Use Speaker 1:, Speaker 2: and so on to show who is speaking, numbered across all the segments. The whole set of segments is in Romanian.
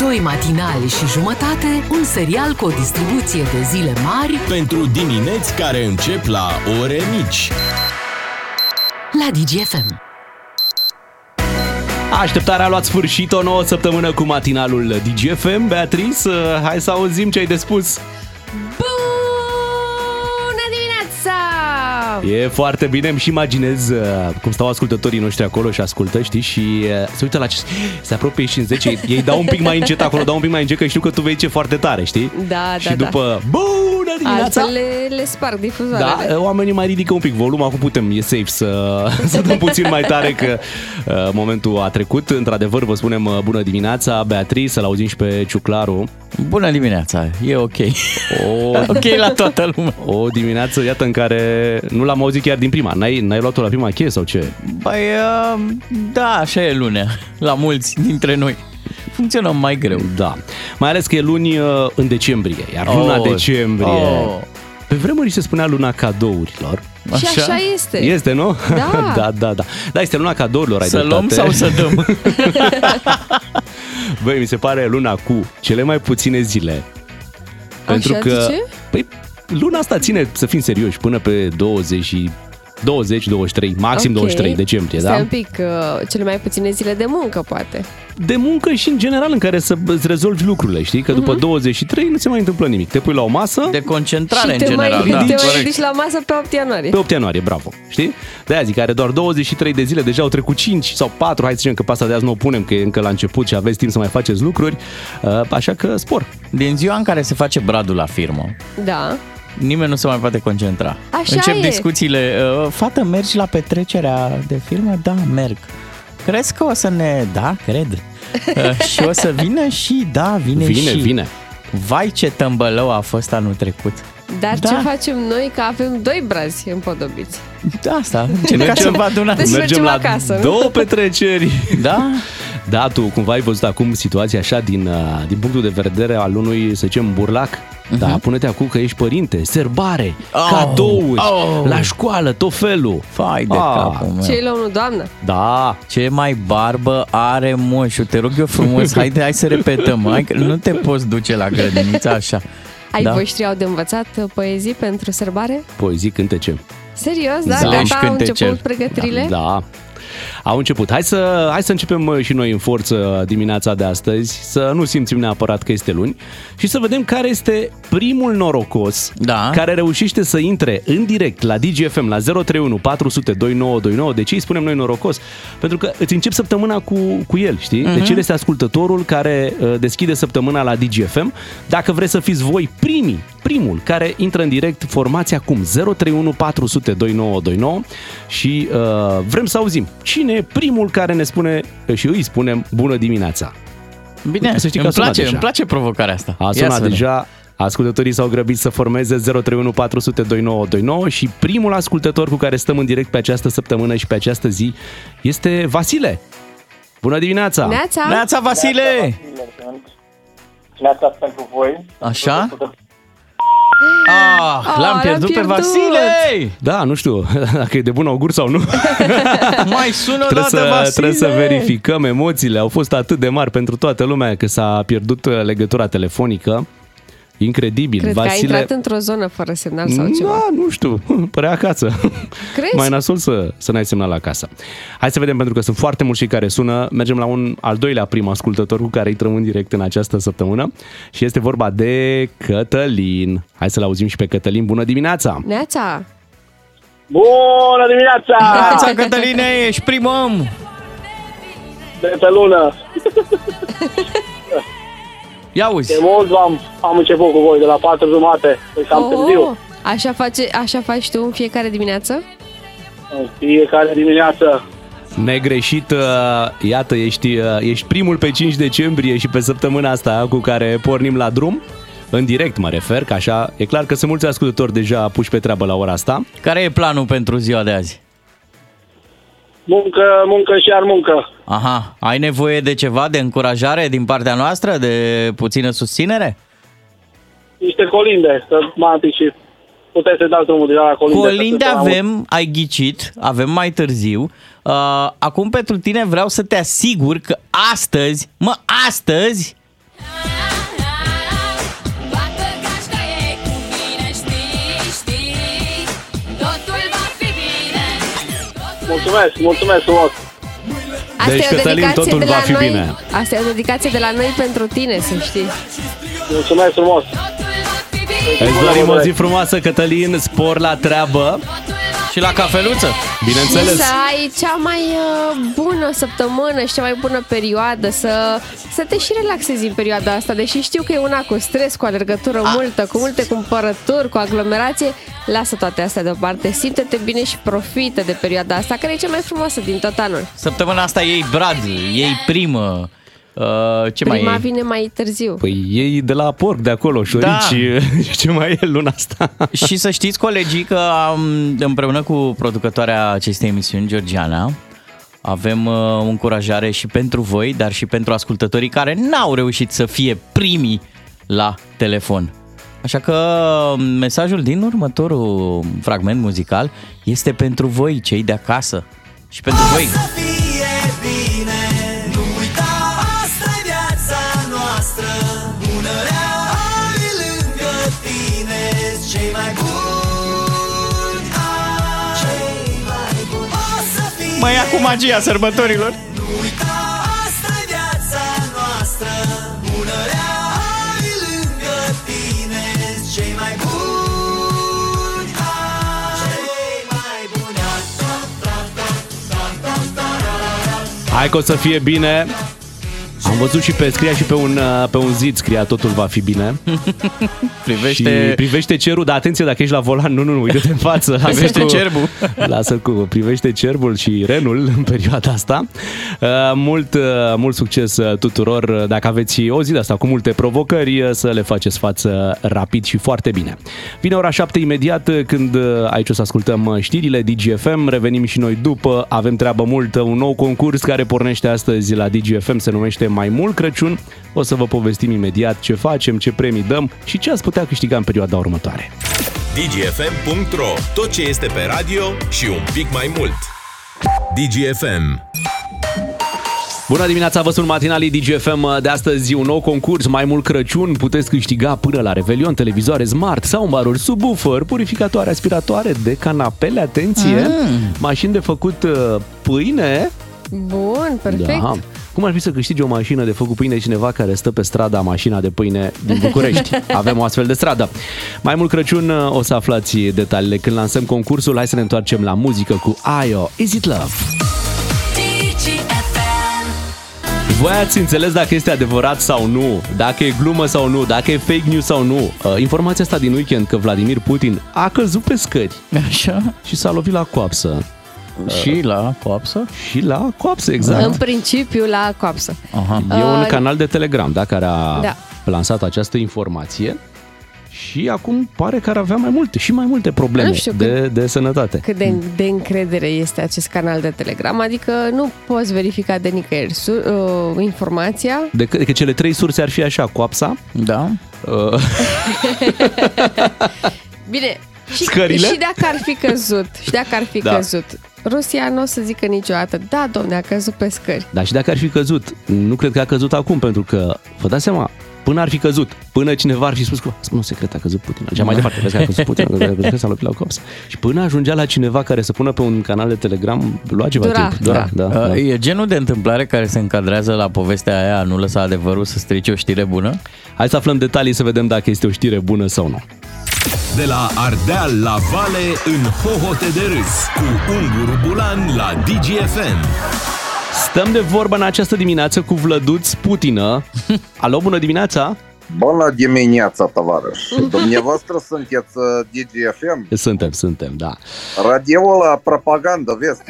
Speaker 1: Doi matinali și jumătate, un serial cu o distribuție de zile mari
Speaker 2: Pentru dimineți care încep la ore mici.
Speaker 1: la DGFM.
Speaker 3: Așteptarea a luat sfârșit o nouă săptămână cu matinalul DGFM. Beatrice, uh, hai să auzim ce ai de spus.
Speaker 4: Bună dimineața!
Speaker 3: E foarte bine, îmi și imaginez uh, cum stau ascultătorii noștri acolo și ascultă, știi, și uh, se uită la ce se apropie și în 10, ei, ei dau un pic mai încet acolo, dau un pic mai încet, că știu că tu vei ce foarte tare, știi?
Speaker 4: Da, da,
Speaker 3: și după, bună
Speaker 4: da.
Speaker 3: dimineața!
Speaker 4: Altfel le, le sparg
Speaker 3: Da,
Speaker 4: difuzoarele.
Speaker 3: uh, oamenii mai ridică un pic volumul, acum putem, e safe să, să dăm puțin mai tare că uh, momentul a trecut. Într-adevăr, vă spunem uh, bună dimineața, Beatrice, să-l auzim și pe Ciuclaru.
Speaker 5: Bună dimineața, e ok.
Speaker 3: O,
Speaker 5: ok la toată lumea.
Speaker 3: o dimineață, iată, în care nu l-am auzit chiar din prima. N-ai, n-ai luat-o la prima cheie sau ce?
Speaker 5: Păi, uh, da, așa e lunea, la mulți dintre noi. Funcționăm mai greu.
Speaker 3: Da. Mai ales că e luni uh, în decembrie, iar luna
Speaker 5: Oh,
Speaker 3: decembrie...
Speaker 5: oh.
Speaker 3: Pe vremuri se spunea luna cadourilor.
Speaker 4: Și așa este.
Speaker 3: Este, nu?
Speaker 4: Da.
Speaker 3: da, da, da. Da, este luna cadourilor, ai
Speaker 5: Să luăm
Speaker 3: dreptate.
Speaker 5: sau să dăm?
Speaker 3: Băi, mi se pare luna cu cele mai puține zile.
Speaker 4: zice?
Speaker 3: Păi, luna asta ține, să fim serioși, până pe 20 și 20, 23, maxim
Speaker 4: Ok.
Speaker 3: 23 decembrie,
Speaker 4: Stai
Speaker 3: da?
Speaker 4: un pic, uh, cele mai puține zile de muncă, poate.
Speaker 3: De muncă și în general în care să îți rezolvi lucrurile, știi? Că după 23 nu se mai întâmplă nimic. Te pui la o masă,
Speaker 5: Mhm. De concentrare
Speaker 4: și
Speaker 5: în
Speaker 4: te
Speaker 5: general.
Speaker 4: mai,
Speaker 5: da,
Speaker 4: te mai
Speaker 5: corect.
Speaker 4: ridici la masă pe 8 ianuarie.
Speaker 3: pe 8 ianuarie, bravo, știi? De aia zic, are doar 23 de zile, deja au trecut 5 sau 4, hai să zicem că pasta de azi nu o punem, că e încă la început și aveți timp să mai faceți lucruri, Uh, așa că spor.
Speaker 5: Din ziua în care se face bradul la firmă,
Speaker 4: Da.
Speaker 5: nimeni nu se mai poate concentra.
Speaker 4: Așa
Speaker 5: Încep
Speaker 4: e.
Speaker 5: discuțiile. Uh, fată, mergi la petrecerea de firmă? Da, merg. Crezi că o să ne... Da, cred. Uh, și o să vină și... Da, vine,
Speaker 3: Vine,
Speaker 5: și...
Speaker 3: vine.
Speaker 5: Vai ce tămbălău a fost anul trecut.
Speaker 4: Dar
Speaker 5: Da.
Speaker 4: ce facem noi, că avem doi brazi împodobiți.
Speaker 5: Da, asta. Încerca să vă adunați.
Speaker 4: Deci
Speaker 3: Mergem
Speaker 4: mergem
Speaker 3: la
Speaker 4: acasă, nu?
Speaker 3: două petreceri.
Speaker 5: Da?
Speaker 3: Da, tu cumva ai văzut acum situația așa din, uh, din punctul de vedere al unui, să zicem, burlac. Da, pune-te acum că ești părinte, serbare,
Speaker 5: Au,
Speaker 3: cadouri,
Speaker 5: au.
Speaker 3: la școală, tot felul.
Speaker 5: Fai de
Speaker 3: Oh. Ah,
Speaker 5: capul meu.
Speaker 4: Cei la unul, doamnă.
Speaker 3: Da,
Speaker 5: Ce mai barbă are moșul, te rog eu frumos, hai, hai să repetăm, hai, că nu te poți duce la grădiniță așa.
Speaker 4: Ai
Speaker 5: Da.
Speaker 4: da. voștri au de învățat uh, poezii pentru sărbare?
Speaker 3: poezii, cântece.
Speaker 4: Serios, da?
Speaker 5: Da. Și
Speaker 4: Gata, au
Speaker 5: cântecel.
Speaker 4: început pregătirile?
Speaker 3: Da. Au început. Hai să, hai să începem mă, și noi în forță dimineața de astăzi, să nu simțim neapărat că este luni și să vedem care este primul norocos
Speaker 5: Da.
Speaker 3: care reușește să intre în direct la DGFM la 031 400 2929. De ce îi spunem noi norocos? Pentru că îți încep săptămâna cu, cu el, știi? Uh-huh. Deci el este ascultătorul care uh, deschide săptămâna la DGFM. Dacă vreți să fiți voi primii, primul care intră în direct, formați acum 031 400 2929 și uh, vrem să auzim cine e primul care ne spune uh, și îi spunem bună dimineața.
Speaker 5: Bine,
Speaker 3: Să știi că a
Speaker 5: îmi
Speaker 3: sunat
Speaker 5: place,
Speaker 3: deja.
Speaker 5: îmi place provocarea asta.
Speaker 3: A
Speaker 5: Ia să
Speaker 3: sunat
Speaker 5: vedem.
Speaker 3: deja, ascultătorii s-au grăbit să formeze 031 400 2929 și primul ascultător cu care stăm în direct pe această săptămână și pe această zi este Vasile. Bună dimineața!
Speaker 4: Neața?
Speaker 5: Neața Vasile!
Speaker 6: Neața pentru voi.
Speaker 5: Așa? Ah,
Speaker 4: Ah,
Speaker 5: l-am pierdut pe
Speaker 4: pierdut.
Speaker 5: Vasile!
Speaker 3: Da, nu știu dacă e de bun augur sau nu.
Speaker 5: Mai sună o
Speaker 3: Trebuie
Speaker 5: dată
Speaker 3: să,
Speaker 5: Vasile!
Speaker 3: trebuie să verificăm emoțiile. Au fost atât de mari pentru toată lumea că s-a pierdut uh, legătura telefonică. Incredibil.
Speaker 4: Cred că ai
Speaker 3: Vasile...
Speaker 4: intrat într-o zonă fără semnal sau ceva.
Speaker 3: Da, nu știu, părea acasă.
Speaker 4: Crezi?
Speaker 3: Mai nasol să, să n-ai semnal acasă. Hai să vedem, pentru că sunt foarte mulți cei care sună. Mergem la un al doilea prim ascultător cu care intrăm în direct în această săptămână și este vorba de Cătălin. Hai să-l auzim și pe Cătălin. Bună dimineața!
Speaker 4: Neața?
Speaker 6: Bună dimineața!
Speaker 5: Neața Cătăline, ești prim om!
Speaker 6: De pe lună.
Speaker 5: Ia uzi!
Speaker 6: De mult am, am început cu voi, de la 4 jumate. Deci am oh. târziu.
Speaker 4: așa, face, așa faci tu în fiecare dimineață?
Speaker 3: Deci,
Speaker 6: În fiecare dimineață.
Speaker 3: Negreșit, uh, iată, ești, uh, ești primul pe 5 decembrie și pe săptămâna asta cu care pornim la drum. În direct mă refer, că așa, e clar că sunt mulți ascultători deja puși pe treabă la ora asta.
Speaker 5: Care e planul pentru ziua de azi?
Speaker 6: Muncă, muncă și iar muncă.
Speaker 5: Aha, ai nevoie de ceva, de încurajare din partea noastră, de puțină susținere?
Speaker 6: Niște colinde, să mă antic și puteți să dați drumul din la colinde.
Speaker 5: Colinde
Speaker 6: Să se mai
Speaker 5: avem, ai ghicit, avem mai târziu. Uh, acum pentru tine vreau să te asigur că astăzi, mă, astăzi
Speaker 6: Mulțumesc, mulțumesc frumos.
Speaker 4: Asta
Speaker 3: Deci,
Speaker 4: e o
Speaker 3: Cătălin,
Speaker 4: dedicație
Speaker 3: totul
Speaker 4: de la
Speaker 3: va fi
Speaker 4: noi.
Speaker 3: bine.
Speaker 4: Asta e o dedicație de la noi pentru tine, să știi.
Speaker 6: Mulțumesc frumos.
Speaker 3: Îți dorim o zi frumoasă, Cătălin, spor la treabă,
Speaker 5: Și la cafeluță.
Speaker 4: Și
Speaker 3: bineînțeles.
Speaker 4: să ai cea mai uh, bună săptămână și cea mai bună perioadă să, să te și relaxezi în perioada asta, deși știu că e una cu stres, cu alergătură
Speaker 3: Ah.
Speaker 4: multă, cu multe cumpărături, cu aglomerație, lasă toate astea deoparte, simte-te bine și profită de perioada asta, care e cea mai frumoasă din tot anul.
Speaker 5: Săptămâna asta ei Brad, ei primă. Uh, ce
Speaker 4: Prima
Speaker 5: mai e?
Speaker 4: vine mai târziu.
Speaker 3: Păi ei de la porc de acolo, șorici, da. ce mai e luna asta?
Speaker 5: Și să știți, colegii, că am, împreună cu producătoarea acestei emisiuni, Georgiana, avem uh, o încurajare și pentru voi, dar și pentru ascultătorii care n-au reușit să fie primii la telefon. Așa că um, mesajul din următorul fragment muzical este pentru voi, cei de acasă. Și pentru voi,
Speaker 7: fie bine Nu uita, asta e viața noastră Bună rea, ai lângă tine Cei mai buni ai Cei mai buni O să fie
Speaker 5: mai acum magia sărbătorilor!
Speaker 7: Nu uita, asta e viața noastră Bună rea, ai lângă tine Cei mai buni ai Cei mai buni ai
Speaker 3: Hai că o să fie bine. Am văzut și pe scria și pe un, uh, pe un zid scria totul va fi bine
Speaker 5: Privește...
Speaker 3: și privește cerul, dar atenție dacă ești la volan, nu, nu, nu, uite-te în față. Lasă
Speaker 5: Privește cerbul.
Speaker 3: Lasă cu, privește cerbul și renul în perioada asta. Uh, Mult, uh, mult succes uh, tuturor. Dacă aveți o zi de asta cu multe provocări, uh, să le faceți față rapid și foarte bine. Vine ora 7 imediat uh, când uh, aici o să ascultăm uh, știrile DGFM. Revenim și noi după. Avem treabă multă. Un nou concurs care pornește astăzi la DGFM se numește Mai mult Crăciun. O să vă povestim imediat ce facem, ce premii dăm și ce ați putea câștiga în perioada următoare.
Speaker 2: DGFM.ro Tot ce este pe radio și un pic mai mult. DGFM
Speaker 3: Bună dimineața, vă sunt matinalii DGFM de astăzi, un nou concurs, mai mult Crăciun, puteți câștiga până la Revelion, televizoare smart, soundbar-uri, subwoofer, purificatoare, aspiratoare de canapele, atenție, mm. mașini de făcut uh, pâine.
Speaker 4: Bun, perfect. Da.
Speaker 3: Cum ar fi să câștigi o mașină de făcut pâine cineva care stă pe strada mașina de pâine din București? Avem o astfel de stradă. Mai mult Crăciun uh, o să aflați detaliile când lansăm concursul. Hai să ne întoarcem la muzică cu Ayo. Is it love? Voi ați înțeles dacă este adevărat sau nu, dacă e glumă sau nu, dacă e fake news sau nu. Uh, Informația asta din weekend că Vladimir Putin a căzut pe scări
Speaker 5: Așa.
Speaker 3: și s-a lovit la coapsă.
Speaker 4: Uh,
Speaker 5: Și la coapsă.
Speaker 3: Și la coapsă,
Speaker 4: În
Speaker 3: exact.
Speaker 4: principiu la coapsă.
Speaker 5: Aha.
Speaker 3: E un
Speaker 4: Uh,
Speaker 3: canal de Telegram, da, care a
Speaker 4: Da.
Speaker 3: lansat această informație și acum pare că ar avea mai multe și mai multe probleme
Speaker 4: Nu știu,
Speaker 3: de, de sănătate.
Speaker 4: Cât de, de încredere este acest canal de Telegram, adică nu poți verifica de nicăieri su- uh, informația.
Speaker 3: De, că- de cele trei surse ar fi așa, coapsa,
Speaker 5: Da.
Speaker 3: uh,
Speaker 4: Bine, și,
Speaker 3: Scările?
Speaker 4: și dacă ar fi căzut, și dacă ar fi
Speaker 3: Da.
Speaker 4: da. căzut, Rusia nu o să zică niciodată, da, domne, a căzut pe scări.
Speaker 3: Dar și dacă ar fi căzut, nu cred că a căzut acum, pentru că, vă dați seama, până ar fi căzut, până cineva ar fi spus că nu se cred că a căzut Putin, așa mai departe, vezi că a căzut Putin, vezi că s-a lovit la cops. Și până ajungea la cineva care să pună pe un canal de Telegram, lua ceva
Speaker 4: Dura.
Speaker 3: timp. Dura, da. da,
Speaker 5: Uh,
Speaker 3: da.
Speaker 5: E genul de întâmplare care se încadrează la povestea aia, nu lăsa adevărul să strice o știre bună?
Speaker 3: Hai să aflăm detalii să vedem dacă este o știre bună sau nu.
Speaker 2: De la Ardeal la Vale în hohote de râs cu Ungur Bulan la DGFM.
Speaker 3: Stăm de vorbă în această dimineață cu Vlăduț Putină. Alo, bună dimineața!
Speaker 8: Bună dimineața, tovarăș! Dumneavoastră sunteți uh, DGFM?
Speaker 3: Suntem, suntem, da.
Speaker 8: Radioul la propagandă, vezi?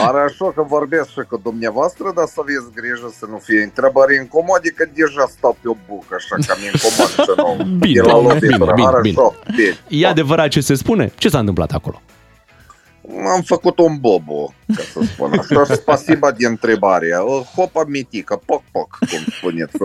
Speaker 8: Are așa că vorbesc și cu dumneavoastră, dar să aveți grijă să nu fie întrebări incomode, că deja stau pe o bucă, așa că mi incomod să nu...
Speaker 3: Bine,
Speaker 8: de la lovitură.
Speaker 3: bine, bine,
Speaker 8: Are
Speaker 3: bine.
Speaker 8: așa, bine.
Speaker 3: E adevărat ce se spune? Ce s-a întâmplat acolo?
Speaker 8: Am făcut un bobo, ca să spun așa. Și Spasiba de întrebare. O, Hopa mitică, poc, poc, cum spuneți.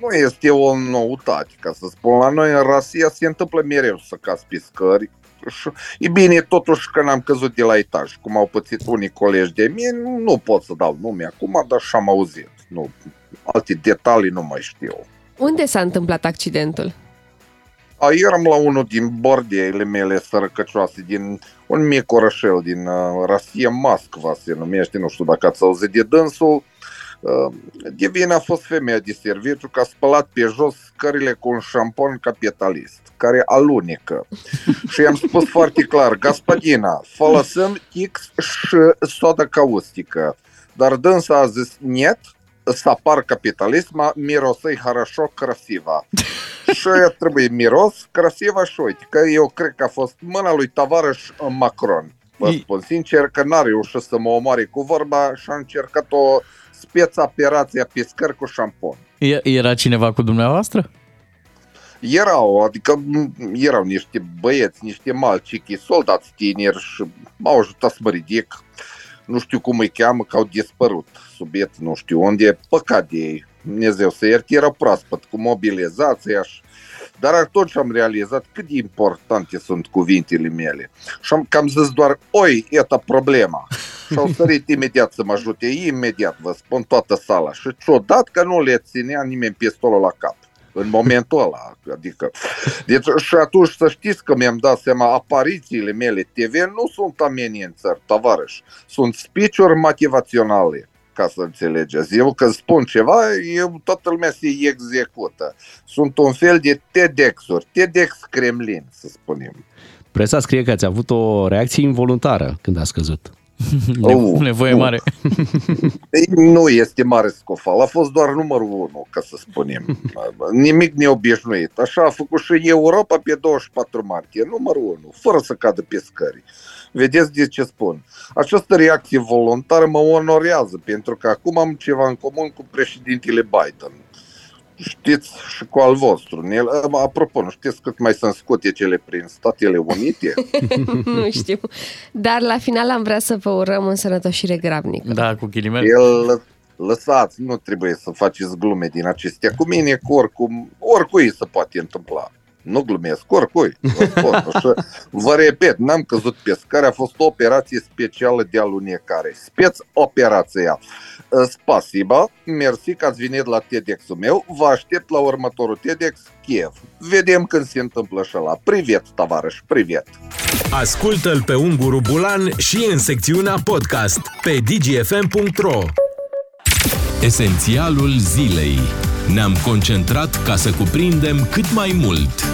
Speaker 8: Nu este o noutate, ca să spun. La noi în Rusia se întâmplă mereu să cazi pe scări. Și, e bine, totuși, când am căzut de la etaj, cum au pățit unii colegi de mine, nu pot să dau nume acum, dar și-am auzit. Nu, alte detalii nu mai știu.
Speaker 4: Unde s-a întâmplat accidentul?
Speaker 8: A, eu eram la unul din bordeile mele sărăcăcioase, din un mic orășel din uh, Rasie, Mascova se numește, nu știu dacă ați auzit de dânsul. Uh, de vină a fost femeia de serviciu că a spălat pe jos scările cu un șampon capitalist, care alunecă. și i-am spus foarte clar, gospodina, folosim X și soda caustică. Dar dânsa a zis, net, sapar capitalism, mirosei хорошо, красиво. Și trebuie miros, crasivă și uite, că eu cred că a fost mâna lui Tavares Macron. Vă spun sincer că n-a reușit să mă omoare cu vorba și a încercat o speță operație pe scări cu șampon.
Speaker 5: E- Era cineva cu dumneavoastră?
Speaker 8: Erau, adică m, erau niște băieți, niște malcichi, soldați tineri și m-au ajutat să mă ridic. Nu știu cum îi cheamă, că au dispărut subiect, nu știu unde, păcat de ei. Dumnezeu să ierte, erau proaspăt cu mobilizația și dar atunci am realizat cât de importante sunt cuvintele mele. Și am cam zis doar, oi, eta problema. Și au sărit imediat să mă ajute, imediat, vă spun, toată sala. Și ciudat că nu le ținea nimeni pistolul la cap în momentul ăla, adică. Deci, și atunci să știți că mi-am dat seama, aparițiile mele TV nu sunt amenințări, tovarăș, sunt speech-uri motivaționale ca să înțelegeți. Eu când spun ceva, eu, toată lumea se execută. Sunt un fel de TEDx-uri, TEDx Kremlin, să spunem.
Speaker 3: Presa scrie că ați avut o reacție involuntară când ați căzut.
Speaker 8: Oh,
Speaker 5: Nevoie
Speaker 8: nu.
Speaker 5: mare.
Speaker 8: Ei, Nu este mare scofal, a fost doar numărul 1, ca să spunem. Nimic neobișnuit. Așa a făcut și Europa pe 24 martie, numărul 1, fără să cadă pe scări. Vedeți de ce spun. Această reacție voluntară mă onorează, pentru că acum am ceva în comun cu președintele Biden. Știți și cu al vostru. Ne- Apropo, nu știți cât mai sunt scute cele prin Statele Unite?
Speaker 4: nu știu. Dar la final am vrea să vă urăm în sănătoșire grabnică.
Speaker 5: Da, cu ghilimele.
Speaker 8: El, lăsați, nu trebuie să faceți glume din acestea cu mine, cu oricum, oricui se poate întâmpla. Nu glumesc, oricui. vă spun. Așa, vă repet, n-am căzut pe scară, a fost o operație specială de alunecare. Speț operația. Spasiba, mersi că ați venit la TEDx-ul meu, vă aștept la următorul TEDx Kiev. Vedem când se întâmplă așa la. Privet, tovarăș, privet.
Speaker 2: Ascultă-l pe Unguru Bulan și în secțiunea podcast pe dgfm.ro Esențialul zilei. Ne-am concentrat ca să cuprindem cât mai mult.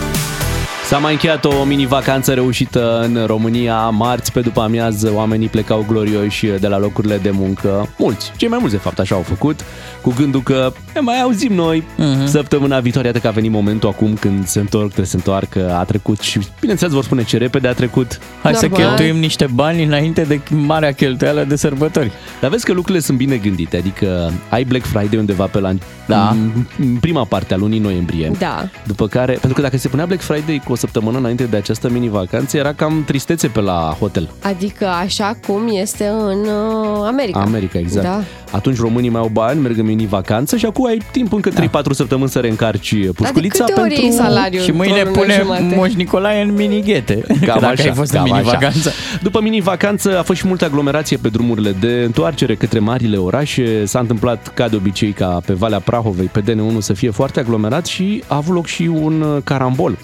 Speaker 3: S-a mai încheiat o mini-vacanță reușită în România. Marți, pe după amiază, oamenii plecau glorioși de la locurile de muncă. Mulți, cei mai mulți, de fapt, așa au făcut, cu gândul că ne mai auzim noi
Speaker 5: Mhm.
Speaker 3: uh-huh. săptămâna viitoare. Iată că a venit momentul acum când se întorc, trebuie să se întoarcă, a trecut și, bineînțeles, vor spune ce repede a trecut.
Speaker 5: Hai să
Speaker 4: Normal.
Speaker 5: cheltuim niște bani înainte de marea cheltuială de sărbători.
Speaker 3: Dar vezi că lucrurile sunt bine gândite, adică ai Black Friday undeva pe la
Speaker 5: Da.
Speaker 3: în- în prima parte a lunii noiembrie.
Speaker 4: Da.
Speaker 3: După care, pentru că dacă se punea Black Friday cu o săptămână înainte de această mini-vacanță, era cam tristețe pe la hotel.
Speaker 4: Adică așa cum este în uh, America.
Speaker 3: America, exact.
Speaker 4: Da.
Speaker 3: Atunci românii mai au bani, merg în mini-vacanță și acum ai timp
Speaker 5: Da.
Speaker 3: încă 3-4 săptămâni să reîncarci pușculița
Speaker 4: Dar de câte ori
Speaker 3: pentru...
Speaker 4: e salariul
Speaker 5: și mâine
Speaker 4: într-o lună
Speaker 5: pune
Speaker 4: jumate?
Speaker 5: Moș Nicolae în minighete. Că dacă ai fost în
Speaker 3: cam
Speaker 5: minivacanță.
Speaker 3: așa. După mini-vacanță a fost și multă aglomerație pe drumurile de întoarcere către marile orașe. S-a întâmplat ca de obicei ca pe Valea Prahovei, pe DN1 să fie foarte aglomerat și a avut loc și un uh, carambol.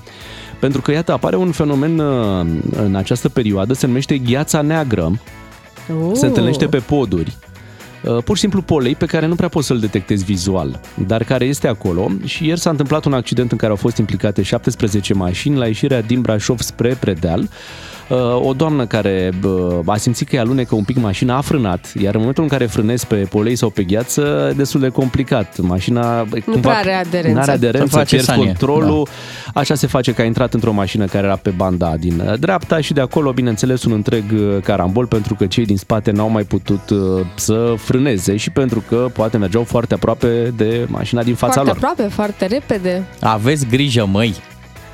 Speaker 3: Pentru că, iată, apare un fenomen uh, în această perioadă, se numește gheața neagră.
Speaker 4: Uh.
Speaker 3: se întâlnește pe poduri. Uh, Pur și simplu polei pe care nu prea poți să-l detectezi vizual, dar care este acolo și ieri s-a întâmplat un accident în care au fost implicate 17 mașini la ieșirea din Brașov spre Predeal. Uh, O doamnă care bă, a simțit că îi alunecă un pic mașina a frânat, iar în momentul în care frânezi pe polei sau pe gheață, destul de complicat. Mașina nu
Speaker 4: prea are aderență.
Speaker 3: Nu are
Speaker 5: Se
Speaker 3: aderență,
Speaker 5: face
Speaker 3: pierzi
Speaker 5: sanie,
Speaker 3: controlul, da. așa se face că a intrat într-o mașină care era pe banda din uh, dreapta și de acolo, bineînțeles, un întreg uh, carambol pentru că cei din spate n-au mai putut uh, să frâneze și pentru că poate mergeau foarte aproape de mașina din fața
Speaker 4: Foarte
Speaker 3: lor.
Speaker 4: aproape, foarte repede.
Speaker 5: Aveți grijă, măi.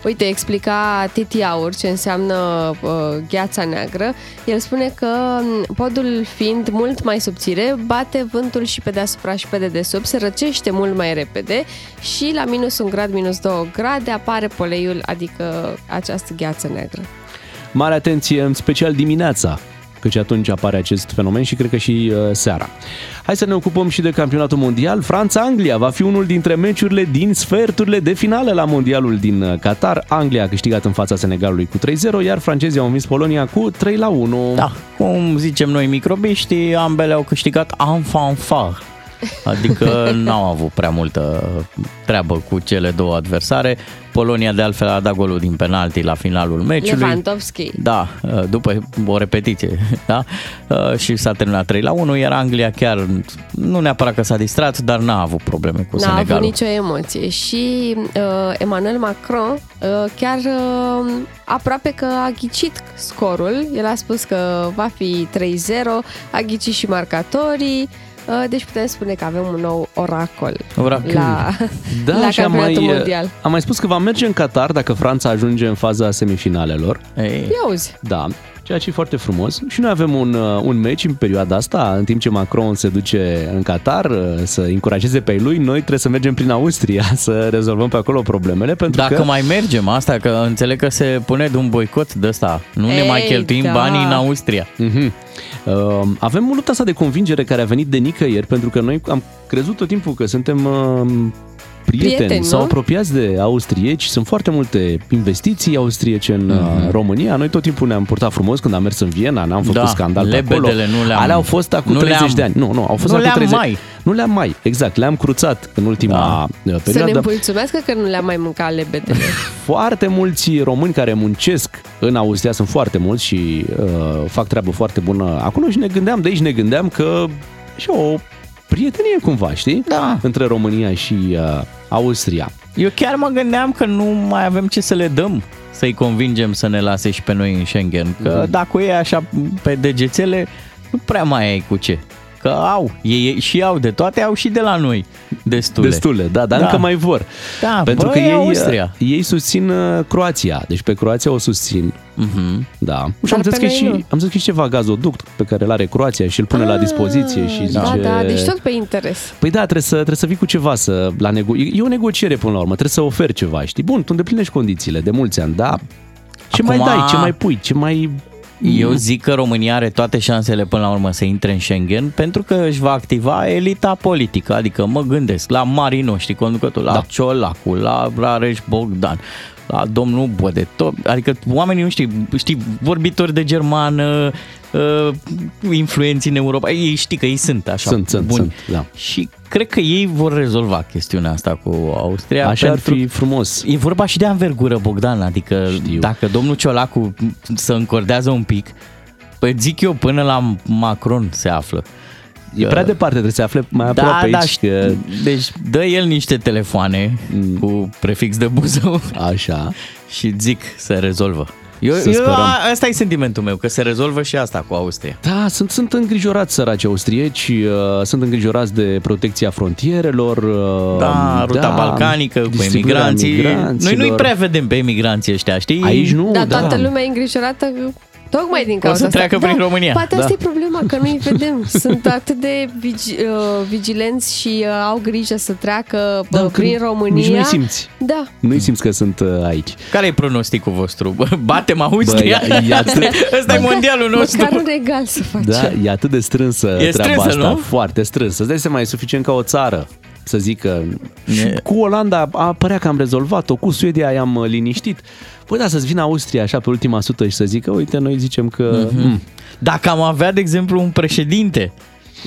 Speaker 4: Uite, explica Titi Aur ce înseamnă uh, gheața neagră. El spune că m, podul fiind mult mai subțire, bate vântul și pe deasupra și pe dedesubt, se răcește mult mai repede și la minus un grad, minus 2 grade apare poleiul, adică această gheață neagră.
Speaker 3: Mare atenție, în special dimineața căci atunci apare acest fenomen și cred că și uh, seara. Hai să ne ocupăm și de campionatul mondial. Franța-Anglia va fi unul dintre meciurile din sferturile de finale la mondialul din uh, Qatar. Anglia a câștigat în fața Senegalului cu 3-0, iar francezii au învins Polonia cu 3-1.
Speaker 5: Da, cum zicem noi microbiștii, ambele au câștigat en fanfar. Adică n-au avut prea multă treabă cu cele două adversare. Polonia de altfel a dat golul din penalti la finalul meciului.
Speaker 4: Lewandowski.
Speaker 5: Da, după o repetiție, da? Și s-a terminat 3 la 1, iar Anglia chiar nu neapărat că s-a distrat, dar n-a avut probleme cu
Speaker 4: N-a avut
Speaker 5: Senegalul.
Speaker 4: nicio emoție și uh, Emmanuel Macron uh, chiar uh, aproape că a ghicit scorul. El a spus că va fi 3-0, a ghicit și marcatorii. Uh, deci putem spune că avem un nou oracol
Speaker 5: Oracol.
Speaker 4: la,
Speaker 3: Da,
Speaker 4: la
Speaker 3: și am
Speaker 4: campionatul
Speaker 3: mai,
Speaker 4: mondial.
Speaker 3: am mai spus că va merge în Qatar dacă Franța ajunge în faza semifinalelor.
Speaker 5: Ei,
Speaker 4: Ia uzi,
Speaker 3: Da, ceea ce e foarte frumos. Și noi avem un, uh, un meci în perioada asta, în timp ce Macron se duce în Qatar uh, să încurajeze pe ei lui, noi trebuie să mergem prin Austria să rezolvăm pe acolo problemele, pentru
Speaker 5: Dacă
Speaker 3: că...
Speaker 5: mai mergem, asta că înțeleg că se pune de un boicot de ăsta. Nu ne
Speaker 4: Ei,
Speaker 5: mai cheltuim
Speaker 4: da.
Speaker 5: banii în Austria.
Speaker 3: Mhm. Uh, avem lupta asta de convingere care a venit de nicăieri, pentru că noi am crezut tot timpul că suntem uh, prieteni,
Speaker 4: Prieteni, nu?
Speaker 3: sau apropiați de austrieci. Sunt foarte multe investiții austriece în uh România. Noi tot timpul ne-am purtat frumos când am mers în Viena, n-am făcut
Speaker 5: Mhm. Da,
Speaker 3: scandal pe acolo.
Speaker 5: lebedele nu le-am-
Speaker 3: Alea au fost acum
Speaker 5: nu
Speaker 3: 30 de
Speaker 5: le-am-
Speaker 3: ani. Nu, nu, au fost
Speaker 5: nu
Speaker 3: acum
Speaker 5: le-am
Speaker 3: 30.
Speaker 5: mai. Da.
Speaker 3: Nu le-am mai, exact. Le-am cruțat în ultima uh,
Speaker 4: să ne
Speaker 3: perioadă.
Speaker 4: mulțumească că nu le-am mai mâncat lebedele.
Speaker 3: Foarte mulți români care muncesc în Austria, sunt foarte mulți și uh, fac treabă foarte bună acolo și ne gândeam, de aici ne gândeam că și o prietenie cumva, știi?
Speaker 5: Da.
Speaker 3: Între România și uh, Austria.
Speaker 5: Eu chiar mă gândeam că nu mai avem ce să le dăm să-i convingem să ne lase și pe noi în Schengen.
Speaker 3: Mhm.
Speaker 5: Că dacă e așa pe degețele, nu prea mai ai cu ce. Că au, ei și au de toate, au și de la noi. Destule.
Speaker 3: Destule, da, dar
Speaker 5: Da.
Speaker 3: încă mai vor.
Speaker 5: Da,
Speaker 3: Pentru
Speaker 5: bă,
Speaker 3: că
Speaker 5: e
Speaker 3: ei,
Speaker 5: Austria.
Speaker 3: uh, ei susțin uh, Croația, deci pe Croația o susțin.
Speaker 5: Mhm.
Speaker 3: Da. Și am
Speaker 4: pe
Speaker 3: zis, că e
Speaker 4: noi
Speaker 3: și,
Speaker 4: nu. Ah,
Speaker 3: am zis că e și ceva gazoduct pe care îl are Croația și îl pune la dispoziție și zice...
Speaker 4: Da, da, deci tot pe interes.
Speaker 3: Păi da, trebuie să, trebuie să vii cu ceva să, la nego- e e o negociere până la urmă, trebuie să oferi ceva, știi? Bun, tu îndeplinești condițiile de mulți ani, da? Ce
Speaker 5: Acum-
Speaker 3: mai dai, ce mai pui, ce mai...
Speaker 5: Eu zic că România are toate șansele până la urmă să intre în Schengen pentru că își va activa elita politică. Adică mă gândesc la mari noștri conducători, la da. Ciolacu, la Rareș Bogdan, la domnul Bode, tot, adică oamenii nu știu, știi, vorbitori de germană, uh, influenți în Europa, ei știi că ei sunt așa
Speaker 3: Sunt, sunt,
Speaker 5: buni.
Speaker 3: sunt, da.
Speaker 5: Și cred că ei vor rezolva chestiunea asta cu Austria.
Speaker 3: Așa ar
Speaker 5: pentru
Speaker 3: fi frumos.
Speaker 5: E vorba și de anvergură, Bogdan, adică
Speaker 3: Știu.
Speaker 5: Știu. dacă domnul Ciolacu să încordează un pic, păi zic eu până la Macron se află. Uh,
Speaker 3: E prea departe, trebuie să afle mai aproape aici. uh,
Speaker 5: știu.
Speaker 3: Că...
Speaker 5: deci dă el niște telefoane mm. cu prefix de Buzău
Speaker 3: Așa.
Speaker 5: și zic se rezolvă. Eu,
Speaker 3: Să
Speaker 5: eu
Speaker 3: sperăm.
Speaker 5: a, asta e sentimentul meu, că se rezolvă și asta cu Austria.
Speaker 3: Da, sunt, sunt îngrijorați săraci austrieci, uh, sunt îngrijorați de protecția frontierelor. uh,
Speaker 5: Da, ruta balcanică cu
Speaker 3: distribuirea
Speaker 5: emigranții. Noi nu-i
Speaker 3: migranților.
Speaker 5: prea vedem pe emigranții ăștia, știi?
Speaker 3: Aici nu,
Speaker 4: Da,
Speaker 3: da.
Speaker 4: toată lumea e îngrijorată tocmai din
Speaker 5: să
Speaker 4: cauza asta.
Speaker 5: treacă
Speaker 4: da,
Speaker 5: prin România.
Speaker 4: Poate
Speaker 3: Da.
Speaker 4: asta e problema, că nu-i vedem. Sunt atât de vigi, uh, vigilenți și uh, au grijă să treacă
Speaker 3: Da,
Speaker 4: da,
Speaker 3: că
Speaker 4: prin
Speaker 3: nici
Speaker 4: România.
Speaker 3: nu-i simți.
Speaker 4: Da.
Speaker 3: Nu-i simți că sunt uh, aici.
Speaker 5: Care e pronosticul vostru? Bă, Batem Austria?
Speaker 3: Bă, e- e atât-
Speaker 5: Asta e mondialul nostru.
Speaker 4: Măcar un regal să faci.
Speaker 3: Da, e atât de strânsă
Speaker 5: E
Speaker 3: treaba
Speaker 5: strânsă,
Speaker 3: asta,
Speaker 5: nu?
Speaker 3: foarte strânsă. Îți dai seama, e suficient ca o țară să zică. Și
Speaker 5: E-
Speaker 3: cu Olanda a părea că am rezolvat-o, cu Suedia i-am uh, liniștit. Păi da, să-ți vină Austria așa pe ultima sută și să zică, uite, noi zicem că...
Speaker 5: Mhm.
Speaker 3: Mm,
Speaker 5: Dacă am avea, de exemplu, un președinte,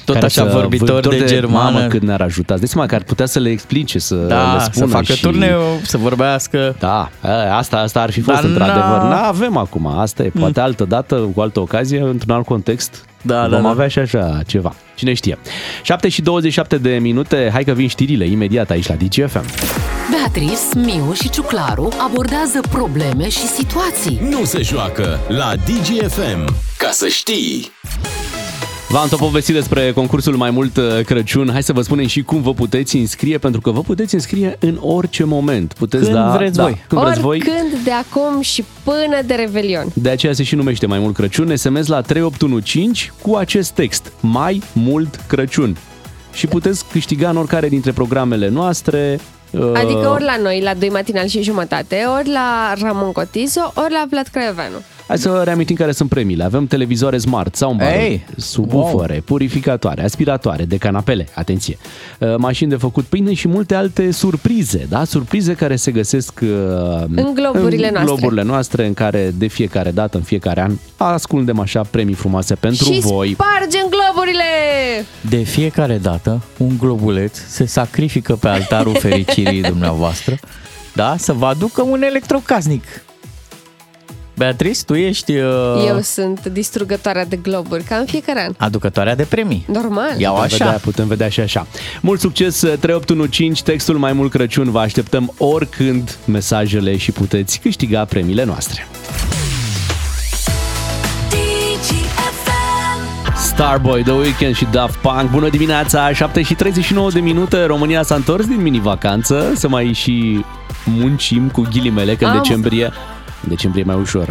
Speaker 5: tot
Speaker 3: care
Speaker 5: așa
Speaker 3: să-
Speaker 5: vorbitor, de, germană,
Speaker 3: Mamă, cât ne-ar ajuta. Îți dai seama că ar putea să le explice, să le
Speaker 5: da,
Speaker 3: spună
Speaker 5: să facă
Speaker 3: și...
Speaker 5: turneu, să vorbească.
Speaker 3: Da, a, asta, asta ar fi fost
Speaker 5: Dar Hmm. n-a-
Speaker 3: într-adevăr. da. Nu avem acum, asta e. Poate altă dată, cu altă ocazie, într-un alt context,
Speaker 5: Da,
Speaker 3: vom
Speaker 5: da, da.
Speaker 3: avea și așa ceva. Cine știe. 7 și 27 de minute, hai că vin știrile imediat aici la DGFM.
Speaker 1: Beatrice, Miu și Ciuclaru abordează probleme și situații.
Speaker 2: Nu se joacă la DGFM. Ca să știi!
Speaker 3: V-am tot povestit despre concursul Mai Mult uh, Crăciun. Hai să vă spunem și cum vă puteți înscrie, pentru că vă puteți înscrie în orice moment. Puteți
Speaker 5: Când
Speaker 3: da,
Speaker 5: vreți
Speaker 3: da,
Speaker 5: voi.
Speaker 3: Când vreți voi.
Speaker 4: Oricând, de acum și până de Revelion.
Speaker 3: De aceea se și numește Mai Mult Crăciun. SMS la 3815 cu acest text. Mai Mult Crăciun. Și puteți câștiga în oricare dintre programele noastre. uh,
Speaker 4: Adică ori la noi, la 2 matinal și jumătate, ori la Ramon Cotizo, ori la Vlad Craioveanu.
Speaker 3: Hai să reamintim care sunt premiile. Avem televizoare smart, soundbar,
Speaker 5: Ei!
Speaker 3: subwoofere, purificatoare, aspiratoare, de canapele, atenție, uh, mașini de făcut pâine și multe alte surprize, da? Surprize care se găsesc uh,
Speaker 4: În globurile
Speaker 3: în
Speaker 4: noastre.
Speaker 3: globurile noastre, în care de fiecare dată, în fiecare an, ascundem așa premii frumoase pentru
Speaker 4: și
Speaker 3: voi.
Speaker 4: spargem globurile!
Speaker 5: De fiecare dată, un globuleț se sacrifică pe altarul fericirii dumneavoastră, da? Să vă aducă un electrocasnic. Beatrice, tu ești uh,
Speaker 4: Eu sunt distrugătoarea de globuri, ca în fiecare an.
Speaker 5: aducătoarea de premii.
Speaker 4: Normal.
Speaker 5: Iau
Speaker 3: Putem Vedea,
Speaker 5: așa.
Speaker 3: putem vedea și așa. Mult succes, 3815, textul Mai mult Crăciun. Vă așteptăm oricând mesajele și puteți câștiga premiile noastre. Starboy, The Weeknd și Daft Punk. Bună dimineața, 7 și 39 de minute. România s-a întors din mini-vacanță. Să mai și muncim cu ghilimele, că în
Speaker 4: Am-
Speaker 3: decembrie... În decembrie e mai ușor.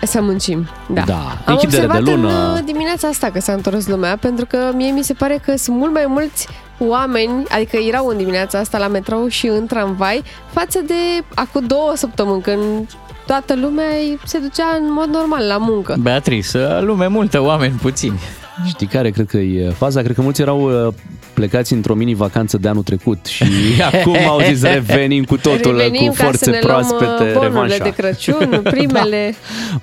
Speaker 3: uh,
Speaker 4: Să muncim, da.
Speaker 3: Da.
Speaker 4: Am
Speaker 3: Echipele de
Speaker 4: observat
Speaker 3: lună.
Speaker 4: în uh, dimineața asta că s-a întors lumea, pentru că mie mi se pare că sunt mult mai mulți oameni, adică erau în dimineața asta la metrou și în tramvai, față de acum două săptămâni, când toată lumea se ducea în mod normal la muncă.
Speaker 5: Beatrice, ă, lume multă, oameni puțini.
Speaker 3: Știi care cred că e faza? Cred că mulți erau uh, plecați într-o mini-vacanță de anul trecut și acum au zis revenim cu totul,
Speaker 4: Revenim
Speaker 3: cu forțe
Speaker 4: ca să ne luăm
Speaker 3: proaspete,
Speaker 4: uh, bonurile
Speaker 3: revanșa. Da.
Speaker 4: de Crăciun, primele...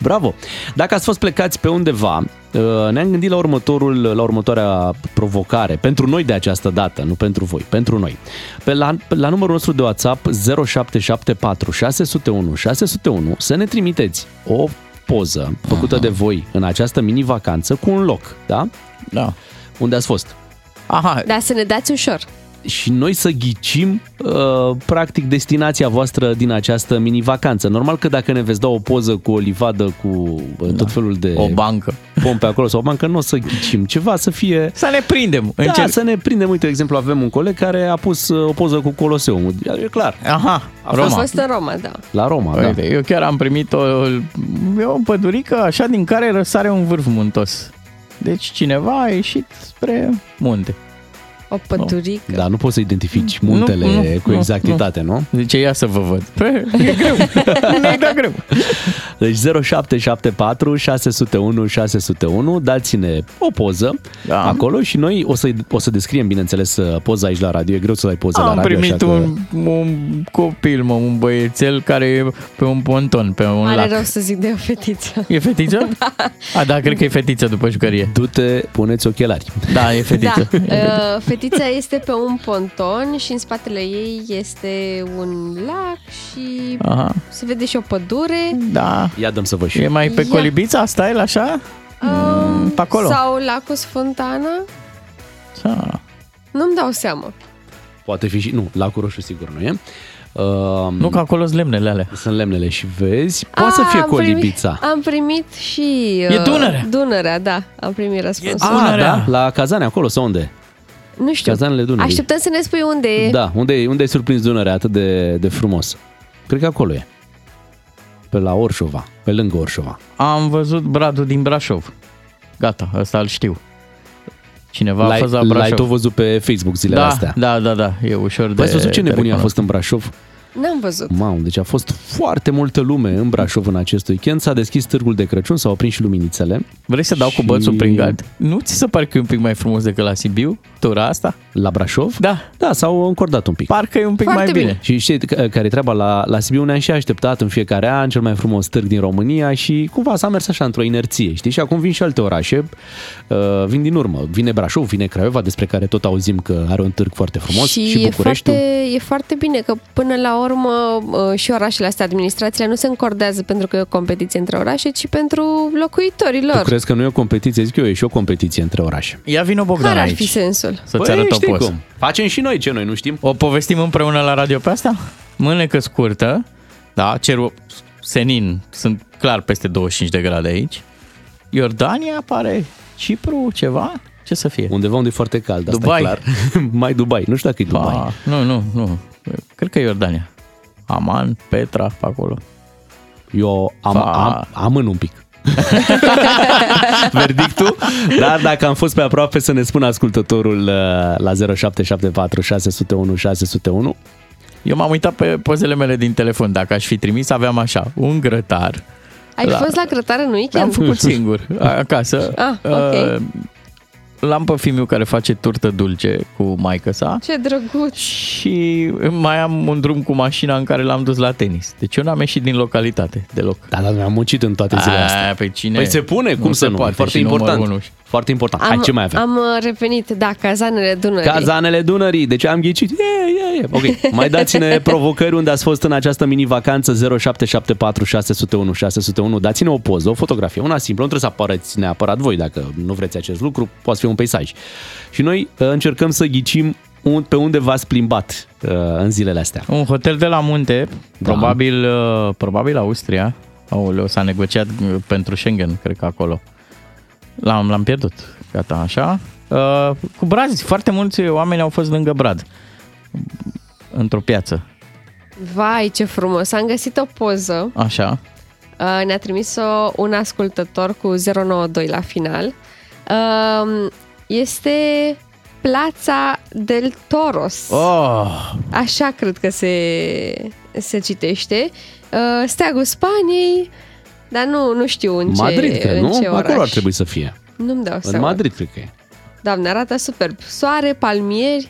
Speaker 3: Bravo! Dacă ați fost plecați pe undeva, uh, ne-am gândit la, următorul, la următoarea provocare. Pentru noi de această dată, nu pentru voi, pentru noi. Pe la, pe la numărul nostru de WhatsApp 0774 601 601 să ne trimiteți o poză făcută de voi în această mini-vacanță cu un loc, da?
Speaker 5: Da.
Speaker 3: Unde ați fost?
Speaker 5: Aha,
Speaker 4: Da, să ne dați ușor.
Speaker 3: și noi să ghicim uh, practic destinația voastră din această mini-vacanță. Normal că dacă ne veți da o poză cu o livadă, cu uh, tot felul de
Speaker 5: Da. o bancă.
Speaker 3: pompe acolo sau o bancă, nu o să ghicim ceva, să fie...
Speaker 5: Să ne prindem.
Speaker 3: Da,
Speaker 5: Încerc.
Speaker 3: să ne prindem. Uite, de exemplu, avem un coleg care a pus uh, o poză cu Coloseumul. E clar,
Speaker 5: Aha,
Speaker 4: Am
Speaker 5: Roma.
Speaker 4: fost în Roma, da.
Speaker 3: la Roma, da.
Speaker 5: Uite, eu chiar am primit o, e o pădurică așa din care răsare un vârf muntos. Deci cineva a ieșit spre munte.
Speaker 4: O păturică.
Speaker 3: Da, nu poți să identifici muntele
Speaker 5: Nu, nu,
Speaker 3: cu
Speaker 5: nu,
Speaker 3: exactitate, nu? nu?
Speaker 5: Zice, ia să vă văd. E greu, ne-ai dat greu.
Speaker 3: Deci 0774 601 601, dați-ne o poză
Speaker 5: Da.
Speaker 3: da. acolo și noi o să, o să descriem, bineînțeles, uh, poza aici la radio. E greu să dai poza la
Speaker 5: Am
Speaker 3: radio.
Speaker 5: primit
Speaker 3: așa că-
Speaker 5: un, un copil, mă, un băiețel care e pe un ponton, pe un
Speaker 4: Are
Speaker 5: lac.
Speaker 4: rău să zic de o fetiță.
Speaker 5: E fetiță? A, da, cred că e fetiță după jucărie.
Speaker 3: Du-te, puneți ochelari.
Speaker 5: Da, e fetiță.
Speaker 4: Da, uh, fetița este pe un ponton și în spatele ei este un lac și
Speaker 5: Aha,
Speaker 4: se vede și o pădure.
Speaker 5: da.
Speaker 3: Ia dăm să vă
Speaker 5: E
Speaker 3: și.
Speaker 5: mai pe
Speaker 4: Ia.
Speaker 5: colibița asta, el așa? Mm, pe acolo.
Speaker 4: Sau lacul Sfontana.
Speaker 5: Ah,
Speaker 4: Nu-mi dau seama.
Speaker 3: Poate fi și... Nu, lacul roșu sigur nu e. Uh,
Speaker 5: Nu, că acolo sunt lemnele alea.
Speaker 3: Sunt lemnele și vezi. Poate să
Speaker 4: Ah,
Speaker 3: fie
Speaker 4: am primit-
Speaker 3: colibița.
Speaker 4: Am primit și... uh,
Speaker 5: E Dunărea.
Speaker 4: Dunărea, da. Am primit răspunsul.
Speaker 5: Dunărea.
Speaker 3: Ah, da? La Cazane, acolo sau unde?
Speaker 4: Nu știu.
Speaker 3: Cazanele Dunării.
Speaker 4: Așteptăm să ne spui unde e.
Speaker 3: Da, unde, e- unde ai surprins Dunărea atât de, de frumos? Cred că acolo e. Pe la Orșova, pe lângă Orșova.
Speaker 5: Am văzut Bradul din Brașov. Gata, ăsta îl știu. Cineva a
Speaker 3: L-ai,
Speaker 5: fost la
Speaker 3: l-ai
Speaker 5: Brașov.
Speaker 3: tot văzut pe Facebook zilele
Speaker 5: da,
Speaker 3: astea.
Speaker 5: da, da, da, e ușor de
Speaker 3: Vă ați văzut ce
Speaker 5: de
Speaker 3: nebunie a
Speaker 5: recunoscut.
Speaker 3: fost în Brașov?
Speaker 4: N-am văzut.
Speaker 3: Mamă, deci a fost foarte multă lume în Brașov în acest weekend. S-a deschis târgul de Crăciun, s-au prins și luminițele.
Speaker 5: Vrei să dau cu
Speaker 3: Și-
Speaker 5: bățul prin gard? Nu ți se pare că e un pic mai frumos decât la Sibiu? Tura asta?
Speaker 3: La Brașov?
Speaker 5: Da,
Speaker 3: Da, s-au încordat un pic.
Speaker 5: parcă e un pic
Speaker 4: Foarte
Speaker 5: mai bine.
Speaker 4: bine.
Speaker 3: Și știi că- care e treaba la, la Sibiu, ne-am și așteptat în fiecare an cel mai frumos târg din România și cumva s-a mers așa într-o inerție, știi? Și acum vin și alte orașe, uh, vin din urmă. Vine Brașov, vine Craiova, despre care tot auzim că are un târg foarte frumos și, și
Speaker 4: e
Speaker 3: Bucureștiul.
Speaker 4: foarte, e foarte bine că până la urmă uh, și orașele astea, administrațiile nu se încordează pentru că e o competiție între orașe, ci pentru locuitorii
Speaker 3: Tu
Speaker 4: lor.
Speaker 3: crezi că nu e o competiție? Zic eu, e și o competiție între orașe.
Speaker 5: Ia vino Bogdan
Speaker 4: Care ar
Speaker 5: aici
Speaker 4: fi sensul?
Speaker 5: să-ți arăt o
Speaker 3: știi
Speaker 5: poză.
Speaker 3: cum. Facem și noi ce noi nu știm.
Speaker 5: O povestim împreună la radio pe asta? Mânecă scurtă, da, cerul senin, sunt clar peste 25 de grade aici. Iordania pare Cipru, ceva? Ce să fie?
Speaker 3: Undeva unde e foarte cald, asta
Speaker 5: Dubai.
Speaker 3: e clar. Mai Dubai, nu știu dacă e Dubai.
Speaker 5: Pa, nu, nu, nu. Cred că e Iordania. Aman, Petra, pe acolo.
Speaker 3: Eu am,
Speaker 5: Pa.
Speaker 3: am, amân un pic. Verdictul? Dar dacă am fost pe aproape să ne spună ascultătorul uh, la 0774 601 601
Speaker 5: Eu m-am uitat pe pozele mele din telefon. Dacă aș fi trimis, aveam așa, un grătar, Da.
Speaker 4: Ai
Speaker 5: La-
Speaker 4: fost la grătar în weekend?
Speaker 5: Am făcut singur, acasă.
Speaker 4: Ah, ok.
Speaker 5: Uh, L-am pe fiul meu care face turtă dulce cu maica sa
Speaker 4: Ce drăguț!
Speaker 5: și mai am un drum cu mașina în care l-am dus la tenis. Deci eu n-am ieșit din localitate deloc.
Speaker 3: Da, da, ne-am muncit în toate zilele astea.
Speaker 5: Aia, pe cine?
Speaker 3: Păi se pune, cum să
Speaker 5: se
Speaker 3: nu?
Speaker 5: poate,
Speaker 3: Poate, foarte,
Speaker 5: și numărul
Speaker 3: important.
Speaker 5: unu.
Speaker 3: foarte important. Hai,
Speaker 4: Am,
Speaker 3: ce mai avem?
Speaker 4: am uh, revenit, da, cazanele Dunării.
Speaker 3: Cazanele Dunării, deci am ghicit. Yeah, yeah, yeah. Ok, mai dați-ne provocări unde ați fost în această mini-vacanță 0774 601 601. Dați-ne o poză, o fotografie, una simplă, nu trebuie să apărați neapărat voi dacă nu vreți acest lucru, poate fi un peisaj. Și noi uh, încercăm să ghicim un- pe unde v-ați plimbat uh, în zilele astea.
Speaker 5: Un hotel de la munte,
Speaker 3: Da.
Speaker 5: probabil, uh, probabil Austria. Aoleu, s-a negociat uh, pentru Schengen, cred că acolo. L-am, l-am pierdut, gata, așa. Uh, Cu brazi, foarte mulți oameni au fost lângă brad. Într-o piață,
Speaker 4: Vai, ce frumos! Am găsit o poză.
Speaker 5: așa.
Speaker 4: Uh, Ne-a trimis-o un ascultător cu 092 la final. Um, Este Plața del Toros.
Speaker 5: Oh,
Speaker 4: Așa cred că se, se citește. Uh, Steagul Spaniei, dar nu, nu știu în
Speaker 3: Madrid,
Speaker 4: ce,
Speaker 3: cred,
Speaker 4: în
Speaker 3: nu?
Speaker 4: ce oraș.
Speaker 3: Acolo ar trebui să fie.
Speaker 4: Nu-mi dau
Speaker 3: În
Speaker 4: seama.
Speaker 3: Madrid, cred că e.
Speaker 4: Doamne, arată superb. Soare, palmieri,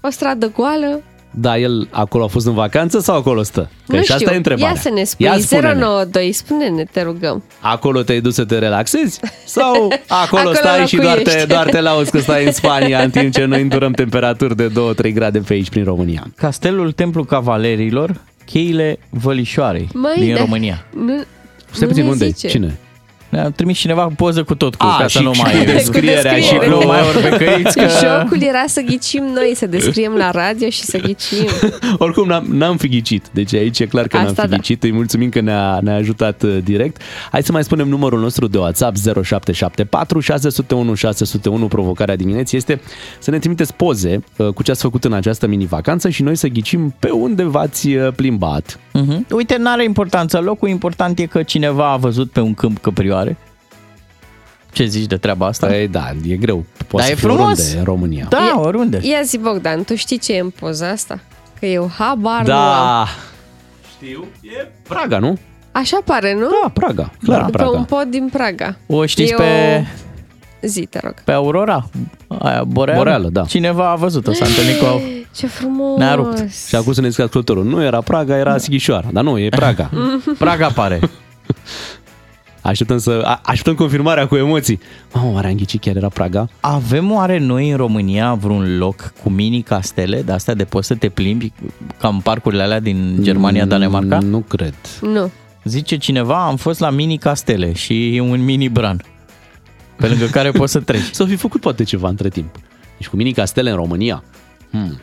Speaker 4: o stradă goală.
Speaker 3: Da, el acolo a fost în vacanță sau acolo stă? Că
Speaker 4: nu
Speaker 3: și
Speaker 4: știu.
Speaker 3: asta e întrebarea.
Speaker 4: Ia să ne spui.
Speaker 3: Ia spune-ne.
Speaker 4: 092, spune-ne, te rugăm.
Speaker 3: Acolo te-ai dus să te relaxezi? Sau acolo,
Speaker 4: Acolo
Speaker 3: stai și doar te,
Speaker 4: locuiești.
Speaker 3: doar te lauzi că stai în Spania în timp ce noi îndurăm temperaturi de 2-3 grade pe aici prin România?
Speaker 5: Castelul Templu Cavalerilor, Cheile Vălișoarei
Speaker 4: Măi,
Speaker 5: din
Speaker 4: da.
Speaker 5: România.
Speaker 4: Nu,
Speaker 3: Stai
Speaker 4: nu
Speaker 3: puțin,
Speaker 4: ne
Speaker 3: unde?
Speaker 4: zice.
Speaker 3: Cine?
Speaker 5: Ne-a trimis cineva poză cu tot cu,
Speaker 3: A,
Speaker 5: ca
Speaker 3: și-
Speaker 5: să nu
Speaker 3: și
Speaker 5: mai...
Speaker 3: cu descrierea
Speaker 4: și cu-
Speaker 5: nu mai orbecăiți că...
Speaker 4: Jocul era să ghicim noi, să descriem la radio și să ghicim.
Speaker 3: Oricum n-am, n-am fi ghicit, deci aici e clar că
Speaker 4: Asta
Speaker 3: n-am fi
Speaker 4: da.
Speaker 3: ghicit. Îi mulțumim că ne-a, ne-a ajutat uh, direct. Hai să mai spunem numărul nostru de WhatsApp 0774 601 601. Provocarea dimineții este să ne trimiteți poze uh, cu ce ați făcut în această mini-vacanță și noi să ghicim pe unde v-ați uh, plimbat.
Speaker 5: Mhm. Uite, n-are importanță locul, important e că cineva a văzut pe un câmp căprioare. Ce zici de treaba asta?
Speaker 3: Păi da, e greu. Poate
Speaker 5: Dar
Speaker 3: să
Speaker 5: e
Speaker 3: fie
Speaker 5: frumos.
Speaker 3: oriunde în România.
Speaker 5: da,
Speaker 4: E-
Speaker 5: oriunde.
Speaker 4: Ia zi, Bogdan, tu știi ce e în poza asta? Că eu habar nu am.
Speaker 3: Da. Știu, e Praga, nu?
Speaker 4: Așa pare, nu?
Speaker 3: Da, Praga, clar
Speaker 4: Pe
Speaker 3: Praga.
Speaker 4: un pod din Praga.
Speaker 5: O știți
Speaker 4: E
Speaker 5: pe,
Speaker 4: Zi, te rog.
Speaker 5: pe Aurora? Aia, boreală?
Speaker 3: Boreală, da.
Speaker 5: Cineva a văzut-o, s-a întâlnit cu...
Speaker 4: Ce frumos!
Speaker 5: Ne-a rupt.
Speaker 3: Și acum să ne zic ascultătorul, nu era Praga, era Sighișoara, dar nu, e Praga.
Speaker 5: Praga pare.
Speaker 3: Așteptăm, să, a, așteptăm confirmarea cu emoții. Mamă, oare am ghicit chiar era Praga?
Speaker 5: Avem oare noi în România vreun loc cu mini castele de astea de poți să te plimbi ca în parcurile alea din Germania, Danemarca?
Speaker 3: Mm, Nu cred.
Speaker 4: Nu.
Speaker 5: Zice cineva, am fost la mini castele și e un mini bran pe lângă care poți să treci.
Speaker 3: S-o fi făcut poate ceva între timp. Deci cu mini castele în România. Hmm.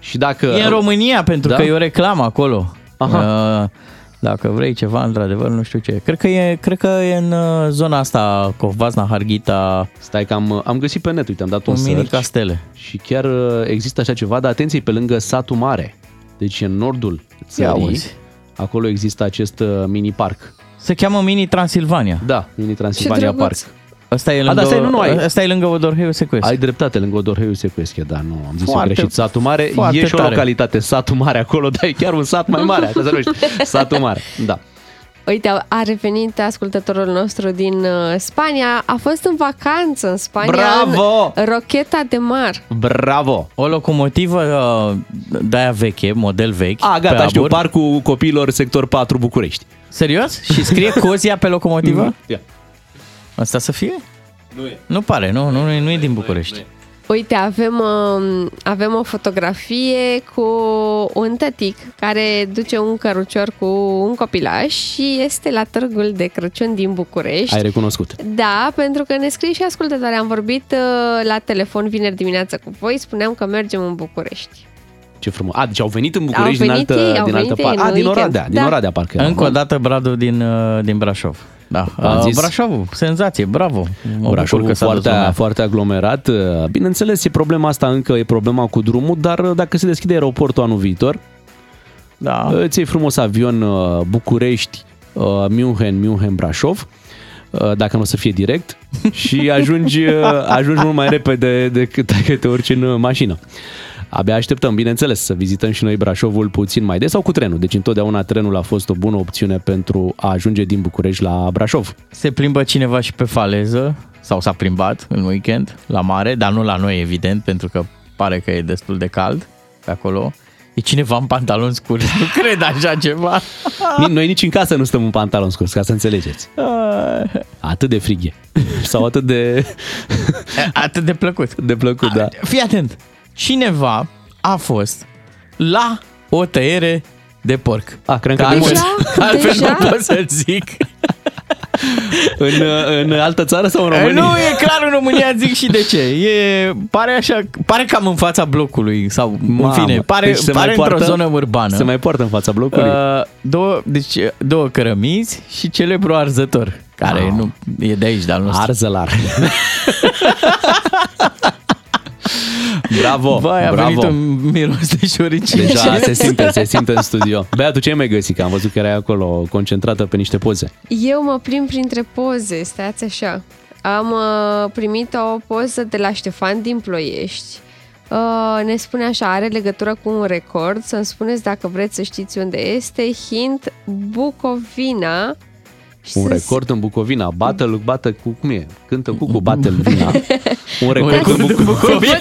Speaker 3: Și dacă...
Speaker 5: E în România, pentru
Speaker 3: Da?
Speaker 5: da? că e o reclamă acolo.
Speaker 3: Aha.
Speaker 5: Uh, Dacă vrei ceva, într-adevăr, nu știu ce. Cred că e, cred că e în uh, zona asta, Covvazna, Harghita,
Speaker 3: Stai că am, am găsit pe net, uite, am dat un,
Speaker 5: un mini
Speaker 3: search.
Speaker 5: castele.
Speaker 3: Și chiar uh, există așa ceva, dar atenție, pe lângă satul mare. Deci în nordul țării,
Speaker 5: auzi.
Speaker 3: acolo există acest uh, mini parc.
Speaker 5: Se cheamă Mini Transilvania.
Speaker 3: Da, mini Transilvania Park.
Speaker 4: drăguț.
Speaker 5: Asta e
Speaker 3: dar
Speaker 5: lângă,
Speaker 3: da, stai, nu, nu, ai-
Speaker 5: asta e lângă Odorheiu Secuiesc.
Speaker 3: Ai dreptate, lângă Odorheiu Secuiesche, da, nu, am zis
Speaker 5: Foarte-
Speaker 3: eu greșit. Satul Mare
Speaker 5: foarte
Speaker 3: e și o
Speaker 5: tare.
Speaker 3: localitate, satul Mare acolo, dar e chiar un sat mai mare, asta să nu știi. Satul Mare, da.
Speaker 4: Uite, a revenit ascultătorul nostru din uh, Spania. A fost în vacanță în Spania.
Speaker 3: Bravo!
Speaker 4: În Rocheta de Mar.
Speaker 3: Bravo!
Speaker 5: O locomotivă uh, de-aia veche, model vechi.
Speaker 3: A,
Speaker 5: pe
Speaker 3: gata, știu,
Speaker 5: abur.
Speaker 3: parcul copiilor sector 4 București.
Speaker 5: Serios? Și scrie Cozia pe locomotivă?
Speaker 3: Mm-hmm. Ia.
Speaker 5: Asta să fie? Nu e. Nu pare, nu, nu, nu, e- nu e din București.
Speaker 4: Uite, avem, um, avem o fotografie cu un tătic care duce un cărucior cu un copilaș și este la târgul de Crăciun din București.
Speaker 3: Ai recunoscut.
Speaker 4: Da, pentru că ne scrie și ascultătoare. Am vorbit uh, la telefon vineri dimineață cu voi, spuneam că mergem în București.
Speaker 3: Ce frumos. A, deci au venit în București din
Speaker 4: venit
Speaker 3: altă,
Speaker 4: ei, au
Speaker 3: din altă
Speaker 4: venit ei
Speaker 3: parte.
Speaker 4: în
Speaker 3: A, din
Speaker 4: weekend.
Speaker 3: Oradea, din
Speaker 4: Da.
Speaker 3: Oradea parcă. era,
Speaker 5: Încă
Speaker 3: nu?
Speaker 5: o dată Bradul din, uh, din Brașov. Da,
Speaker 3: Am
Speaker 5: uh,
Speaker 3: zis.
Speaker 5: Brașovul, senzație, bravo. Mă bucur
Speaker 3: Brașovul
Speaker 5: că s-a dus
Speaker 3: foarte,
Speaker 5: lumea.
Speaker 3: foarte aglomerat. Bineînțeles, e problema asta încă, e problema cu drumul, dar uh, dacă se deschide aeroportul anul viitor, uh,
Speaker 5: Da.
Speaker 3: Îți iei frumos avion uh, București, uh, München, München, Brașov, uh, dacă nu o să fie direct, și ajungi, uh, ajungi mult mai repede decât dacă te urci în uh, mașină. Abia așteptăm, bineînțeles, să vizităm și noi Brașovul puțin mai des sau cu trenul. Deci întotdeauna trenul a fost o bună opțiune pentru a ajunge din București la Brașov.
Speaker 5: Se plimbă cineva și pe faleză sau s-a plimbat în weekend la mare, dar nu la noi evident, pentru că pare că e destul de cald pe acolo. E cineva în pantaloni scurți, nu cred așa ceva.
Speaker 3: Ni- Noi nici în casă nu stăm în pantalon scurs, ca să înțelegeți.
Speaker 5: Ah.
Speaker 3: Atât de frig e. Sau atât de,
Speaker 5: Atât de plăcut.
Speaker 3: de plăcut, da.
Speaker 5: Fii atent, cineva a fost la o tăiere de porc.
Speaker 3: A, cred că
Speaker 5: Că altfel,
Speaker 3: altfel,
Speaker 4: Deja?
Speaker 5: altfel
Speaker 4: Deja?
Speaker 5: nu pot să zic.
Speaker 3: în, în altă țară sau în România?
Speaker 5: Nu, e clar în România, zic și de ce. E, pare așa, pare cam în fața blocului sau
Speaker 3: Mamă,
Speaker 5: în fine, pare,
Speaker 3: deci
Speaker 5: deci
Speaker 3: se
Speaker 5: pare
Speaker 3: mai
Speaker 5: într-o
Speaker 3: poartă-
Speaker 5: zonă urbană.
Speaker 3: Se mai poartă în fața blocului. Uh,
Speaker 5: Uh, două, deci, două cărămizi și celebru arzător, care
Speaker 3: Wow.
Speaker 5: nu e de aici, dar nu știu.
Speaker 3: Ah. Arzălar. bravo,
Speaker 5: Vai, a
Speaker 3: bravo.
Speaker 5: venit un miros de șorici.
Speaker 3: Deja se simte, se simte în studio. Bea, tu ce ai mai găsit? Că am văzut că erai acolo concentrată pe niște poze.
Speaker 4: Eu mă plimb printre poze, stați așa. Am uh, primit o poză de la Ștefan din Ploiești. Uh, ne spune așa, are legătură cu un record, să-mi spuneți dacă vreți să știți unde este, hint Bucovina. Și
Speaker 3: Un
Speaker 4: să-
Speaker 3: record în Bucovina. Bată, lu- bată cu, cum e? Cântă cu, cu bată vina. Un record
Speaker 4: record
Speaker 3: în
Speaker 4: în
Speaker 3: Bucovina.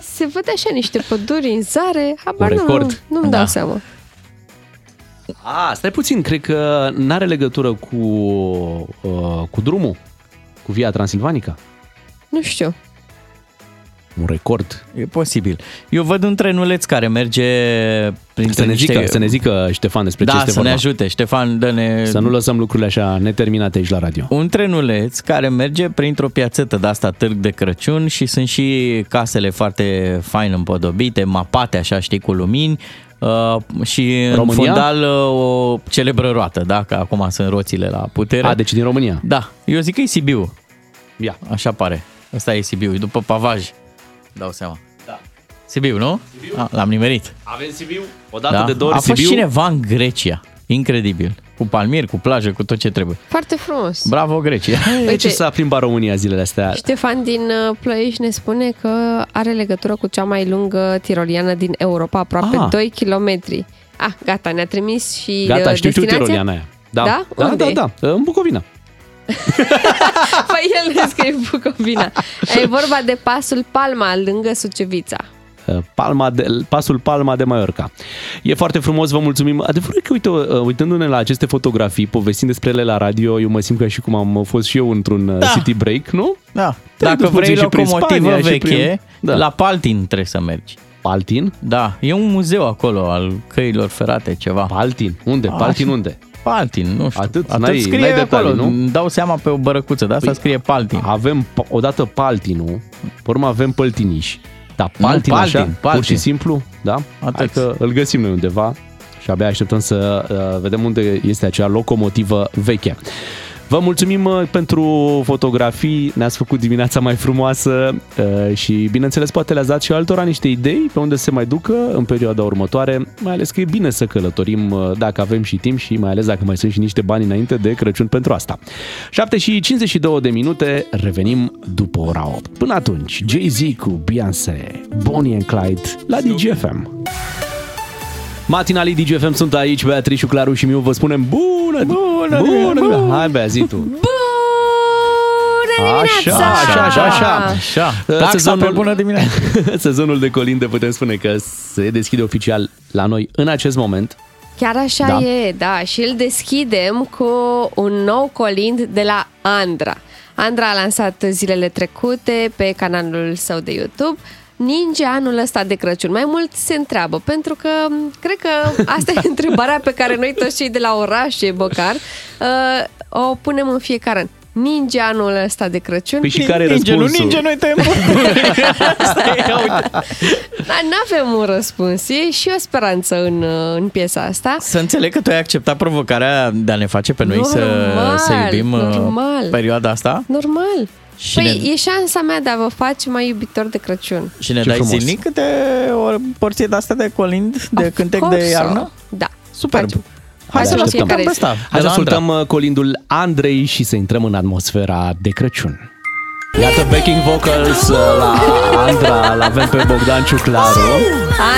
Speaker 4: Se văd așa niște păduri în zare, habar
Speaker 3: Un
Speaker 4: nu, nu,
Speaker 3: record? Da.
Speaker 4: nu-mi dau seama.
Speaker 3: A, stai puțin, cred că n-are legătură cu, uh, cu drumul, cu Via Transilvanica.
Speaker 4: Nu știu.
Speaker 3: Un record.
Speaker 5: E posibil. Eu văd un trenuleț care merge printre
Speaker 3: Să ne,
Speaker 5: niște...
Speaker 3: zică, să ne zică Ștefan despre
Speaker 5: da,
Speaker 3: ce
Speaker 5: să
Speaker 3: este
Speaker 5: ne
Speaker 3: vorba.
Speaker 5: ajute. Ștefan, dă-ne...
Speaker 3: Să nu lăsăm lucrurile așa neterminate aici la radio.
Speaker 5: Un trenuleț care merge printr-o piațetă de asta, târg de Crăciun și sunt și casele foarte fain împodobite, mapate așa, știi, cu lumini uh, și în
Speaker 3: România?
Speaker 5: fundal uh, o celebră roată, da, că acum sunt roțile la putere.
Speaker 3: A, deci din România.
Speaker 5: Da, eu zic că e Sibiu,
Speaker 3: Ia.
Speaker 5: așa pare. Ăsta e Sibiu, e după pavaj, dau seama. Da. Sibiu, nu? Sibiu? A, l-am nimerit.
Speaker 3: Avem Sibiu. O
Speaker 5: Da.
Speaker 3: dată de două
Speaker 5: A
Speaker 3: ori
Speaker 5: fost
Speaker 3: Sibiu.
Speaker 5: cineva în Grecia, incredibil, cu palmieri, cu plajă, cu tot ce trebuie.
Speaker 4: Foarte frumos.
Speaker 5: Bravo Grecia!
Speaker 3: Uite, ce
Speaker 4: Uite,
Speaker 3: s-a plimbat România zilele astea?
Speaker 4: Ștefan din uh, Ploiești ne spune că are legătură cu cea mai lungă tiroliană din Europa, aproape
Speaker 3: Ah.
Speaker 4: ah. 2 km. Ah, gata, ne-a trimis și
Speaker 3: Gata,
Speaker 4: uh,
Speaker 3: știu, știu
Speaker 4: destinația.
Speaker 3: tiroliana aia. Da,
Speaker 4: Da?
Speaker 3: da,
Speaker 4: Unde
Speaker 3: da,
Speaker 4: e?
Speaker 3: da, în Bucovina.
Speaker 4: Păi el ne scrie Bucovina. e vorba de pasul Palma, lângă Sucevița.
Speaker 3: Eh, Palma de, pasul Palma de Mallorca. E foarte frumos, vă mulțumim. Adevărul e că, uite, eh, uitându-ne la aceste fotografii, povestind despre ele la radio, eu mă simt ca și cum am fost și eu într-un da. city break, nu?
Speaker 5: Da.
Speaker 3: Te-ai
Speaker 5: Dacă
Speaker 3: dus
Speaker 5: vrei
Speaker 3: puțin și prin
Speaker 5: locomotivă
Speaker 3: Spania și
Speaker 5: veche,
Speaker 3: prin- Da.
Speaker 5: da. la Paltin trebuie să mergi.
Speaker 3: Paltin?
Speaker 5: Da, e un muzeu acolo al căilor ferate, ceva.
Speaker 3: Paltin? Unde?
Speaker 5: Ah,
Speaker 3: Paltin
Speaker 5: și-
Speaker 3: unde?
Speaker 5: Paltin, nu știu.
Speaker 3: Atât? N-ai- n-ai detalii, nu?
Speaker 5: Îmi dau seama pe o bărăcuță, da? de asta
Speaker 3: Păi,
Speaker 5: scrie Paltin.
Speaker 3: Avem p- odată Paltinul, pe urmă avem Păltiniș. Da,
Speaker 5: Nu,
Speaker 3: Paltin, nu, așa,
Speaker 5: Paltin,
Speaker 3: Paltin. pur
Speaker 5: Paltin.
Speaker 3: și simplu, da?
Speaker 5: Atât.
Speaker 3: Hai că îl găsim noi undeva și abia așteptăm să uh, vedem unde este acea locomotivă veche. Vă mulțumim uh, pentru fotografii, ne-ați făcut dimineața mai frumoasă uh, și, bineînțeles, poate le-ați dat și altora niște idei pe unde se mai ducă în perioada următoare, mai ales că e bine să călătorim uh, dacă avem și timp și mai ales dacă mai sunt și niște bani înainte de Crăciun pentru asta. 7 și 52 de minute, revenim după ora 8. Până atunci, Jay-Z cu Beyoncé, Bonnie and Clyde la DGFM. Matinalii DGFM sunt aici, Beatrice, Claru și Miu, vă spunem bună! Bună! Bună! bună. Hai, Bea, zi tu!
Speaker 4: Bună dimineața!
Speaker 3: așa, așa, așa.
Speaker 5: Așa,
Speaker 3: Uh,
Speaker 5: taxa
Speaker 3: sezonul-
Speaker 5: pe bună dimineața.
Speaker 3: Sezonul de colinde putem spune că se deschide oficial la noi în acest moment.
Speaker 4: Chiar așa
Speaker 3: Da.
Speaker 4: da. e, da. Și îl deschidem cu un nou colind de la Andra. Andra a lansat zilele trecute pe canalul său de YouTube Ninja anul ăsta de Crăciun. Mai mult se întreabă, pentru că m, cred că asta e întrebarea pe care noi toți cei de la orașe, Bocar, uh, o punem în fiecare an. Ninja anul ăsta de Crăciun?
Speaker 3: Păi și care e
Speaker 5: ninge, nu
Speaker 3: răspunsul?
Speaker 5: ninge, noi tăiem bucurile. Asta e, uite.
Speaker 4: Dar Da, n-avem un răspuns. E și o speranță în, uh, în piesa asta.
Speaker 5: Să înțeleg că tu ai acceptat provocarea de a ne face pe noi să,
Speaker 4: Normal,
Speaker 5: să iubim uh,
Speaker 4: normal.
Speaker 5: perioada asta
Speaker 4: Normal.
Speaker 5: Și
Speaker 4: păi
Speaker 5: ne-
Speaker 4: e șansa mea de a vă face mai iubitori de Crăciun.
Speaker 5: și ne
Speaker 3: Ce
Speaker 5: dai
Speaker 3: frumos.
Speaker 5: zilnic câte o porție de asta de colind, de
Speaker 4: Of
Speaker 5: cântec de
Speaker 4: course.
Speaker 5: iarnă?
Speaker 4: Da.
Speaker 5: Superb.
Speaker 4: Facem.
Speaker 5: Hai
Speaker 4: să
Speaker 5: să
Speaker 4: luăm
Speaker 5: luăm
Speaker 4: fiecare
Speaker 5: pe
Speaker 4: zi.
Speaker 5: asta.
Speaker 3: Hai să ascultăm uh, colindul Andrei și să intrăm în atmosfera de Crăciun. Iată backing vocals uh, la Andra, la avem pe Bogdan Ciuclaru.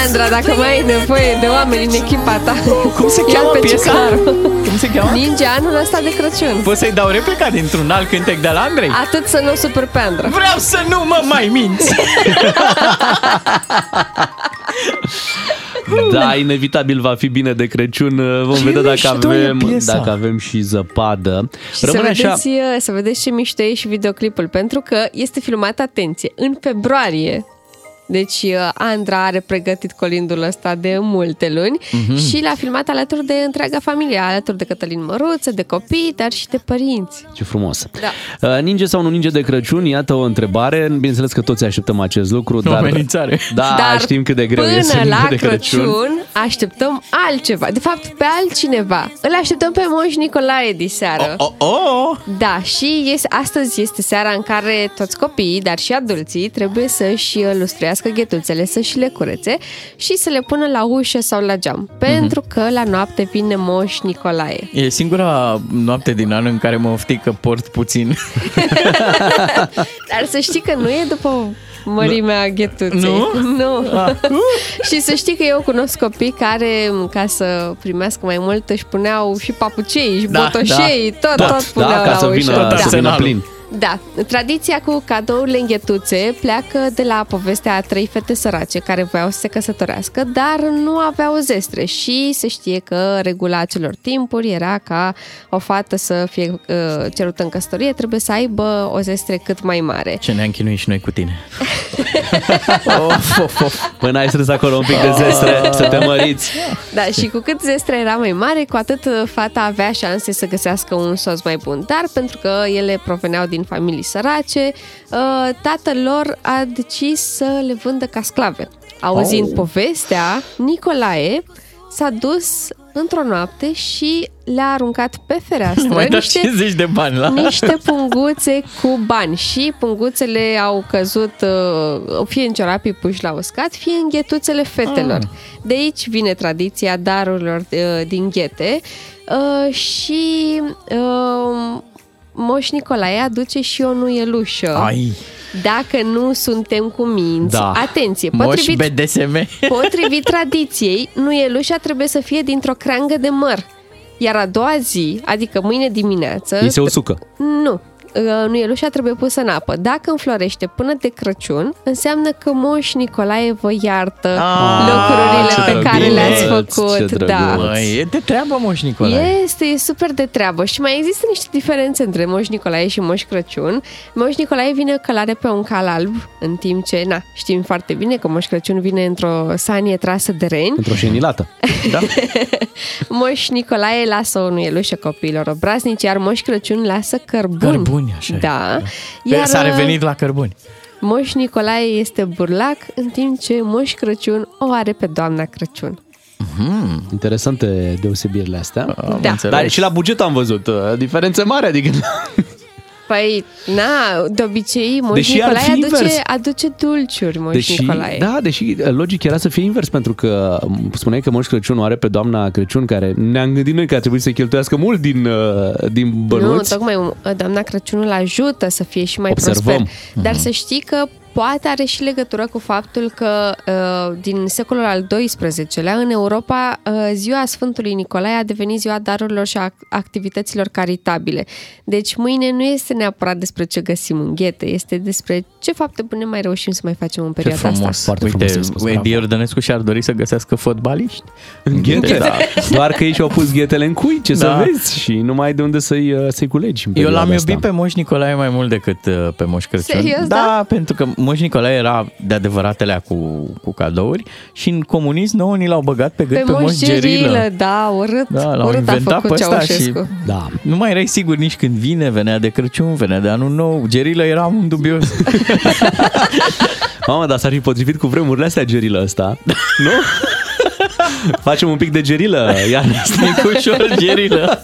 Speaker 4: Andra, dacă mai ai nevoie de oameni în echipa ta,
Speaker 5: Cum se
Speaker 4: ia-l
Speaker 5: cheamă
Speaker 4: pe
Speaker 5: piesa?
Speaker 4: Ciuclaru.
Speaker 5: Cum se cheamă?
Speaker 4: Ninja anul ăsta de Crăciun.
Speaker 5: Poți să-i dau replica dintr-un alt cântec de la Andrei?
Speaker 4: Atât să nu super pe Andra.
Speaker 5: Vreau să nu mă mai minți!
Speaker 3: Da, inevitabil va fi bine de Crăciun. uh, Vom
Speaker 5: Ce
Speaker 3: vedea dacă
Speaker 5: mișto e
Speaker 3: avem,
Speaker 5: piesa.
Speaker 3: dacă avem și zăpadă.
Speaker 4: Și să vedeți, uh, să vedeți ce mișto e și videoclipul, pentru că este filmat, atenție, în februarie. Deci uh, Andra are pregătit colindul ăsta de multe luni și l-a filmat alături de întreaga familie, alături de Cătălin Măruță, de copii, dar și de părinți.
Speaker 3: Ce frumos.
Speaker 4: Da.
Speaker 3: Uh, Ninge sau nu ninge de Crăciun? Iată o întrebare. Bineînțeles că toți așteptăm acest lucru,
Speaker 5: O
Speaker 3: dar...
Speaker 5: amenințare.
Speaker 3: Da,
Speaker 4: dar
Speaker 3: știm cât de greu
Speaker 4: până
Speaker 3: e să
Speaker 4: la
Speaker 3: ninge de Crăciun.
Speaker 4: așteptăm altceva. De fapt, pe altcineva. Îl așteptăm pe Moș Nicolae de seară.
Speaker 5: Oh, oh!
Speaker 4: Da, și este, astăzi este seara în care toți copiii, dar și adulții, trebuie să-și lustruiască ghetuțele, să-și le curețe și să le pună la ușă sau la geam.
Speaker 3: Mhm.
Speaker 4: Pentru că la noapte vine moș Nicolae.
Speaker 5: E singura noapte din an în care mă oftic că port puțin.
Speaker 4: Dar să știi că nu e după mărimea ghetuței.
Speaker 5: Nu?
Speaker 4: Nu.
Speaker 3: Ah.
Speaker 4: și să știi că eu cunosc copii care, ca să primească mai mult, își puneau și papucei, și
Speaker 5: Da,
Speaker 4: botoșei, tot, tot,
Speaker 3: Tot,
Speaker 4: puneau
Speaker 3: da,
Speaker 4: la
Speaker 3: ca să
Speaker 4: ușă.
Speaker 3: vină,
Speaker 5: Da.
Speaker 3: să vină
Speaker 5: Arsenalul.
Speaker 3: plin.
Speaker 4: Da, tradiția cu cadourile în ghetuțe pleacă de la povestea a trei fete sărace care voiau să se căsătorească, dar nu aveau zestre și se știe că regula acelor timpuri era ca o fată să fie uh, cerută în căsătorie, trebuie să aibă o zestre cât mai mare.
Speaker 5: Ce ne-am chinuit și noi cu tine.
Speaker 3: Până ai strâns acolo un pic de
Speaker 5: Oh.
Speaker 3: zestre, să te măriți.
Speaker 4: Da, și cu cât zestra era mai mare, cu atât uh, fata avea șanse să găsească un soț mai bun. Dar pentru că ele proveneau din familii sărace, uh, tatăl lor a decis să le vândă ca sclave. Auzind oh. povestea, Nicolae s-a dus într-o noapte și le-a aruncat pe fereastră
Speaker 5: Mai dat
Speaker 4: niște
Speaker 5: 50 de bani la...
Speaker 4: niște punguțe cu bani și punguțele au căzut uh, fie în ciorapii puși la uscat, fie în ghetuțele fetelor.
Speaker 5: Ah.
Speaker 4: De aici vine tradiția darurilor uh, din ghete uh, și uh, Moș Nicolae aduce și o nuielușă.
Speaker 5: Ai,
Speaker 4: Dacă nu suntem cu minți,
Speaker 3: Da.
Speaker 4: atenție,
Speaker 5: moș
Speaker 4: potrivit Ah,
Speaker 5: BDSM.
Speaker 4: Potrivit tradiției, nuielușa trebuie să fie dintr-o creangă de măr. Iar a doua zi, adică mâine dimineață...
Speaker 3: Ei se usucă.
Speaker 4: Nu. Uh, Nuielușa trebuie pusă în apă. Dacă înflorește până de Crăciun, înseamnă că moș Nicolae vă iartă
Speaker 5: Ah,
Speaker 4: lucrurile
Speaker 5: ce
Speaker 4: pe care
Speaker 5: drăguț,
Speaker 4: le-ați
Speaker 5: ce
Speaker 4: făcut. Da.
Speaker 3: drăguț.
Speaker 5: Măi, e de treabă, moș Nicolae.
Speaker 4: Este e super de treabă și mai există niște diferențe între Moș Nicolae și Moș Crăciun. Moș Nicolae vine călare pe un cal alb, în timp ce, na, știm foarte bine că Moș Crăciun vine într-o sanie trasă de reni.
Speaker 3: Într-o șenilată.
Speaker 4: Moș Nicolae lasă o nuielușă copiilor obraznici, iar Moș Crăciun lasă cărbuni.
Speaker 5: Cărbuni, așa e.
Speaker 4: Da.
Speaker 5: Iar...
Speaker 4: Iar
Speaker 5: S-a revenit la cărbuni.
Speaker 4: Moș Nicolae este burlac, în timp ce Moș Crăciun o are pe doamna Crăciun.
Speaker 3: Interesante deosebirile astea.
Speaker 5: Am
Speaker 4: Mhm. Da.
Speaker 5: înțeles.
Speaker 3: Dar și la buget am văzut uh, diferențe mari, adică
Speaker 4: Păi, na, de obicei Moș
Speaker 3: Deși ar
Speaker 4: Nicolae
Speaker 3: fi invers.
Speaker 4: aduce, aduce dulciuri, Moș
Speaker 3: Deși,
Speaker 4: Nicolae.
Speaker 3: da, deși logic era să fie invers, pentru că m, spuneai că Moș Crăciun o are pe doamna Crăciun, care ne-am gândit noi că ar trebui să cheltuiască mult din, uh, din
Speaker 4: Nu,
Speaker 3: bănuți.
Speaker 4: tocmai um, doamna Crăciunul ajută să fie și mai
Speaker 3: Observăm.
Speaker 5: Mhm.
Speaker 4: prosper. Dar să știi că poate are și legătură cu faptul că uh, din secolul al XII-lea în Europa uh, ziua Sfântului Nicolae a devenit ziua darurilor și a ac- activităților caritabile. Deci mâine nu este neapărat despre ce găsim în ghete, este despre ce fapte bune mai reușim să mai facem în
Speaker 5: Ce
Speaker 4: perioada
Speaker 5: frumos.
Speaker 4: asta.
Speaker 3: Foarte
Speaker 5: Uite,
Speaker 3: frumos ai spus, bravo.
Speaker 5: Edi Iordănescu și-ar dori să găsească fotbaliști.
Speaker 3: În ghete. Da. Doar că ei și-au pus ghetele în cui, ce da.
Speaker 5: Da.
Speaker 3: să vezi, și nu mai ai de unde să-i, uh, să-i culegi. în
Speaker 5: Eu
Speaker 3: perioada
Speaker 5: l-am iubit
Speaker 3: asta.
Speaker 5: pe Moș Nicolae mai mult decât uh, pe Moș Crăciun.
Speaker 4: Serios,
Speaker 5: da,
Speaker 4: da?
Speaker 5: pentru că Moș Nicolae era de adevăratele cu, cu cadouri și în comunism nouă ni l-au băgat pe gât pe,
Speaker 4: Pe Moș Gerilă, da, urât,
Speaker 5: Da, l-au
Speaker 4: urât a
Speaker 5: inventat pe
Speaker 4: făcut
Speaker 5: ăsta și
Speaker 4: Ceaușescu.
Speaker 3: Da.
Speaker 5: nu mai erai sigur nici când vine, venea de Crăciun, venea de anul nou. Gerilă era un dubios.
Speaker 3: Mamă, dar s-ar fi potrivit cu vremurile astea gerilă ăsta, nu? Facem un pic de gerilă, iar
Speaker 5: Nicușor Gerilă.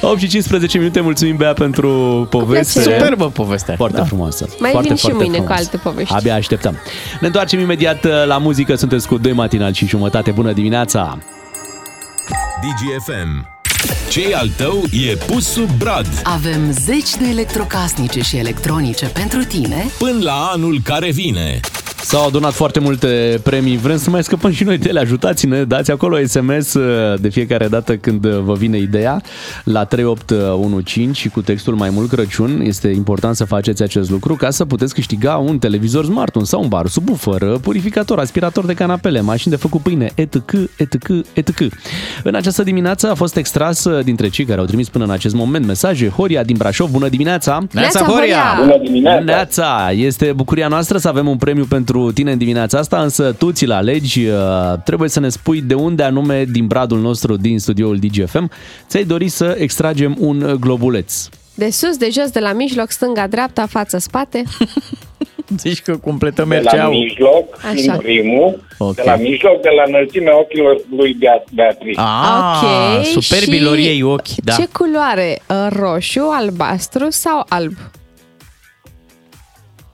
Speaker 3: 8 și 15 minute, mulțumim Bea pentru poveste.
Speaker 4: plăcere.
Speaker 5: Superbă povestea.
Speaker 3: Foarte da. frumoasă.
Speaker 4: Mai
Speaker 3: foarte,
Speaker 4: vin și
Speaker 3: foarte
Speaker 4: mâine cu
Speaker 3: frumos.
Speaker 4: alte povești.
Speaker 3: Abia așteptăm. Ne întoarcem imediat uh, la muzică. Sunteți cu 2 matinal și jumătate. Bună dimineața!
Speaker 2: DGFM. obicei al tău e pus sub brad.
Speaker 1: Avem zeci de electrocasnice și electronice pentru tine
Speaker 2: Până la anul care vine.
Speaker 3: S-au adunat foarte multe premii, vrem să mai scăpăm și noi de ele, ajutați-ne, dați acolo SMS uh, de fiecare dată când uh, vă vine ideea la 3815 și cu textul mai mult Crăciun. Este important să faceți acest lucru ca să puteți câștiga un televizor smart, un soundbar, subwoofer, uh, purificator, aspirator de canapele, mașini de făcut pâine, etc, etc, etc. În această dimineață a fost extras uh, dintre cei care au trimis până în acest moment mesaje Horia din Brașov, bună dimineața!
Speaker 5: Neața,
Speaker 4: Neața,
Speaker 5: Horia!
Speaker 4: Horia!
Speaker 6: Bună dimineața!
Speaker 3: Neața, este bucuria noastră să avem un premiu pentru tine în dimineața asta, însă tu ți-l alegi, uh, trebuie să ne spui de unde anume din bradul nostru din studioul DGFM ți-ai dorit să extragem un uh, globuleț.
Speaker 4: De sus, de jos, de la mijloc, stânga, dreapta, față, spate.
Speaker 5: Zici că completăm
Speaker 6: De la
Speaker 5: mergeau.
Speaker 6: mijloc,
Speaker 4: Așa.
Speaker 6: fiind primul,
Speaker 5: Ok.
Speaker 6: de la mijloc, de la înălțimea ochilor lui Bea- Beatrice.
Speaker 5: Ah,
Speaker 4: ok.
Speaker 5: superbii
Speaker 4: și
Speaker 5: lor ei ochi, da.
Speaker 4: Ce culoare? Uh, Roșu, albastru sau alb?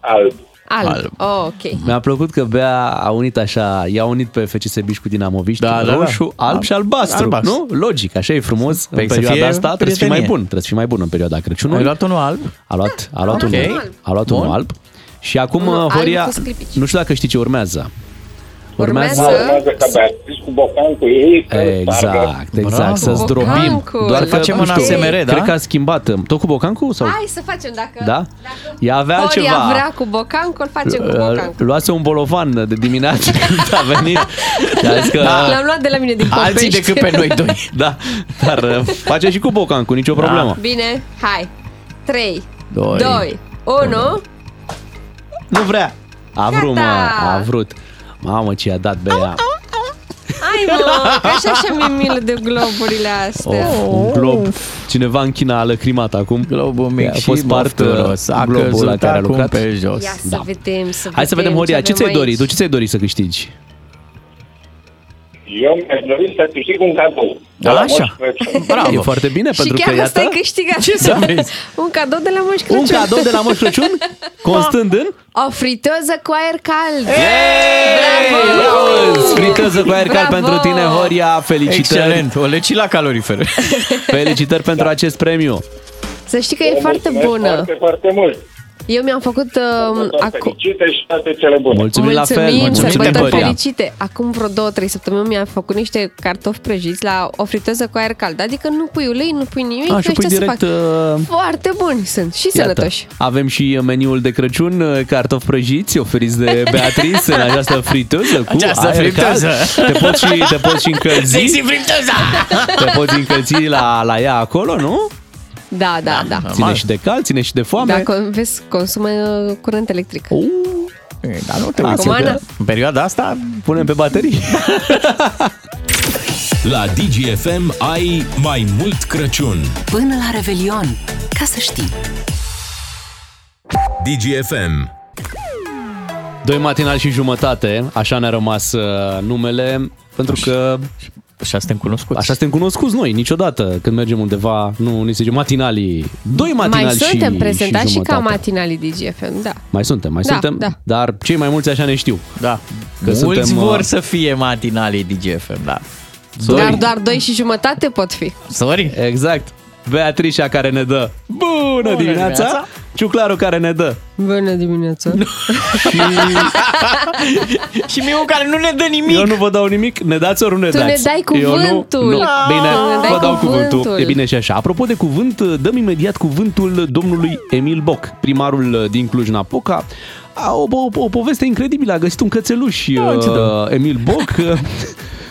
Speaker 6: Alb.
Speaker 4: Alb.
Speaker 5: Alb.
Speaker 4: Oh, ok.
Speaker 3: Mi-a plăcut că Bea a unit așa, i-a unit pe FCS Biș cu Dinamoviști,
Speaker 5: Da, da, da.
Speaker 3: roșu, alb
Speaker 5: Alb-
Speaker 3: și albastru,
Speaker 5: albastru.
Speaker 3: nu? Logic, așa e frumos.
Speaker 5: Păi
Speaker 3: în
Speaker 5: să
Speaker 3: perioada
Speaker 5: fie
Speaker 3: asta trebuie să fii mai
Speaker 5: prietenie.
Speaker 3: bun, trebuie să fii mai bun în perioada Crăciunului.
Speaker 5: Ai luat unul alb?
Speaker 3: A luat, a luat,
Speaker 5: Da,
Speaker 3: unul,
Speaker 5: a
Speaker 3: okay.
Speaker 5: luat
Speaker 4: unul
Speaker 3: a luat unul
Speaker 5: Bun.
Speaker 3: alb. Și acum,
Speaker 4: Unul alb
Speaker 3: Horia,
Speaker 4: cu sclipici.
Speaker 3: nu știu dacă știi ce urmează.
Speaker 4: Urmează-
Speaker 6: Da, urmează ca Beatrice cu bocan cu ei. să spargă.
Speaker 3: Exact, exact,
Speaker 5: Bravo.
Speaker 3: să zdrobim.
Speaker 4: Bocancul.
Speaker 3: Doar
Speaker 4: Să
Speaker 3: că,
Speaker 5: facem
Speaker 3: nu
Speaker 5: un
Speaker 3: știu,
Speaker 5: ASMR, da?
Speaker 3: Cred că a schimbat. Tot cu Bocancu? Sau?
Speaker 4: Hai să facem dacă...
Speaker 3: da?
Speaker 4: Dacă
Speaker 3: Ea avea
Speaker 4: Horia
Speaker 3: altceva. Uh,
Speaker 4: vrea cu bocancul, facem cu bocancul.
Speaker 3: Luase un bolovan de dimineață când a venit. I-a zis că...
Speaker 4: Da, L-am luat de la mine din Popești.
Speaker 5: Alții decât pe noi doi.
Speaker 3: Da, dar uh, face și cu Bocancu, nicio problemă.
Speaker 4: Da. Bine, hai. 3,
Speaker 5: Da, Doi.
Speaker 4: 2, 1...
Speaker 3: Nu vrea. A vrut, mă,
Speaker 4: Gata.
Speaker 3: a vrut. Mamă, ce a dat bea.
Speaker 4: Hai mă, că așa și mi-e milă de globurile astea.
Speaker 3: Of, Oh, un glob. Cineva în China a lăcrimat acum.
Speaker 5: Oh. Globul mic
Speaker 3: a
Speaker 5: și
Speaker 3: fost part uh,
Speaker 5: mofturos. A
Speaker 3: globul
Speaker 5: căzut
Speaker 3: la care a
Speaker 5: acum
Speaker 3: lucrat.
Speaker 5: pe jos.
Speaker 4: Ia să
Speaker 3: da.
Speaker 4: vedem, să
Speaker 3: Hai să vedem, Horia, ce
Speaker 4: avem
Speaker 3: ți-ai
Speaker 4: aici.
Speaker 3: dorit? Tu ce ți-ai dorit să câștigi?
Speaker 6: Eu mi-aș dori să câștig un cadou. De la
Speaker 5: Așa.
Speaker 6: Moș Crăciun.
Speaker 3: E
Speaker 5: Bravo.
Speaker 3: foarte bine,
Speaker 4: Și
Speaker 3: pentru că
Speaker 4: chiar asta
Speaker 3: iată... Da,
Speaker 4: ai câștigat. Ce
Speaker 5: să vezi?
Speaker 4: Un cadou de la Moș Crăciun.
Speaker 3: Un cadou de la Moș Crăciun, constând în...
Speaker 4: O friteză cu aer cald. Bravo!
Speaker 3: Auzi, Friteză cu aer cald
Speaker 4: Bravo!
Speaker 3: pentru tine, Horia, felicitări!
Speaker 5: Excelent. O leci la calorifer.
Speaker 3: Felicitări pentru acest premiu!
Speaker 4: Să știi că e
Speaker 6: Vă
Speaker 4: foarte
Speaker 6: mulțumesc
Speaker 4: bună.
Speaker 6: Foarte, foarte mult.
Speaker 4: Eu mi-am făcut um, acum...
Speaker 6: Fericite și toate cele bune.
Speaker 3: Mulțumim, la fel! Mulțumim,
Speaker 4: sărbători
Speaker 3: Horia!
Speaker 4: fericite. Acum vreo două, trei săptămâni mi-am făcut niște cartofi prăjiți la o friteză cu aer cald. Adică nu pui ulei, nu pui nimic,
Speaker 3: A,
Speaker 4: că
Speaker 3: și pui
Speaker 4: ăștia se
Speaker 3: păi direct...
Speaker 4: fac.
Speaker 3: uh,
Speaker 4: Foarte buni sunt și
Speaker 3: Iată,
Speaker 4: sănătoși.
Speaker 3: avem și meniul de Crăciun, uh, cartofi prăjiți oferiți de Beatrice în această friteză cu
Speaker 5: Această
Speaker 3: aer
Speaker 5: friteză.
Speaker 3: cald. Te poți și, te poți și încălzi,
Speaker 5: fripteza!
Speaker 3: te poți încălzi la, la ea acolo, nu?
Speaker 4: Da, da, da.
Speaker 3: Ține și de cald, ține și de foame.
Speaker 4: Da, con- vezi, consumă uh, curent electric.
Speaker 5: Dar nu te
Speaker 3: Lasă
Speaker 5: uiți.
Speaker 4: Acum,
Speaker 5: că
Speaker 4: Ana?
Speaker 5: În perioada asta
Speaker 3: Punem pe baterii.
Speaker 2: La DGFM ai mai mult Crăciun.
Speaker 1: până la Revelion. Ca să știi.
Speaker 2: DGFM.
Speaker 3: Doi matinal și jumătate, așa ne-a rămas uh, numele, pentru că
Speaker 5: Așa suntem cunoscuți.
Speaker 3: așa suntem cunoscuți noi, niciodată când mergem undeva, nu ni se zice matinalii, doi matinali
Speaker 4: Mai
Speaker 3: și,
Speaker 4: suntem
Speaker 3: și,
Speaker 4: prezentați și ca
Speaker 3: jumătate.
Speaker 4: matinalii DGFM, da.
Speaker 3: Mai suntem, mai
Speaker 4: Da,
Speaker 3: suntem,
Speaker 4: da.
Speaker 3: dar cei mai mulți așa ne știu.
Speaker 5: Da.
Speaker 3: Că
Speaker 5: Mulți
Speaker 3: suntem,
Speaker 5: vor
Speaker 3: uh,
Speaker 5: să fie matinalii DGFM, da.
Speaker 3: Doi.
Speaker 4: Dar doar doi și jumătate pot fi.
Speaker 5: Sorry?
Speaker 3: Exact. Beatricia care ne dă bună, bună dimineața,
Speaker 5: dimineața.
Speaker 3: Ciuclaru care ne dă
Speaker 4: Bună dimineața!
Speaker 5: și Miu care nu ne dă nimic.
Speaker 3: Eu nu vă dau nimic, ne dați ori nu ne
Speaker 4: Tu ne
Speaker 3: dați.
Speaker 4: dai
Speaker 3: Eu nu,
Speaker 4: cuvântul.
Speaker 3: nu.
Speaker 4: Ah.
Speaker 3: Bine,
Speaker 4: Tu ne dai
Speaker 3: vă dau cuvântul.
Speaker 4: cuvântul.
Speaker 3: E bine și așa. Apropo de cuvânt, dăm imediat cuvântul domnului Emil Boc, primarul din Cluj-Napoca. A, o, o, o poveste incredibilă, a găsit un cățeluș
Speaker 5: Da, ce
Speaker 3: uh, Emil Boc. uh,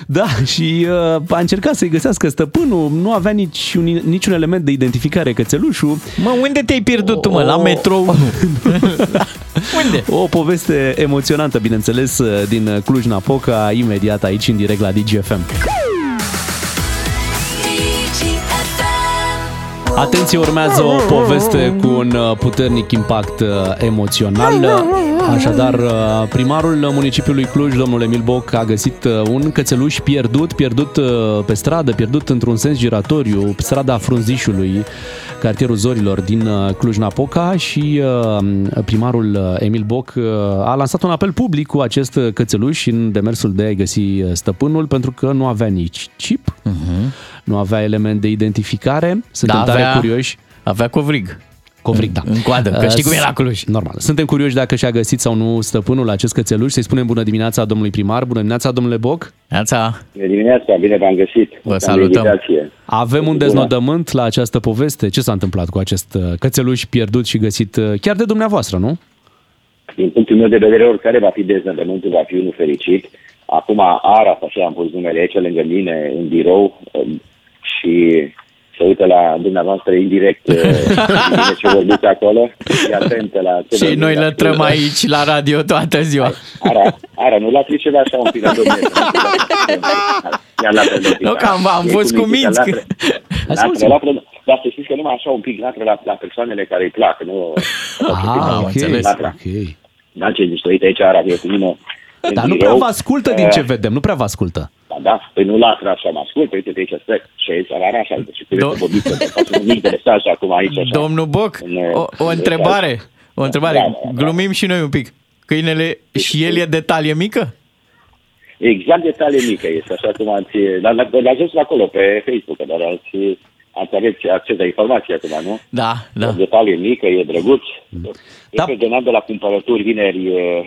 Speaker 3: Da, și uh, a încercat să-i găsească stăpânul, nu avea niciun, niciun element de identificare cățelușul.
Speaker 5: Mă, unde te-ai pierdut tu, mă? La
Speaker 3: O-
Speaker 5: metrou? Nu. unde?
Speaker 3: O poveste emoționantă, bineînțeles, din Cluj-Napoca, imediat aici, în direct la DGFM. Atenție, urmează o poveste cu un uh, puternic impact uh, emoțional. Așadar, uh, primarul municipiului Cluj, domnul Emil Boc, a găsit uh, un cățeluș pierdut, pierdut uh, pe stradă, pierdut într-un sens giratoriu, pe strada Frunzișului, cartierul Zorilor din uh, Cluj-Napoca și uh, primarul uh, Emil Boc uh, a lansat un apel public cu acest uh, cățeluș în demersul de a găsi uh, stăpânul pentru că nu avea nici chip, nu avea element de identificare. Suntem
Speaker 5: Da,
Speaker 3: tare
Speaker 5: avea-
Speaker 3: curioși.
Speaker 5: Avea covrig. Ă,
Speaker 3: Covric, da.
Speaker 5: În coadă, că
Speaker 3: Uh,
Speaker 5: știi cum e la Cluj.
Speaker 3: Normal. Suntem curioși dacă și-a găsit sau nu stăpânul acest cățeluș. Să-i spunem bună dimineața domnului primar, bună dimineața domnule Boc.
Speaker 5: Neața,
Speaker 9: Bună dimineața, bine v-am găsit.
Speaker 5: Vă
Speaker 9: Am
Speaker 5: salutăm.
Speaker 9: invitație.
Speaker 3: Avem un
Speaker 9: Bună.
Speaker 3: deznodământ la această poveste. Ce s-a întâmplat cu acest uh, cățeluș pierdut și găsit uh, chiar de dumneavoastră, nu?
Speaker 9: Din punctul meu de vedere, oricare va fi deznădământul, va fi unul fericit. Acum Aras, așa am pus numele aici, lângă mine, în birou um, și se uită la dumneavoastră indirect uh, bine ce vorbiți acolo și atentă la ce
Speaker 5: și
Speaker 9: vorbiți
Speaker 5: noi
Speaker 9: acolo.
Speaker 5: lătrăm aici la radio toată ziua.
Speaker 9: Ara, Ara, nu l-a triceva așa un pic la domnule. I-a luat pe loc.
Speaker 5: Nu, că am- am
Speaker 9: E
Speaker 5: fost
Speaker 9: cum
Speaker 5: cu
Speaker 9: îi zic,
Speaker 5: minți.
Speaker 9: latră.
Speaker 3: Hai să
Speaker 9: Latră,
Speaker 3: auzim.
Speaker 9: latră, Dar să știți că numai așa un pic latră la, la persoanele care îi plac, nu...
Speaker 3: Ah,
Speaker 5: am înțeles.
Speaker 3: ok.
Speaker 9: Da, ce niștorit aici are, e cu mine.
Speaker 3: Dar
Speaker 9: În
Speaker 3: nu prea
Speaker 9: birou.
Speaker 3: vă ascultă din
Speaker 9: Eh,
Speaker 3: ce vedem, nu prea vă ascultă.
Speaker 9: Da, da, păi nu latră așa, mă ascult, uite, de aici stă, șezi, are așa, deci trebuie
Speaker 5: Do-
Speaker 9: să vorbiți, să faci un interesant acum aici, așa.
Speaker 5: Domnul Boc,
Speaker 9: Ne-
Speaker 5: o, o
Speaker 9: ne-
Speaker 5: întrebare, o
Speaker 9: Da,
Speaker 5: întrebare.
Speaker 9: da, da. Deci
Speaker 5: Glumim și noi un pic. Câinele și el e de talie mică?
Speaker 9: Exact de tale mică este, așa cum ați, dar l- l-ați văzut acolo pe Facebook, dar ați, ați aveți acces la informație acum, nu?
Speaker 5: Da, da.
Speaker 9: De talie mică, e drăguț.
Speaker 3: Da.
Speaker 9: Da. Eu veneam de la cumpărături vineri e,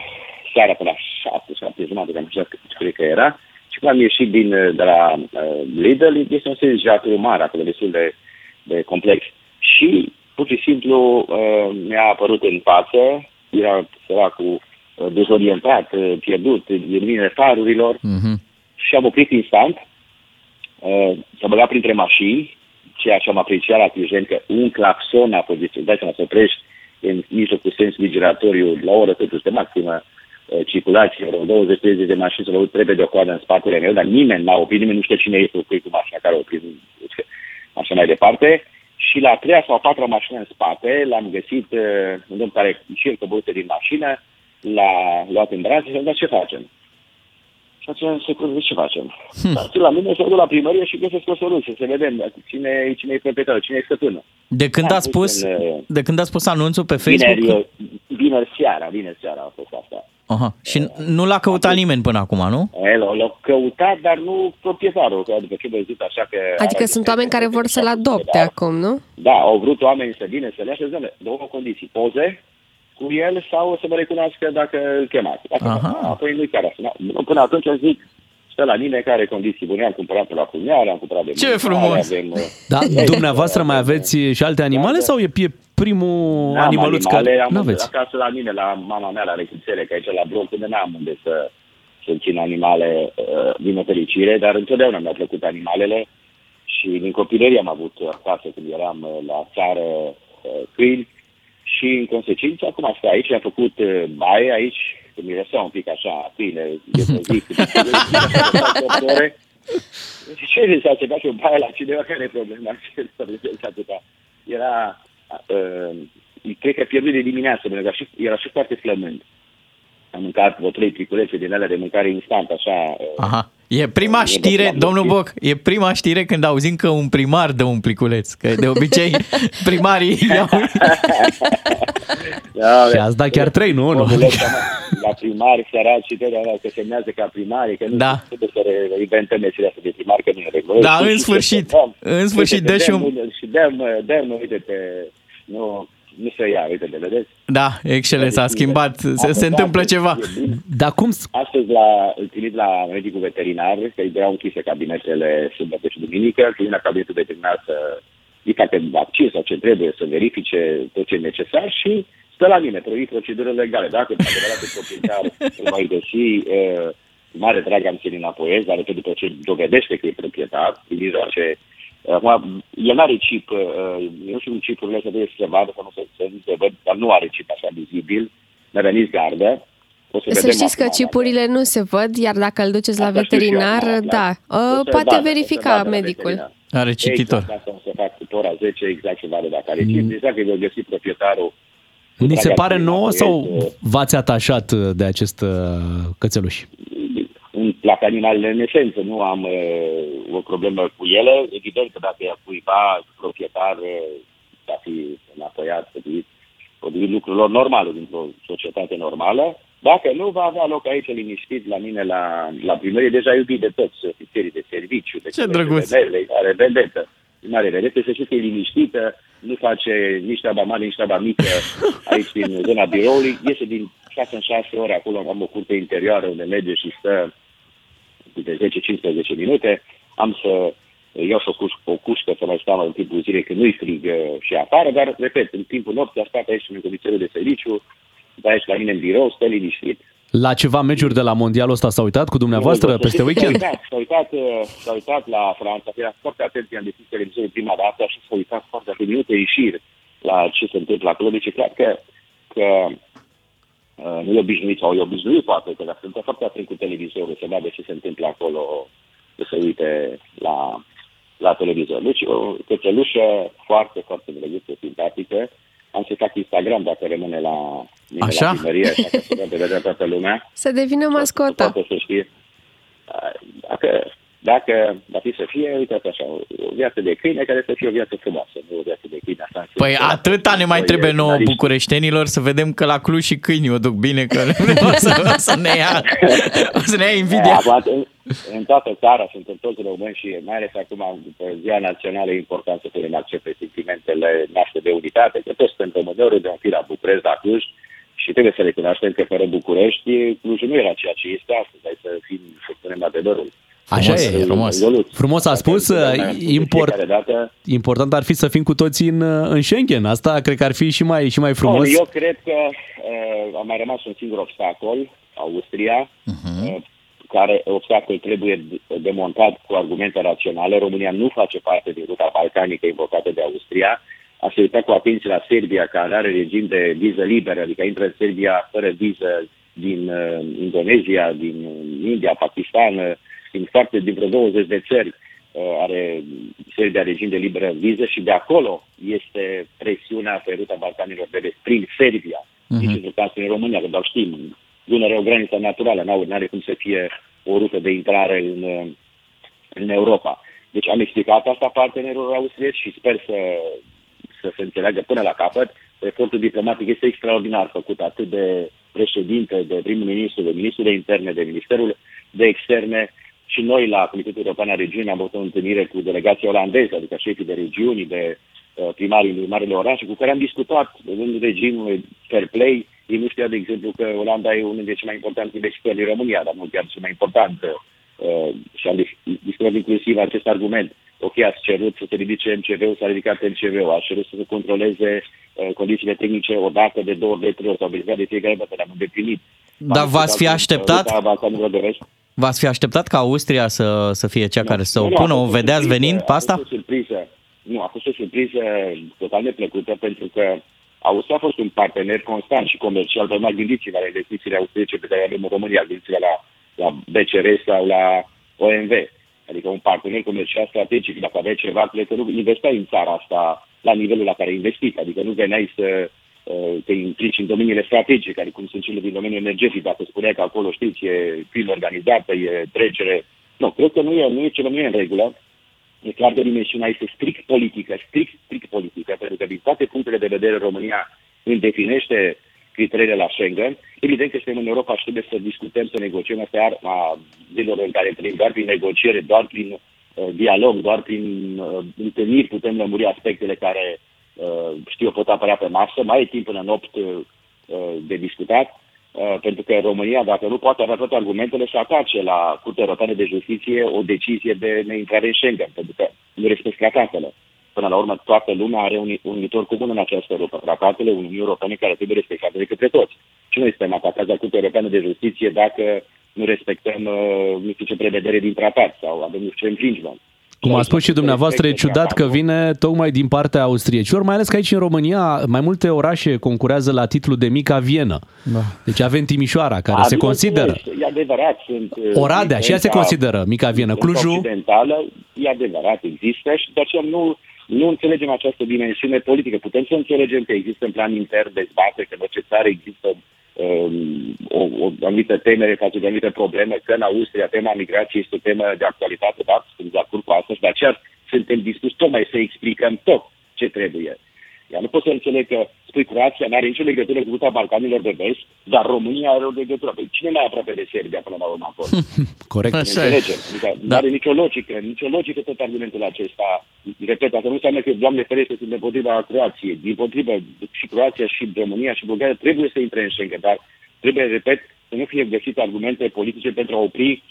Speaker 9: seara până la 7, 7 jumătate, cam așa cred că era. Și când am ieșit din, e, de la uh, Lidl, este un sens jacul mare, acolo destul de, de complex. Și pur și simplu uh, mi-a apărut în față, era săracul uh, dezorientat, uh, pierdut, din mine farurilor
Speaker 5: Mhm.
Speaker 9: și am oprit instant, uh, s-a băgat printre mașini, ceea ce am apreciat la Clujeni, că un claxon a poziționat, dați seama să oprești în mijlocul sensului giratoriu la o oră cât de maximă uh, circulație, vreo 20-30 de mașini s-au băut repede o coadă în spatele meu, dar nimeni n-a oprit, nimeni nu știe cine este cu cu mașina care a oprit, deci că- așa mai departe. Și la a treia sau a patra mașină în spate l-am găsit, uh, un domn care și el coborâte din mașină, l-a luat în brațe și am dat ce facem. Și atunci se curve ce facem. Hmm. la mine se duc la primărie și găsesc o soluție, să vedem cine, cine e proprietarul, cine e stăpânul.
Speaker 5: De când
Speaker 9: Am
Speaker 5: ați
Speaker 9: pus
Speaker 5: pus,
Speaker 9: în, uh,
Speaker 5: de când ați pus anunțul pe Facebook?
Speaker 9: Vineri, vineri seara, vineri seara a fost asta.
Speaker 5: Aha. Și nu l-a căutat nimeni până acum, nu?
Speaker 9: El l-a căutat, dar nu proprietarul, că adică ce vă zic așa că...
Speaker 4: Adică sunt oameni care vor să-l adopte acum, nu?
Speaker 9: Da, au vrut oamenii să vină să le așeze două condiții, poze cu el sau să mă recunoască dacă îl chemați. Dacă
Speaker 5: Aha.
Speaker 9: nu, Apoi nu chiar asta. Nu, Până atunci îmi zic, stă la mine care condiții bune, am cumpărat pe la puneare, am cumpărat de
Speaker 5: Ce
Speaker 9: mâncare,
Speaker 5: frumos!
Speaker 9: Avem, uh,
Speaker 3: Da, dumneavoastră mai aveți și alte animale sau e, e primul
Speaker 9: N-am
Speaker 3: animăluț
Speaker 9: animale,
Speaker 3: care...
Speaker 9: am
Speaker 3: Da, N-aveți.
Speaker 9: acasă la mine, la mama mea, la rechițele, că aici la bloc, unde n-am unde să, să țin animale uh, din nefericire, dar întotdeauna mi-au plăcut animalele și din copilărie am avut acasă când eram uh, la țară uh, câini și în consecință acum asta aici am făcut uh, baie aici, când mirosea un pic așa a câine, de pe zi, câte opt ore. Și ce vi s-a țepat un baie la cineva care e problema? Ce s-a țepat? Era, uh, cred că pierdut de dimineață, pentru că era și- era și foarte flămând. Am mâncat vreo trei piculețe din alea de mâncare instant, așa. uh,
Speaker 5: Aha. E prima
Speaker 9: Eu
Speaker 5: știre,
Speaker 9: l-am
Speaker 5: domnul
Speaker 9: găsit.
Speaker 5: Boc, e prima știre când auzim că un primar dă un pliculeț. Că de obicei primarii iau...
Speaker 9: Da,
Speaker 3: Și ați dat chiar trei, nu? Nu.
Speaker 9: Omule, seama, da, La primari, săraci, și de alea că semnează ca primari, că nu
Speaker 5: Da.
Speaker 9: trebuie să reinventăm meseria asta de primar, că nu e în regulă.
Speaker 5: Da,
Speaker 9: Și
Speaker 5: în
Speaker 9: uite,
Speaker 5: sfârșit,
Speaker 9: dăm,
Speaker 5: în sfârșit,
Speaker 9: uite,
Speaker 5: dă și
Speaker 9: dăm,
Speaker 5: un-
Speaker 9: uite, Și dăm, dăm, uite, pe... Nu, nu se ia, uite, de vedeți?
Speaker 5: Da, excelent, s-a schimbat, se, Exact. se
Speaker 9: Apăsat,
Speaker 5: întâmplă ceva.
Speaker 9: da, deci, e bine.
Speaker 3: Dar cum... s-
Speaker 9: Astăzi la, îl trimit la medicul veterinar, că îi erau închise cabinetele sâmbătă și duminică, trimit la cabinetul veterinar să îi facă vaccin sau ce trebuie, să verifice tot ce e necesar și stă la mine, trăi procedurile legale. Dacă pe adevăratul proprietar îl mai găsi, uh, cu mare drag am să-l înapoiez, dar repede, după ce dovedește că e proprietar, din mijloace Acum, el n-are chip, uh, eu știu chipurile să trebuie să se vadă, că nu se, să nu se văd, dar nu are chip așa vizibil, n-are nici gardă. O să,
Speaker 4: Să
Speaker 9: vedem
Speaker 4: știți că
Speaker 9: acum, dacă-
Speaker 4: cipurile nu se văd, iar dacă îl duceți la
Speaker 9: Asta știu și eu
Speaker 4: veterinar,
Speaker 9: acum,
Speaker 4: da,
Speaker 9: clar. O
Speaker 4: uh,
Speaker 9: să
Speaker 4: poate
Speaker 9: vadă, o să
Speaker 4: verifica
Speaker 9: vadă la
Speaker 4: medicul.
Speaker 9: veterinar.
Speaker 5: Are cititor.
Speaker 9: Exact asta o să fac cu ora 10, exact ce vadă dacă are mm. Exact că îi voi găsi proprietarul
Speaker 3: Ni se
Speaker 9: Dragă
Speaker 3: pare
Speaker 9: prima,
Speaker 3: nouă sau
Speaker 9: este-
Speaker 3: v-ați atașat uh, de acest uh, cățeluș?
Speaker 9: îmi plac animalele în esență, nu am uh, o problemă cu ele. Evident că dacă e cuiva proprietar, uh, va fi înapoiat, potrivit, potrivit lucrurilor normale, dintr-o societate normală. Dacă nu, va avea loc aici liniștit la mine la, la primărie, deja iubit de toți ofițerii de serviciu, de
Speaker 5: Ce
Speaker 9: colegi de
Speaker 5: drăguț.
Speaker 9: vedere, are vedetă. Nu are vedetă, să știți că e liniștită, nu face nici treaba mare, nici treaba mică aici din zona biroului, iese din 6 în 6 ore acolo, am o curte interioară unde merge și stă de 10-15 minute, am să iau și o, cuș, o cușcă să mai stau în timpul zilei când nu-i frig uh, și afară, dar, repet, în timpul nopții a stat aici în condițiile de serviciu, stă aici la mine în birou, stă liniștit.
Speaker 3: La ceva meciuri de la Mondialul ăsta s-a uitat cu dumneavoastră peste weekend?
Speaker 9: S-a uitat, s-a uitat, uh, s-a uitat la Franța, era foarte atent, i-am deschis televizorul prima dată și s-a uitat foarte atent, minute ieșiri la ce se întâmplă acolo, deci e clar că, că uh, nu e obișnuit sau e obișnuit poate, că dar sunt foarte atent cu televizorul să vadă ce se întâmplă acolo, să se uite la, la televizor. Deci o cățelușă foarte, foarte drăguță, simpatică. Am să fac Instagram dacă rămâne la mine
Speaker 5: Așa?
Speaker 9: la primărie, așa că se poate vedea toată lumea.
Speaker 4: Să devină mascota.
Speaker 9: Poate să știe. Dacă, dacă va fi să fie, uitați așa, o viață de câine care să fie o viață frumoasă, nu o viață de câine așa.
Speaker 5: Păi atâta ne mai
Speaker 9: Păi,
Speaker 5: trebuie nouă
Speaker 9: jurnaliști.
Speaker 5: bucureștenilor să vedem că la Cluj și câinii o duc bine, că o să, o să ne ia, o să ne ia invidia.
Speaker 9: Acum, în, în toată țara suntem toți români și mai ales acum după ziua națională e important să punem accent pe sentimentele noastre de unitate, că toți suntem români, de am fi la București, la Cluj și trebuie să recunoaștem că fără București Clujul nu era ceea ce este astăzi, hai să, fim, să spunem adevărul.
Speaker 3: Așa
Speaker 5: Frumos,
Speaker 3: e.
Speaker 5: frumos.
Speaker 9: Evoluție.
Speaker 3: Frumos a spus,
Speaker 9: Întotdeauna, de
Speaker 3: import,
Speaker 9: fiecare dată,
Speaker 3: important ar fi să fim cu toții în, uh, în Schengen. Asta cred că ar fi și mai, și mai frumos.
Speaker 9: Oh, Eu cred că uh, a mai rămas un singur obstacol, Austria,
Speaker 3: Mhm.
Speaker 9: uh-huh. uh, care obstacol trebuie d- demontat cu argumente raționale. România nu face parte din ruta balcanică invocată de Austria. A se uita cu atenție la Serbia, care are regim de viză liberă, adică intră în Serbia fără viză din uh, Indonezia, din uh, India, Pakistan, uh, din foarte din vreo 20 de țări uh, are Serbia regim de liberă viză și de acolo este presiunea pe ruta Balcanilor de vest, prin Serbia. Uh-huh. Nici nu uitați în România, că doar știm, Dunăre e o graniță naturală, n are cum să fie o rută de intrare în, uh, în Europa. Deci am explicat asta partenerilor austrieci și sper să, să se înțeleagă până la capăt. Efortul diplomatic este extraordinar făcut atât de președinte, de prim-ministru, de ministru de interne, de ministerul de externe. Și noi la Comitetul European a Regiunii am avut o întâlnire cu delegația olandeză, adică șefii de regiuni, de uh, primarii din marele orașe, cu care am discutat în regimul fair play. Ei nu știau, de exemplu, că Olanda e unul dintre cei mai importanti investitori din România, dar nu chiar cel mai important uh, uh, și am dis- discutat inclusiv acest argument. Ok, ați cerut să se ridice MCV-ul, s-a ridicat MCV-ul, ați cerut să se controleze uh, condițiile tehnice o dată, de două, de trei ori, s-au verificat de fiecare dată, le-am îndeplinit.
Speaker 5: Dar
Speaker 9: Am
Speaker 5: v-ați fi
Speaker 9: discutat cu
Speaker 5: așteptat?
Speaker 9: Ruta Balcanilor de Vest.
Speaker 5: V-ați fi așteptat ca Austria să, să fie cea care să
Speaker 9: Nu, nu, a
Speaker 5: opună?
Speaker 9: fost
Speaker 5: O vedeați
Speaker 9: surpriză,
Speaker 5: venind pe
Speaker 9: A
Speaker 5: asta?
Speaker 9: fost o surpriză. Nu, a fost o surpriză total neplăcută pentru că Austria a fost un partener constant și comercial, dar mai gândiți-vă la investițiile austriece pe care le avem în România, gândiți-vă la, la BCR sau la OMV. Adică un partener comercial strategic, dacă aveai ceva, cred că nu investeai în țara asta la nivelul la care ai investit, adică nu veneai să uh, te implici în domeniile strategice, care cum sunt cele din domeniul energetic, dacă spuneai că acolo, știți, e crimă organizată, e trecere. Nu, cred că nu e, nu e ceva, nu e în regulă. E clar că dimensiunea este strict politică, strict, strict politică, pentru că din toate punctele de vedere România îndeplinește criteriile la Schengen. Evident că suntem în Europa și trebuie să discutăm, să negociem asta iar a zilelor în care trăim, doar prin negociere, doar prin uh, dialog, doar prin uh, întâlniri putem lămuri aspectele care, uh, știu eu, pot apărea pe masă. Mai e timp până în 8 uh, uh, de discutat, uh, pentru că România, dacă nu poate avea toate argumentele, să atace la Curtea Europeană de Justiție o decizie de neintrare în Schengen, pentru că nu respect tratatele. Până la urmă, toată lumea are un unitor comun în această Europa, tratatele Uniunii Europene care trebuie respectate de către toți. Și noi suntem atacați la Curtea Europeană de Justiție dacă nu respectăm, uh, nu știu ce prevedere din tratat sau avem nu știu ce infringement.
Speaker 3: Cum a
Speaker 9: Sau
Speaker 3: spus și
Speaker 9: să
Speaker 3: dumneavoastră, e
Speaker 9: respecte
Speaker 3: ciudat că
Speaker 9: tratatul.
Speaker 3: vine tocmai din partea austriecilor, mai ales că aici în România mai multe orașe concurează la titlul de Mica Viena. Da. Deci avem Timișoara, care se
Speaker 9: Adică,
Speaker 3: consideră.
Speaker 9: E adevărat, sunt... uh,
Speaker 3: Oradea, și ea se
Speaker 9: diferența
Speaker 3: consideră Mica Viena.
Speaker 9: Europa
Speaker 3: Clujul,
Speaker 9: Occidentală, e adevărat, există și de aceea nu nu înțelegem această dimensiune politică. Putem să înțelegem că există în plan intern dezbatere, că în orice țară există um, o, o anumită temere față de anumite probleme, că în Austria tema migrației este o temă de actualitate, da, sunt de acord cu asta și de aceea suntem dispuși tocmai să explicăm tot ce trebuie. Iar nu pot să înțeleg că, spui, Croația nu are nicio legătură cu ruta Balcanilor de vest, dar România are o legătură. Păi cine mai aproape de Serbia până la urmă acolo?
Speaker 3: Corect.
Speaker 5: Așa e.
Speaker 9: Înțelegem. Adică
Speaker 5: Da.
Speaker 9: Nu are nicio logică, nicio logică tot argumentul acesta. Repet, asta nu înseamnă că, Doamne ferește, sunt împotriva Croației. Din potrivă, și Croația, și România, și Bulgaria trebuie să intre în Schengen, dar trebuie, repet, să nu fie găsite argumente politice pentru a opri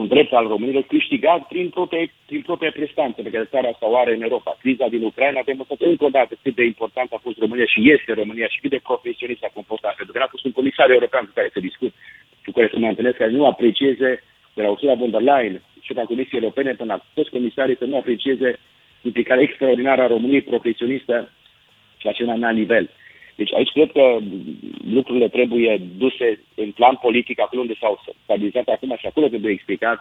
Speaker 9: un drept al românilor câștigat prin proprie, prin propria prestanță pe care țara asta o are în Europa. Criza din Ucraina a demonstrat încă o dată cât de important a fost România și este România și cât de profesionist a comportat. Pentru că a fost un comisar european cu care să discut, cu care să mă întâlnesc, care nu aprecieze de la Ursula von der Leyen și de la Comisiei Europene până la toți comisarii să nu aprecieze implicarea extraordinară a României profesionistă și la cel mai înalt nivel. Deci aici cred că lucrurile trebuie duse în plan politic acolo unde s-au stabilizat acum și acolo trebuie explicat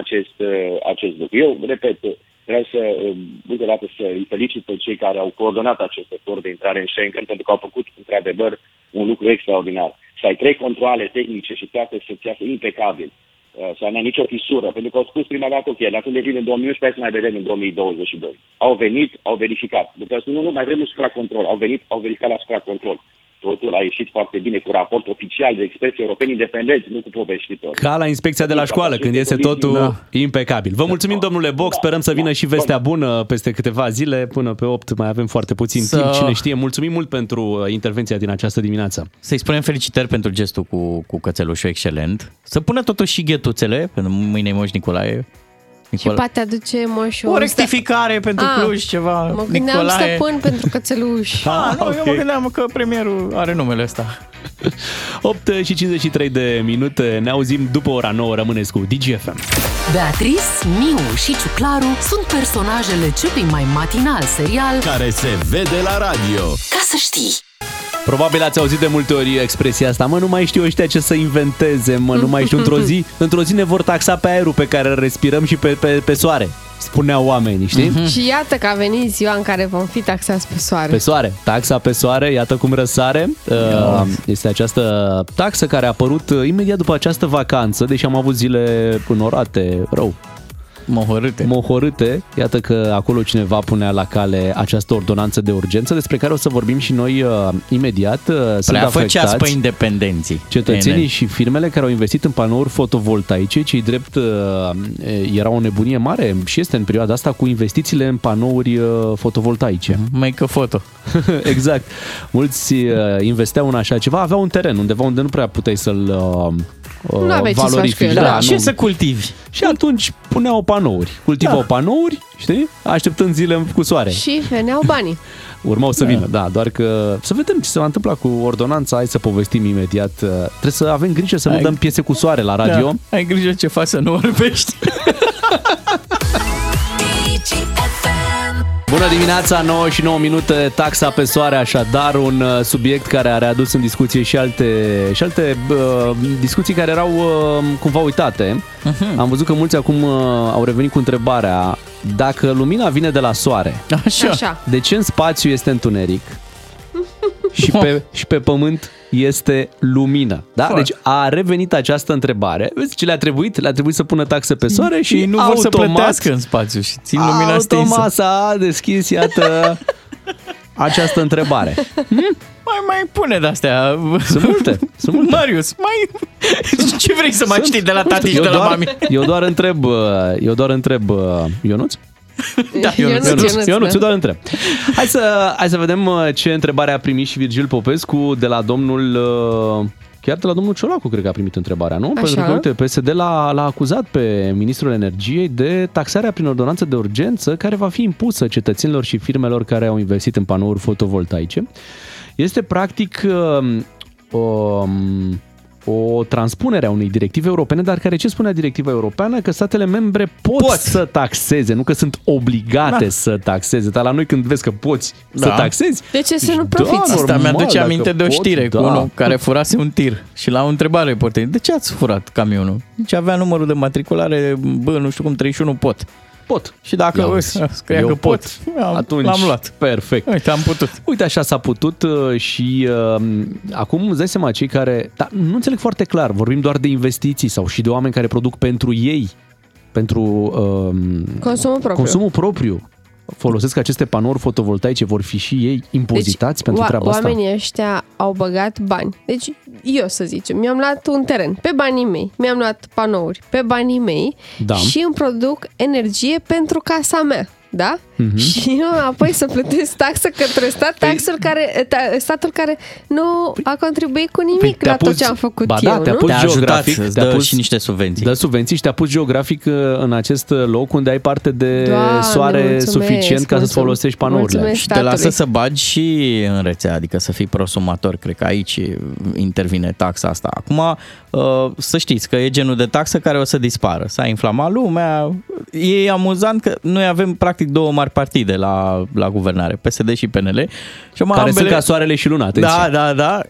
Speaker 9: acest, uh, acest lucru. Eu, repet, vreau să, uh, încă o dată, să îi felicit pe cei care au coordonat acest efort de intrare în Schengen, pentru că au făcut, într-adevăr, un lucru extraordinar. Să ai trei controle tehnice și toate să-ți iasă impecabil uh, să nu ai nicio fisură, pentru că au spus prima dată, ok, dacă le vine în 2011, hai să mai vedem în 2022. Au venit, au verificat. După aceea spun, nu, nu, mai vrem un supracontrol. Au venit, au verificat la supracontrol. Totul a ieșit foarte bine cu raport oficial de experți europeni independenți, nu cu povestitori.
Speaker 3: Ca la inspecția de la școală, când este totul da. impecabil. Vă mulțumim, domnule Boc, sperăm să vină și vestea bună peste câteva zile, până pe 8 mai avem foarte puțin
Speaker 5: Să-
Speaker 3: timp, cine știe. Mulțumim mult pentru uh, intervenția din această dimineață.
Speaker 5: Să-i spunem felicitări pentru gestul cu, cu cățelușul excelent. Să pună totuși și ghetuțele, pentru mâine e Moș Nicolae.
Speaker 4: Și poate aduce moșul
Speaker 5: o
Speaker 4: ăsta.
Speaker 5: rectificare pentru
Speaker 4: Ah,
Speaker 5: Cluj, ceva.
Speaker 4: Mă gândeam
Speaker 5: Nicolae.
Speaker 4: stăpân pentru cățeluș.
Speaker 5: Ah, nu, eu
Speaker 3: ok.
Speaker 5: mă gândeam că premierul are numele ăsta.
Speaker 3: 8 și 53 de minute, ne auzim după ora 9, rămâneți cu DGFM.
Speaker 1: Beatrice, Miu și Ciuclaru sunt personajele celui mai matinal serial
Speaker 2: Care se vede la radio.
Speaker 1: Ca să știi!
Speaker 3: Probabil ați auzit de multe ori expresia asta, mă, nu mai știu ăștia ce să inventeze, mă, nu mai știu. Într-o zi, într-o zi ne vor taxa pe aerul pe care îl respirăm și pe, pe, pe soare, spuneau oamenii, știi?
Speaker 5: Mhm.
Speaker 4: Și iată că a venit ziua în care vom fi taxați pe soare.
Speaker 3: Pe soare. Taxa pe soare, iată cum răsare. Uh, Este această taxă care a apărut uh, imediat după această vacanță, deși am avut zile înorate, rău,
Speaker 5: Mohorâte.
Speaker 3: mohorâte. Iată că acolo cineva punea la cale această ordonanță de urgență, despre care o să vorbim și noi uh, imediat. Uh, Sunt
Speaker 5: Prea făceați pe
Speaker 3: afectați
Speaker 5: independenții.
Speaker 3: cetățenii
Speaker 5: Nene.
Speaker 3: și firmele care au investit în panouri fotovoltaice, cei drept uh, era o nebunie mare și este în perioada asta cu investițiile în panouri uh, fotovoltaice.
Speaker 5: Mhm. Make a photo.
Speaker 3: exact. Mulți uh, investeau în așa ceva, aveau un teren undeva unde nu prea puteai să-l uh,
Speaker 4: Nu aveai ce să faci
Speaker 3: valorifici.
Speaker 4: cu el,
Speaker 3: Da,
Speaker 4: da.
Speaker 3: nu.
Speaker 5: ce să cultivi?
Speaker 3: Și atunci puneau panouri, cultivau da. panouri, știi, așteptând zile cu soare.
Speaker 4: Și veneau banii.
Speaker 3: Urmau să vină, da, doar că să vedem ce se va întâmpla cu ordonanța, hai să povestim imediat. Uh, Trebuie să avem grijă să nu
Speaker 5: Hai.
Speaker 3: dăm piese cu soare la radio.
Speaker 5: Da. Ai grijă ce faci să nu orbești.
Speaker 3: Bună dimineața, 9 și 9 minute, taxa pe soare, așadar un uh, subiect care a readus în discuție și alte, și alte uh, discuții care erau uh, cumva uitate.
Speaker 5: Mhm.
Speaker 3: Uh-huh. Am văzut că mulți acum uh, au revenit cu întrebarea dacă lumina vine de la soare,
Speaker 5: Așa.
Speaker 4: Așa.
Speaker 3: de ce în spațiu este întuneric și pe, și pe pământ este lumină? Da?
Speaker 5: Foarte.
Speaker 3: Deci a revenit această întrebare. Vezi ce le-a trebuit? Le-a trebuit să pună taxe pe soare și
Speaker 5: Și nu vor
Speaker 3: automat,
Speaker 5: să plătească în spațiu și țin lumina stinsă.
Speaker 3: Automat s-a deschis, iată, această întrebare.
Speaker 5: Mai, mai pune de-astea.
Speaker 3: Sunt multe, sunt multe.
Speaker 5: Marius, mai... Ce vrei să mai
Speaker 3: Sunt,
Speaker 5: știi de la
Speaker 3: nu știu,
Speaker 5: tati și
Speaker 3: eu
Speaker 5: de la
Speaker 3: doar-
Speaker 5: mami?
Speaker 3: Eu doar întreb, uh, eu doar întreb, uh, Ionuț?
Speaker 5: Da, eu
Speaker 4: Ionuț,
Speaker 5: nu
Speaker 4: Ionuț,
Speaker 3: Ionuț, Ionuț,
Speaker 4: da.
Speaker 3: eu doar întreb. Hai să, hai să vedem uh, ce întrebare a primit și Virgil Popescu de la domnul... uh, Chiar de la domnul Ciolacu cred că a primit întrebarea, nu?
Speaker 4: Așa.
Speaker 3: Pentru că, uite, PSD l-a, l-a acuzat pe ministrul energiei de taxarea prin ordonanță de urgență care va fi impusă cetățenilor și firmelor care au investit în panouri fotovoltaice. Este practic um, um, o transpunere a unei directive europene, dar care ce spunea directiva europeană? Că statele membre pot, pot.
Speaker 5: Pot.
Speaker 3: să taxeze, nu că sunt obligate da.
Speaker 5: Da.
Speaker 3: să taxeze. Dar la noi când vezi că poți da. să
Speaker 5: Da.
Speaker 3: taxezi,
Speaker 4: De ce să
Speaker 3: Deci,
Speaker 4: nu
Speaker 3: da,
Speaker 4: profiți?
Speaker 3: vor-
Speaker 5: Asta
Speaker 3: Normal,
Speaker 5: mi-aduce
Speaker 3: dacă
Speaker 5: aminte de o
Speaker 3: pot,
Speaker 5: știre cu
Speaker 3: da.
Speaker 5: unul care furase un tir și la o întrebare reporterului, de ce ați furat camionul? Deci avea numărul de matriculare, bă, nu știu cum, 31 pot.
Speaker 3: pot.
Speaker 5: Și dacă
Speaker 3: I-au
Speaker 5: eu,
Speaker 3: zis,
Speaker 5: scria
Speaker 3: eu
Speaker 5: că pot,
Speaker 3: pot.
Speaker 5: am,
Speaker 3: Atunci,
Speaker 5: l-am luat.
Speaker 3: perfect.
Speaker 5: Uite, am putut.
Speaker 3: Uite așa s-a putut uh, și uh, acum îți dai seama cei care... Dar nu înțeleg foarte clar, vorbim doar de investiții sau și de oameni care produc pentru ei, pentru uh,
Speaker 4: Consumul propriu.
Speaker 3: consumul propriu. Folosesc aceste panouri fotovoltaice, vor fi și ei impozitați
Speaker 4: Deci,
Speaker 3: pentru
Speaker 4: oa-
Speaker 3: treaba asta?
Speaker 4: oamenii ăștia au băgat bani. Deci, eu să zicem, mi-am luat un teren pe banii mei, mi-am luat panouri pe banii mei
Speaker 3: Da.
Speaker 4: și îmi produc energie pentru casa mea. Da?
Speaker 5: Mhm.
Speaker 4: Mm-hmm. Și eu apoi să plătesc taxă către
Speaker 5: Păi-
Speaker 4: stat, taxul care, ta, statul care nu a contribuit cu
Speaker 5: Păi
Speaker 4: nimic
Speaker 3: te-a
Speaker 4: la tot
Speaker 3: pus-
Speaker 4: ce am făcut
Speaker 3: ba da,
Speaker 4: eu,
Speaker 3: te-a
Speaker 4: nu?
Speaker 3: pus
Speaker 5: Te-a ajutat,
Speaker 3: geografic,
Speaker 5: îți
Speaker 3: te-a
Speaker 5: dă
Speaker 3: pus-
Speaker 5: și niște subvenții.
Speaker 3: Dă subvenții și te-a pus geografic uh, în acest loc unde ai parte de
Speaker 4: Doamne,
Speaker 3: soare
Speaker 4: mulțumesc,
Speaker 3: suficient ca să-ți
Speaker 4: mulțumesc.
Speaker 3: folosești panourile.
Speaker 4: Mulțumesc.
Speaker 5: Și te lasă
Speaker 4: statului.
Speaker 5: să bagi și în rețea, adică să fii prosumator. Cred că aici intervine taxa asta. Acum, ă, să știți că e genul de taxă care o să dispară. S-a inflamat lumea. E amuzant că noi avem practic două mari partide la, la guvernare, PSD și PNL. Și acum
Speaker 3: Care
Speaker 5: ambele...
Speaker 3: sunt ca soarele și luna, atenție.
Speaker 5: Da, da, da.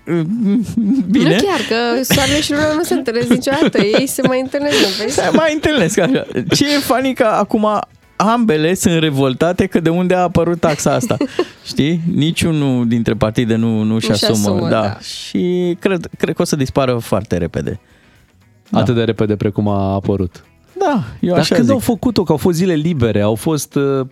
Speaker 5: Bine.
Speaker 4: Nu chiar, că soarele și luna nu se întâlnesc niciodată, ei se mai întâlnesc, nu vezi?
Speaker 5: Se mai întâlnesc așa. Ce e funny că acum ambele sunt revoltate că de unde a apărut taxa asta. Știi? Niciunul dintre partide nu, nu și asumă.
Speaker 4: asumă,
Speaker 5: da.
Speaker 4: da.
Speaker 5: Și cred, cred că o să dispară foarte repede.
Speaker 3: Atât de repede precum a apărut.
Speaker 5: Da, eu
Speaker 3: Dar
Speaker 5: așa
Speaker 3: când
Speaker 5: zic.
Speaker 3: au făcut-o, că au fost zile libere, au fost... uh,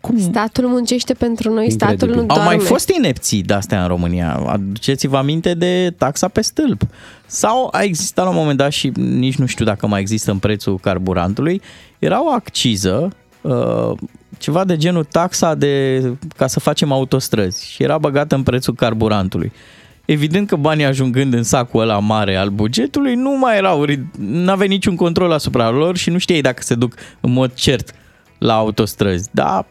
Speaker 3: Cum?
Speaker 4: Statul muncește pentru noi, Păi statul nu
Speaker 3: Incredibil.
Speaker 5: Au
Speaker 4: doarme.
Speaker 5: mai fost inepții de-astea în România. Aduceți-vă aminte de taxa pe stâlp. Sau a existat la un moment dat și nici nu știu dacă mai există în prețul carburantului, era o acciză, uh, ceva de genul taxa de ca să facem autostrăzi și era băgată în prețul carburantului. Evident că banii ajungând în sacul ăla mare al bugetului nu mai erau, nu aveai niciun control asupra lor și nu știai dacă se duc în mod cert la autostrăzi. Dar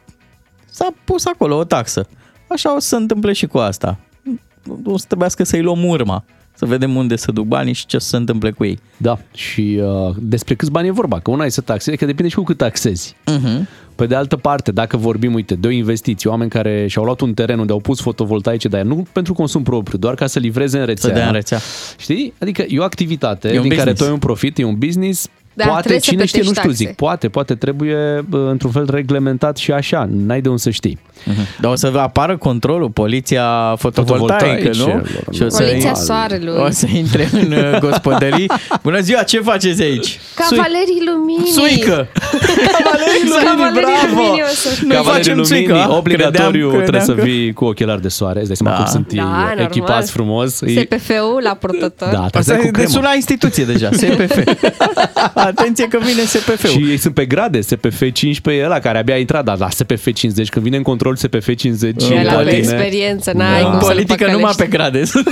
Speaker 5: s-a pus acolo o taxă. Așa o să se întâmple și cu asta. O să trebuiască să-i luăm urma, să vedem unde se duc banii și ce o să se întâmple cu ei.
Speaker 3: Da, și uh, despre câți bani e vorba, că una e să taxezi, că depinde și cu cât taxezi. Uh-huh. Pe de altă parte, dacă vorbim, uite, de o investiție, oameni care și-au luat un teren unde au pus fotovoltaice, dar nu pentru consum propriu, doar ca să livreze în rețea.
Speaker 5: Să dea în rețea.
Speaker 3: Știi? Adică e o activitate
Speaker 5: E
Speaker 3: din
Speaker 5: un
Speaker 3: care
Speaker 5: business.
Speaker 3: tu ai un profit, e un business,
Speaker 4: Da,
Speaker 3: poate,
Speaker 4: trebuie să
Speaker 3: cine știe, nu
Speaker 4: plătești taxe.
Speaker 3: știu, zic, poate, poate trebuie uh, într-un fel reglementat și așa, n-ai de unde să știi.
Speaker 5: Dar o să apară controlul, poliția fotovoltaică, nu?
Speaker 3: Fotovoltaicelor,
Speaker 5: Și o să,
Speaker 4: Poliția soarelui.
Speaker 5: o să intre în uh, gospodării. Bună ziua, ce faceți aici?
Speaker 4: Cavalerii Luminii!
Speaker 5: Suică! Cavalerii Luminii,
Speaker 4: Cavalerii
Speaker 5: bravo!
Speaker 4: Luminii o să-
Speaker 5: Noi
Speaker 3: Cavalerii
Speaker 5: facem
Speaker 3: Luminii, Da,
Speaker 5: suică.
Speaker 3: obligatoriu
Speaker 5: Credeam-
Speaker 3: trebuie
Speaker 5: credeam
Speaker 3: să
Speaker 5: că-
Speaker 3: vii cu ochelari de soare, îți dai seama
Speaker 5: Da.
Speaker 3: cum sunt
Speaker 4: Da,
Speaker 3: ei
Speaker 4: normal.
Speaker 3: echipați frumos. Ei-
Speaker 4: SPF-ul la prototător.
Speaker 3: Da,
Speaker 5: Asta
Speaker 3: trebuie cu
Speaker 5: e
Speaker 3: cremă.
Speaker 5: suna instituție deja, SPF. Atenție că vine SPF-ul.
Speaker 3: Și ei sunt pe grade, SPF 15 e ăla care abia a intrat, dar la SPF 50, când vine în control SPF 50
Speaker 5: Și
Speaker 4: Și
Speaker 3: e
Speaker 5: la
Speaker 4: ăla
Speaker 3: la
Speaker 4: cu
Speaker 5: politic.
Speaker 3: tine.
Speaker 4: experiență,
Speaker 3: Da.
Speaker 4: n-ai
Speaker 5: În
Speaker 4: cum să-l
Speaker 5: politică numai pe
Speaker 4: păcălești.
Speaker 5: grade.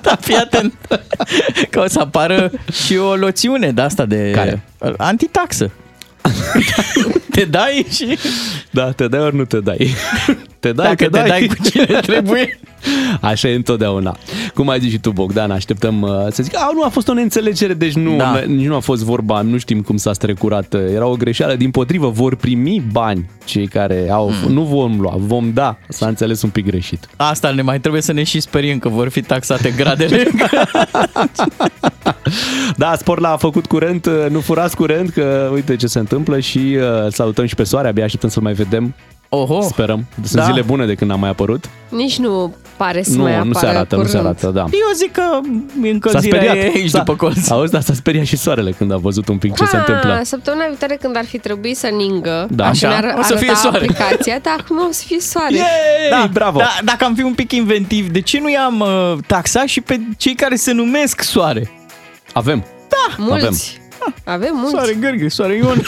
Speaker 5: Dar fii atent că o să apară și o loțiune de asta de
Speaker 3: Care?
Speaker 5: antitaxă. te dai și
Speaker 3: Da, te dai ori nu te dai. Te dai,
Speaker 5: dacă
Speaker 3: te dai,
Speaker 5: te dai cu cine trebuie.
Speaker 3: Așa e întotdeauna. Cum ai zis și tu, Bogdan, așteptăm uh, să zic, a, nu a fost o neînțelegere, deci nu,
Speaker 5: Da.
Speaker 3: da. nici nu a fost vorba, nu știm cum s-a strecurat, uh, era o greșeală. Din potrivă, vor primi bani cei care au,
Speaker 5: Hmm.
Speaker 3: mm. nu vom lua, vom da, s-a înțeles un pic greșit.
Speaker 5: Asta ne mai trebuie să ne și speriem că vor fi taxate gradele.
Speaker 3: Da, Sport l-a făcut curent, uh, nu furați curent, că uite ce se întâmplă și uh, salutăm și pe soare, abia așteptăm să-l mai vedem,
Speaker 5: Oho.
Speaker 3: sperăm. Sunt
Speaker 5: da.
Speaker 3: zile bune de când n-a mai apărut.
Speaker 4: Nici nu pare să mai
Speaker 3: Nu,
Speaker 4: apară
Speaker 3: nu se arată,
Speaker 4: curând.
Speaker 3: nu se arată, da.
Speaker 5: Eu zic că
Speaker 3: S-a
Speaker 5: încălzirea
Speaker 3: speriat.
Speaker 5: e exact aici
Speaker 3: S-a-
Speaker 5: după colț.
Speaker 3: Auzi, dar s-a speriat și soarele când a văzut un pic ce se
Speaker 4: Ah,
Speaker 3: întâmplă.
Speaker 4: Săptămâna viitoare când ar fi trebuit să ningă,
Speaker 3: Da.
Speaker 4: așa,
Speaker 5: Așa,
Speaker 4: ne-ar
Speaker 5: o să
Speaker 4: arăta
Speaker 5: fie soare.
Speaker 4: aplicația, dar acum o să fie soare.
Speaker 3: Yay, bravo!
Speaker 5: Da, dacă am fi un pic inventiv, de ce nu i-am uh, taxat și pe cei care se numesc soare? Da.
Speaker 3: Avem.
Speaker 4: Mulți. Avem mulți.
Speaker 5: Soare Gârgă, Soare Ion.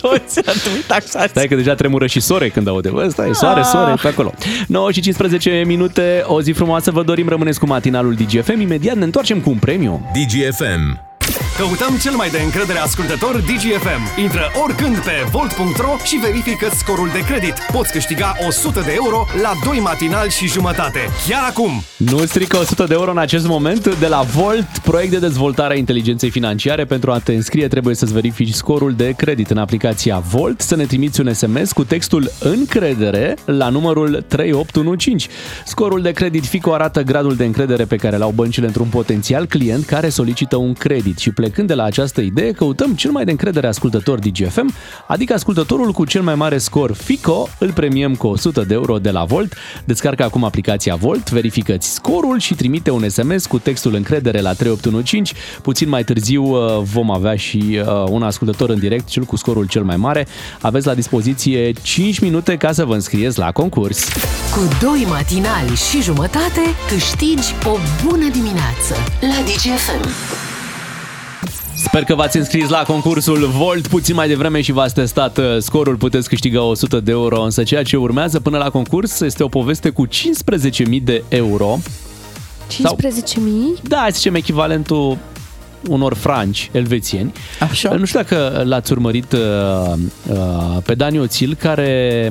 Speaker 5: Toți ar trebui taxați.
Speaker 3: Stai că deja tremură și sore când aude. Bă, stai, soare, soare, pe acolo. 9 și 15 minute, o zi frumoasă vă dorim. Rămâneți cu matinalul DGFM. Imediat ne întoarcem cu un premiu.
Speaker 2: DGFM.
Speaker 10: Căutăm cel mai de încredere ascultător DGFM. Intră oricând pe volt.ro și verifică scorul de credit. Poți câștiga 100 de euro la 2 matinal și jumătate. Chiar acum!
Speaker 3: Nu strică 100 de euro în acest moment de la Volt, proiect de dezvoltare a inteligenței financiare. Pentru a te înscrie trebuie să-ți verifici scorul de credit în aplicația Volt, să ne trimiți un SMS cu textul încredere la numărul 3815. Scorul de credit FICO arată gradul de încredere pe care l-au băncile într-un potențial client care solicită un credit și pleacă Plecând de la această idee, căutăm cel mai de încredere ascultător DGFM, adică ascultătorul cu cel mai mare scor FICO, îl premiem cu 100 de euro de la Volt. Descarcă acum aplicația Volt, verificați scorul și trimite un SMS cu textul încredere la 3815. Puțin mai târziu uh, vom avea și uh, un ascultător în direct, cel cu scorul cel mai mare. Aveți la dispoziție 5 minute ca să vă înscrieți la concurs.
Speaker 1: Cu doi matinali și jumătate câștigi o bună dimineață la DGFM.
Speaker 3: Sper că v-ați înscris la concursul Volt puțin mai devreme și v-ați testat uh, scorul, puteți câștiga 100 de euro, însă ceea ce urmează până la concurs este o poveste cu 15.000 de euro.
Speaker 4: 15.000?
Speaker 3: Da, zicem echivalentul unor franci elvețieni. Așa. Nu știu dacă l-ați urmărit uh, uh, pe Dani Oțil, care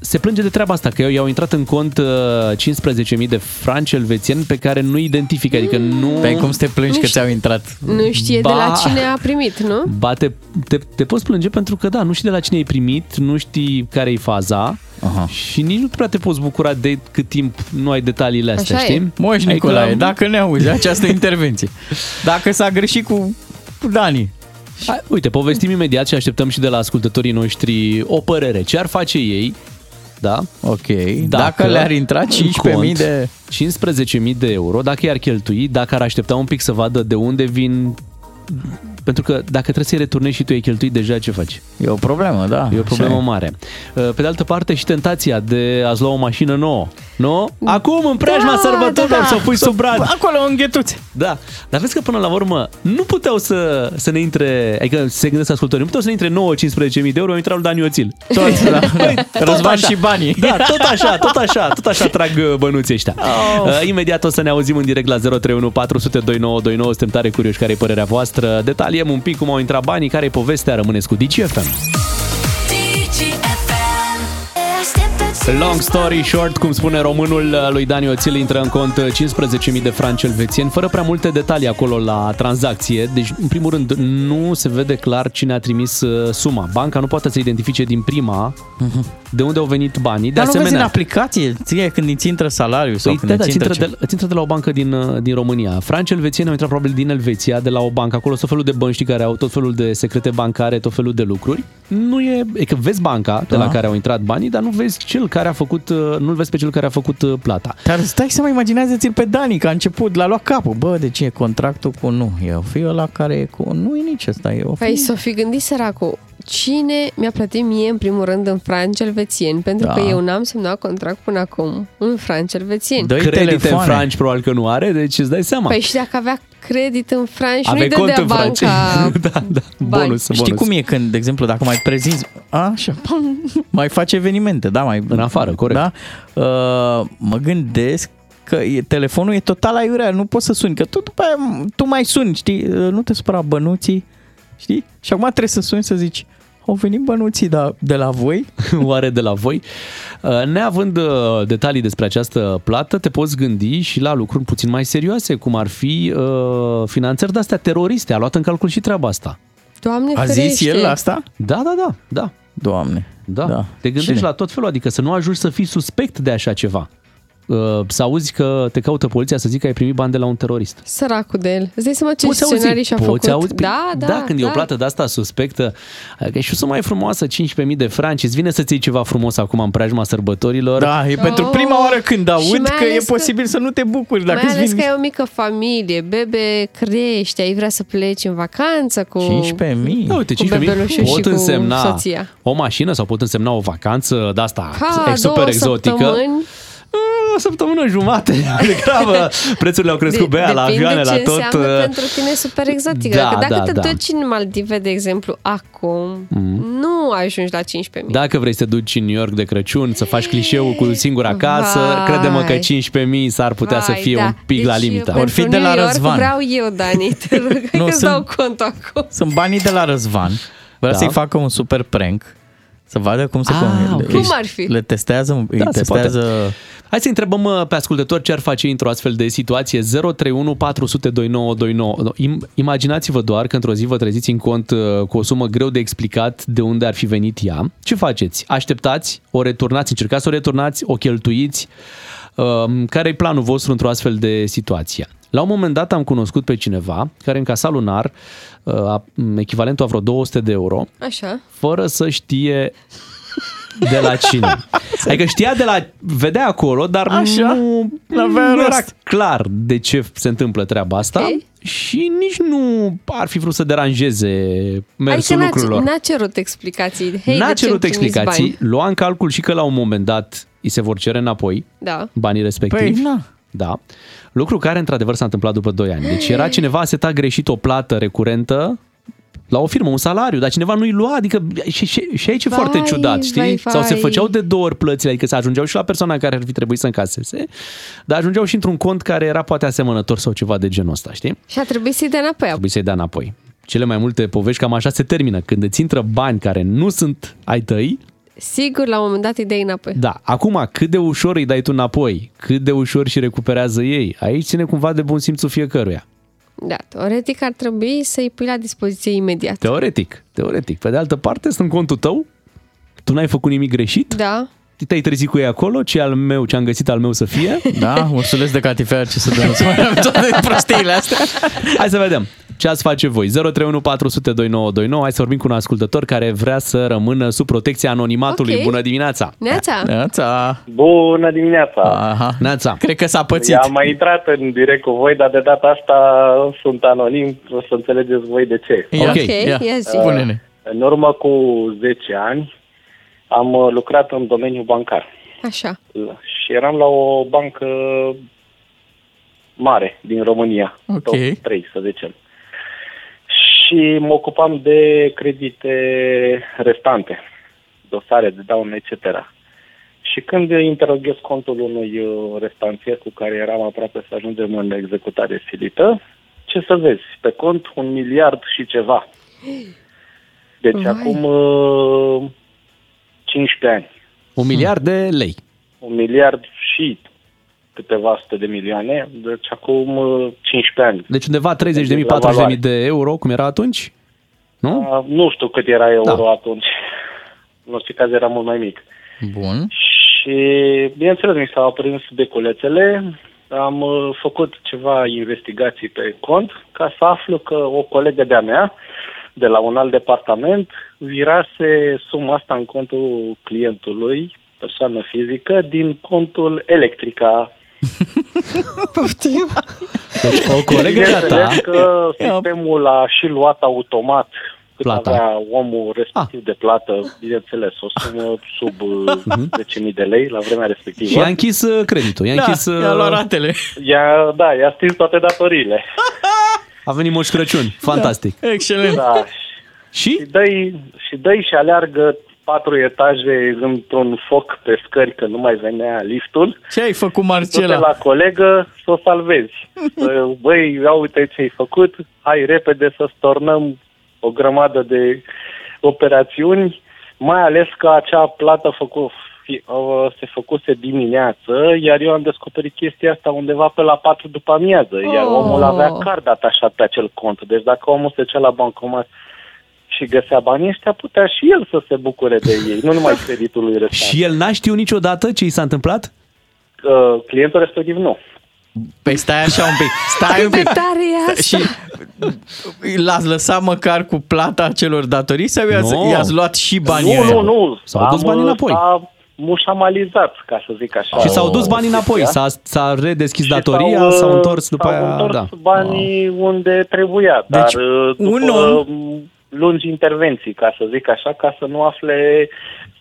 Speaker 3: se plânge de treaba asta, că eu i-au intrat în cont uh, 15.000 de franci elvețieni pe care nu identifică, adică nu...
Speaker 5: Păi cum să te plângi
Speaker 4: Nu
Speaker 5: că
Speaker 4: știu.
Speaker 5: ți-au intrat?
Speaker 4: Nu știe de la
Speaker 3: Ba.
Speaker 4: cine a primit, nu?
Speaker 3: Ba, te, te, te poți plânge pentru că, da, nu știi de la cine ai primit, nu știi care e faza Aha. și nici nu prea te poți bucura de cât timp nu ai detaliile astea,
Speaker 4: Așa e.
Speaker 3: știi?
Speaker 5: Moș
Speaker 3: Adică-
Speaker 5: Nicolae, dacă ne auzi această intervenție, dacă s-a greșit cu cu Dani,
Speaker 3: Hai, uite, povestim imediat și așteptăm și de la ascultătorii noștri o părere. Ce ar face ei, da?
Speaker 5: ok, dacă, le-ar intra
Speaker 3: în
Speaker 5: 15.000
Speaker 3: cont
Speaker 5: de...
Speaker 3: 15.000 de euro, dacă i-ar cheltui, dacă ar aștepta un pic să vadă de unde vin... Pentru că dacă trebuie să-i returnezi și tu ai cheltuit deja, ce faci?
Speaker 5: E o problemă, da.
Speaker 3: E o problemă
Speaker 5: așa
Speaker 3: mare. Uh, Pe de altă parte și tentația de a-ți lua o mașină nouă. Nu? Acum, în preajma
Speaker 5: Da,
Speaker 3: da, sărbătorilor,
Speaker 5: da, da.
Speaker 3: să o pui sub brad.
Speaker 5: Acolo, în ghetuțe.
Speaker 3: Da. Dar vezi că până la urmă nu puteau să, să ne intre, adică se gândesc ascultătorii, nu puteau să ne intre 9-15.000 de euro, au intrat lui Dani Oțil.
Speaker 5: Tot, da.
Speaker 3: tot
Speaker 5: Răzvan
Speaker 3: așa.
Speaker 5: și banii.
Speaker 3: Da, tot așa, tot așa, tot așa trag uh, bănuții ăștia. Oh. Imediat o să ne auzim în direct la 031 400 2929. Suntem tare curioși care e părerea voastră. Detaliem un pic cum au intrat banii, care e povestea, rămâneți cu DGFM. Long story short, cum spune românul uh, lui Dani Oțil, intră în cont 15.000 de franci elvețieni, fără prea multe detalii acolo la tranzacție. Deci, în primul rând, nu se vede clar cine a trimis uh, suma. Banca nu poate să identifice din prima de unde au venit banii. De
Speaker 5: Dar nu vezi în
Speaker 3: asemenea,
Speaker 5: aplicație, ție, când îți intră salariul sau
Speaker 3: Păi,
Speaker 5: când
Speaker 3: da, da,
Speaker 5: îți
Speaker 3: îți
Speaker 5: intră,
Speaker 3: intră,
Speaker 5: ce...
Speaker 3: de, îți intră de la o bancă din, uh, din România. Franci elvețieni au intrat probabil din Elveția, de la o bancă. Acolo sunt tot felul de bănci știi, care au tot felul de secrete bancare, tot felul de lucruri. Nu e, e că vezi banca da. de
Speaker 5: Da.
Speaker 3: la care au intrat banii, dar nu vezi cel care a făcut, uh, nu vezi pe cel care a făcut uh, plata.
Speaker 5: Dar stai să mă imaginează ți pe Dani, că a început, l-a luat capul. Bă, de ce e contractul cu nu? E o fi ăla care e cu nu, e nici ăsta, e o fi.
Speaker 4: Păi s-o fi gândit săracul, cine mi-a plătit mie în primul rând în franci elvețieni? Pentru
Speaker 5: Da.
Speaker 4: că eu n-am semnat contract până acum în franci elvețieni.
Speaker 5: Dă-i
Speaker 3: Credite în
Speaker 5: telefoane.
Speaker 3: franci probabil că nu are, deci îți dai seama.
Speaker 4: Păi și dacă avea credit în franci,
Speaker 3: Aveai
Speaker 4: nu-i
Speaker 3: cont
Speaker 4: dădea
Speaker 3: în franci.
Speaker 4: banca
Speaker 3: da, da,
Speaker 4: bani.
Speaker 3: bonus, bonus.
Speaker 5: Știi cum e când, de exemplu, dacă mai prezinți, a, așa, pam, mai face evenimente, da, mai...
Speaker 3: În afară, corect.
Speaker 5: Da? Uh, mă gândesc că e, telefonul e total aiurea, nu poți să suni, că tu după aia, tu mai suni, știi, Uh, nu te supăra bănuții, știi? Și acum trebuie să suni să zici, au venit bănuții da, de la voi?
Speaker 3: oare de la voi. Uh, Neavând uh, detalii despre această plată, te poți gândi și la lucruri puțin mai serioase, cum ar fi uh, finanțări de-astea teroriste. A luat în calcul și treaba asta.
Speaker 4: Doamne
Speaker 5: A zis
Speaker 4: ferește.
Speaker 5: el asta?
Speaker 3: Da, da, da, da.
Speaker 5: Doamne.
Speaker 3: Da. da. Te gândești
Speaker 5: Cine?
Speaker 3: la tot felul, adică să nu ajungi să fii suspect de așa ceva. Uh, Să auzi că te caută poliția să zic că ai primit bani de la un terorist.
Speaker 4: Săracul de el. Îți dai seama ce
Speaker 3: Poți
Speaker 4: scenarii
Speaker 3: auzi,
Speaker 4: și-a
Speaker 3: poți
Speaker 4: făcut?
Speaker 3: auzi,
Speaker 4: da, da,
Speaker 3: da, când
Speaker 4: da.
Speaker 3: e o plată de asta suspectă, adică și o sumă mai frumoasă, 15.000 de franci, îți vine să-ți iei ceva frumos acum în preajma sărbătorilor.
Speaker 5: Da, e pentru
Speaker 4: Oh.
Speaker 5: prima oară când
Speaker 4: Și
Speaker 5: aud
Speaker 4: mai
Speaker 5: că e
Speaker 4: ales că-
Speaker 5: posibil să nu te bucuri. Dacă
Speaker 4: Mai
Speaker 5: îți
Speaker 4: ales
Speaker 5: vin...
Speaker 4: că e o mică familie, bebe crește, ai vrea să pleci în vacanță cu...
Speaker 5: 15.000.
Speaker 3: Da, uite,
Speaker 4: Cu
Speaker 3: 5.000
Speaker 4: bebelușul și
Speaker 3: pot
Speaker 4: cu
Speaker 3: însemna
Speaker 4: soția.
Speaker 3: o mașină sau pot însemna o vacanță de asta
Speaker 4: Ha,
Speaker 3: ex- super
Speaker 4: două
Speaker 3: exotică. Mm,
Speaker 4: săptămâni.
Speaker 3: O săptămână jumate, degrabă. Prețurile au crescut bea la
Speaker 4: depinde
Speaker 3: avioane,
Speaker 4: ce
Speaker 3: la tot. uh,
Speaker 4: înseamnă pentru tine super exotic.
Speaker 3: da,
Speaker 4: dacă, dacă te
Speaker 3: da, da.
Speaker 4: duci în Maldive, de exemplu, acum,
Speaker 3: Mm.
Speaker 4: nu ajungi la 15.000.
Speaker 3: Dacă vrei să te duci în New York de Crăciun, să faci clișeul cu singur acasă,
Speaker 4: Vai.
Speaker 3: crede-mă că 15.000 s-ar putea să
Speaker 4: Vai,
Speaker 3: fie
Speaker 4: da.
Speaker 3: un pic
Speaker 4: deci,
Speaker 3: la limita.
Speaker 4: Or fi de la Răzvan. vreau eu, Dani, te rog, nu,
Speaker 5: Nu, sunt-
Speaker 4: sunt... dau cont acum.
Speaker 5: Sunt banii de la Răzvan. Vrea
Speaker 3: Da.
Speaker 5: să-i facă un super prank. Să vadă cum se
Speaker 3: Ah,
Speaker 5: cum,
Speaker 3: ok.
Speaker 4: Cum ar fi?
Speaker 5: Le testează, îi
Speaker 3: Da, se poate.
Speaker 5: testează
Speaker 3: Hai să întrebăm uh, pe ascultător ce ar face într-o astfel de situație. 031 400 2929. Im- Imaginați-vă doar că într-o zi vă treziți în cont uh, cu o sumă greu de explicat de unde ar fi venit ea. Ce faceți? Așteptați? O returnați? Încercați să o returnați? O cheltuiți? Um, Care e planul vostru într-o astfel de situație? La un moment dat am cunoscut pe cineva care încasa lunar uh, a- m, echivalentul a vreo 200 de euro
Speaker 4: Așa.
Speaker 3: fără să știe de la cine. Adică știa de la... Vedea acolo, dar
Speaker 5: Așa?
Speaker 3: nu,
Speaker 5: N-avea
Speaker 3: nu era
Speaker 5: rost.
Speaker 3: clar de ce se întâmplă treaba asta
Speaker 4: Ok.
Speaker 3: și nici nu ar fi vrut să deranjeze mersul
Speaker 4: Adică n-a,
Speaker 3: lucrurilor.
Speaker 4: n-a cerut explicații. Hei,
Speaker 3: N-a
Speaker 4: de ce
Speaker 3: cerut
Speaker 4: îmi trimiți
Speaker 3: explicații,
Speaker 4: Bani?
Speaker 3: lua în calcul și că la un moment dat îi se vor cere înapoi
Speaker 4: Da.
Speaker 3: banii respectivi.
Speaker 5: Păi, na.
Speaker 3: Da. Lucru care într-adevăr s-a întâmplat după 2 ani. Deci era cineva a setat greșit o plată recurentă la o firmă, un salariu, dar cineva nu-i lua, adică și, și, și aici e
Speaker 4: Vai,
Speaker 3: foarte ciudat, știi?
Speaker 4: vai,
Speaker 3: Sau se
Speaker 4: vai.
Speaker 3: făceau de două ori plățile, adică se ajungeau și la persoana care ar fi trebuit să încaseze, dar ajungeau și într-un cont care era poate asemănător sau ceva de genul ăsta, știi?
Speaker 4: Și a trebuit să-i dea înapoi.
Speaker 3: Trebuie să-i dea înapoi. Cele mai multe povești cam așa se termină. Când îți intră bani care nu sunt ai tăi,
Speaker 4: Sigur, la un moment dat îi dai înapoi.
Speaker 3: da, acum cât de ușor îi dai tu înapoi, cât de ușor și recuperează ei, aici ține cumva de bun simțul fiecăruia.
Speaker 4: Da, teoretic ar trebui să-i pui la dispoziție imediat.
Speaker 3: Teoretic, teoretic. Pe de altă parte, sunt în contul tău, tu n-ai făcut nimic greșit,
Speaker 4: Da.
Speaker 3: te-ai trezit cu ei acolo, ce al meu, ce am găsit al meu să fie.
Speaker 5: Da, ursuleț de catifea, ce să dăm să mai avem toate prostiile astea.
Speaker 3: Hai să vedem ce ați face voi. 031 400 2929. Hai să vorbim cu un ascultător care vrea să rămână sub protecția anonimatului.
Speaker 4: Ok.
Speaker 3: Bună dimineața!
Speaker 4: Neața?
Speaker 5: Neața.
Speaker 6: Bună dimineața!
Speaker 5: Aha.
Speaker 3: Neața!
Speaker 5: Cred că s-a pățit.
Speaker 6: I-am mai intrat în direct cu voi, dar de data asta sunt anonim, o să înțelegeți voi de ce.
Speaker 5: Ia,
Speaker 3: Ok,
Speaker 5: ia.
Speaker 4: ia zi.
Speaker 5: Spune-ne.
Speaker 6: În urmă cu 10 ani am uh, lucrat în domeniul bancar
Speaker 4: Așa.
Speaker 6: și eram la o bancă mare din România,
Speaker 5: Ok.
Speaker 6: top 3 să zicem. Și mă ocupam de credite restante, dosare de daune, etc. Și când interoghez contul unui uh, restanțier cu care eram aproape să ajungem în executare silită, ce să vezi? Pe cont un miliard și ceva. Deci
Speaker 4: Vai.
Speaker 6: acum uh, 15 ani
Speaker 3: Un miliard de lei.
Speaker 6: un miliard și câteva sute de milioane, deci acum uh, 15 ani.
Speaker 3: Deci undeva 30.000,
Speaker 6: La valoare.
Speaker 3: 40.000 de euro, cum era atunci? Nu?
Speaker 6: Uh, Nu știu cât era euro
Speaker 3: Da.
Speaker 6: atunci. În orice caz era mult mai mic.
Speaker 5: Bun.
Speaker 6: Și, bineînțeles, mi s-au aprins beculețele. Am uh, făcut ceva investigații pe cont ca să aflu că o colegă de-a mea, de la un alt departament, virase suma asta în contul clientului, persoană fizică, din contul electrica.
Speaker 3: Deci o colegă de-a ta...
Speaker 6: Bineînțeles că sistemul a și luat automat cât
Speaker 3: Plata. Ah.
Speaker 6: avea omul respectiv de plată, bineînțeles, o sumă sub uh, 10.000 de lei la vremea respectivă.
Speaker 3: Mhm. Și a închis uh, creditul, i-a
Speaker 5: Da,
Speaker 3: închis... uh,
Speaker 5: i-a luat ratele.
Speaker 6: Ea, da, i-a stins toate datoriile.
Speaker 3: A venit Moș Crăciun,
Speaker 5: Da.
Speaker 3: fantastic.
Speaker 5: Excelent.
Speaker 6: Da.
Speaker 3: Și?
Speaker 6: Și dă-i și, dă și aleargă patru etaje într-un foc pe scări, că nu mai venea liftul.
Speaker 5: Ce ai făcut,
Speaker 6: Du-te
Speaker 5: Marcela?
Speaker 6: la colegă să o salvezi. Să, Băi, ia uite ce ai făcut, hai repede să stornăm o grămadă de operațiuni, mai ales că acea plată făcu, fi- uh, se făcuse dimineață, iar eu am descoperit chestia asta undeva pe la 4 după amiază, iar
Speaker 4: Oh.
Speaker 6: omul avea card atașat pe acel cont. Deci dacă omul se ducea la bancomat și găsea banii ăștia, putea și el să se bucure de ei, nu numai creditul lui
Speaker 3: Și
Speaker 6: respectiv.
Speaker 3: el n-a știut niciodată ce i s-a întâmplat?
Speaker 6: Uh, clientul respectiv nu.
Speaker 5: Păi stai așa un pic. Stai un
Speaker 4: Cât de
Speaker 5: pic.
Speaker 4: tare e asta?
Speaker 5: Și l-ați lăsat măcar cu plata celor datorii sau i-ați,
Speaker 3: Nu.
Speaker 5: i-ați luat și banii
Speaker 6: Nu,
Speaker 5: ăia?
Speaker 6: nu, nu. uh,
Speaker 3: S-au dus banii înapoi.
Speaker 6: S-a mușamalizat, ca să zic așa.
Speaker 3: Și s-au dus
Speaker 6: o
Speaker 3: banii înapoi,
Speaker 6: chestia.
Speaker 3: s-a, s-a redeschis
Speaker 6: Oh, Și
Speaker 3: datoria, s-au,
Speaker 6: s-au, uh,
Speaker 3: întors după
Speaker 6: s-au
Speaker 3: aia.
Speaker 6: întors
Speaker 3: da.
Speaker 6: banii unde trebuia,
Speaker 5: Deci,
Speaker 6: dar uh, după
Speaker 5: un om-
Speaker 6: um, lungi intervenții, ca să zic așa, ca să nu afle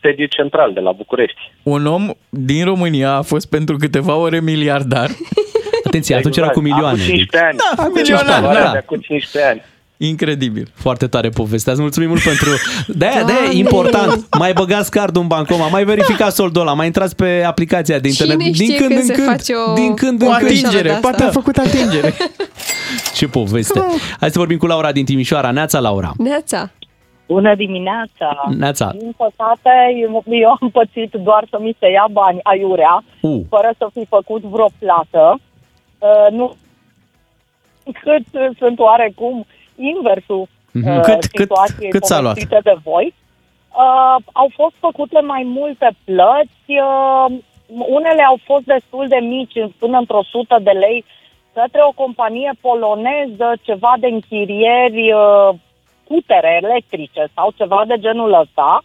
Speaker 6: sediul central de la București.
Speaker 5: Un om din România a fost pentru câteva ore miliardar.
Speaker 3: Atenție, atunci era cu milioane.
Speaker 6: Acum
Speaker 3: deci
Speaker 6: 15 ani.
Speaker 5: Da,
Speaker 6: Deci,
Speaker 5: milionar,
Speaker 6: valoarea
Speaker 5: da.
Speaker 6: de Acum 15 ani.
Speaker 5: Incredibil.
Speaker 3: Foarte tare povestea. Îți mulțumim mult pentru... de aia de
Speaker 4: Doamne!
Speaker 3: important. Mai băgați cardul în bancoma, mai verificați soldul ăla, mai intrați pe aplicația de
Speaker 4: Cine
Speaker 3: internet. din
Speaker 4: știe
Speaker 3: când
Speaker 4: când
Speaker 3: în
Speaker 4: se
Speaker 3: când.
Speaker 4: face o-
Speaker 3: Din când
Speaker 5: O
Speaker 3: în
Speaker 4: Încă
Speaker 3: când.
Speaker 4: și-a
Speaker 5: atingere.
Speaker 4: dat
Speaker 5: Poate a
Speaker 4: asta.
Speaker 5: făcut atingere.
Speaker 3: Ce poveste. Hai să vorbim cu Laura din Timișoara. Neața, Laura.
Speaker 4: Neața.
Speaker 11: Bună dimineața!
Speaker 3: Neața.
Speaker 11: Din păcate, eu- eu am pățit doar să mi se ia bani aiurea,
Speaker 3: U.
Speaker 11: fără să fi făcut vreo plată. Uh, nu cât uh, sunt oarecum inversul
Speaker 5: Mhm.
Speaker 11: uh,
Speaker 5: Cât- cât-
Speaker 11: situației
Speaker 5: cât s-a luat?
Speaker 11: povestite de voi. Uh, au fost făcute mai multe plăți, uh, unele au fost destul de mici, până într-o sută de lei către o companie poloneză, ceva de închirieri, uh, putere electrice sau ceva de genul ăsta.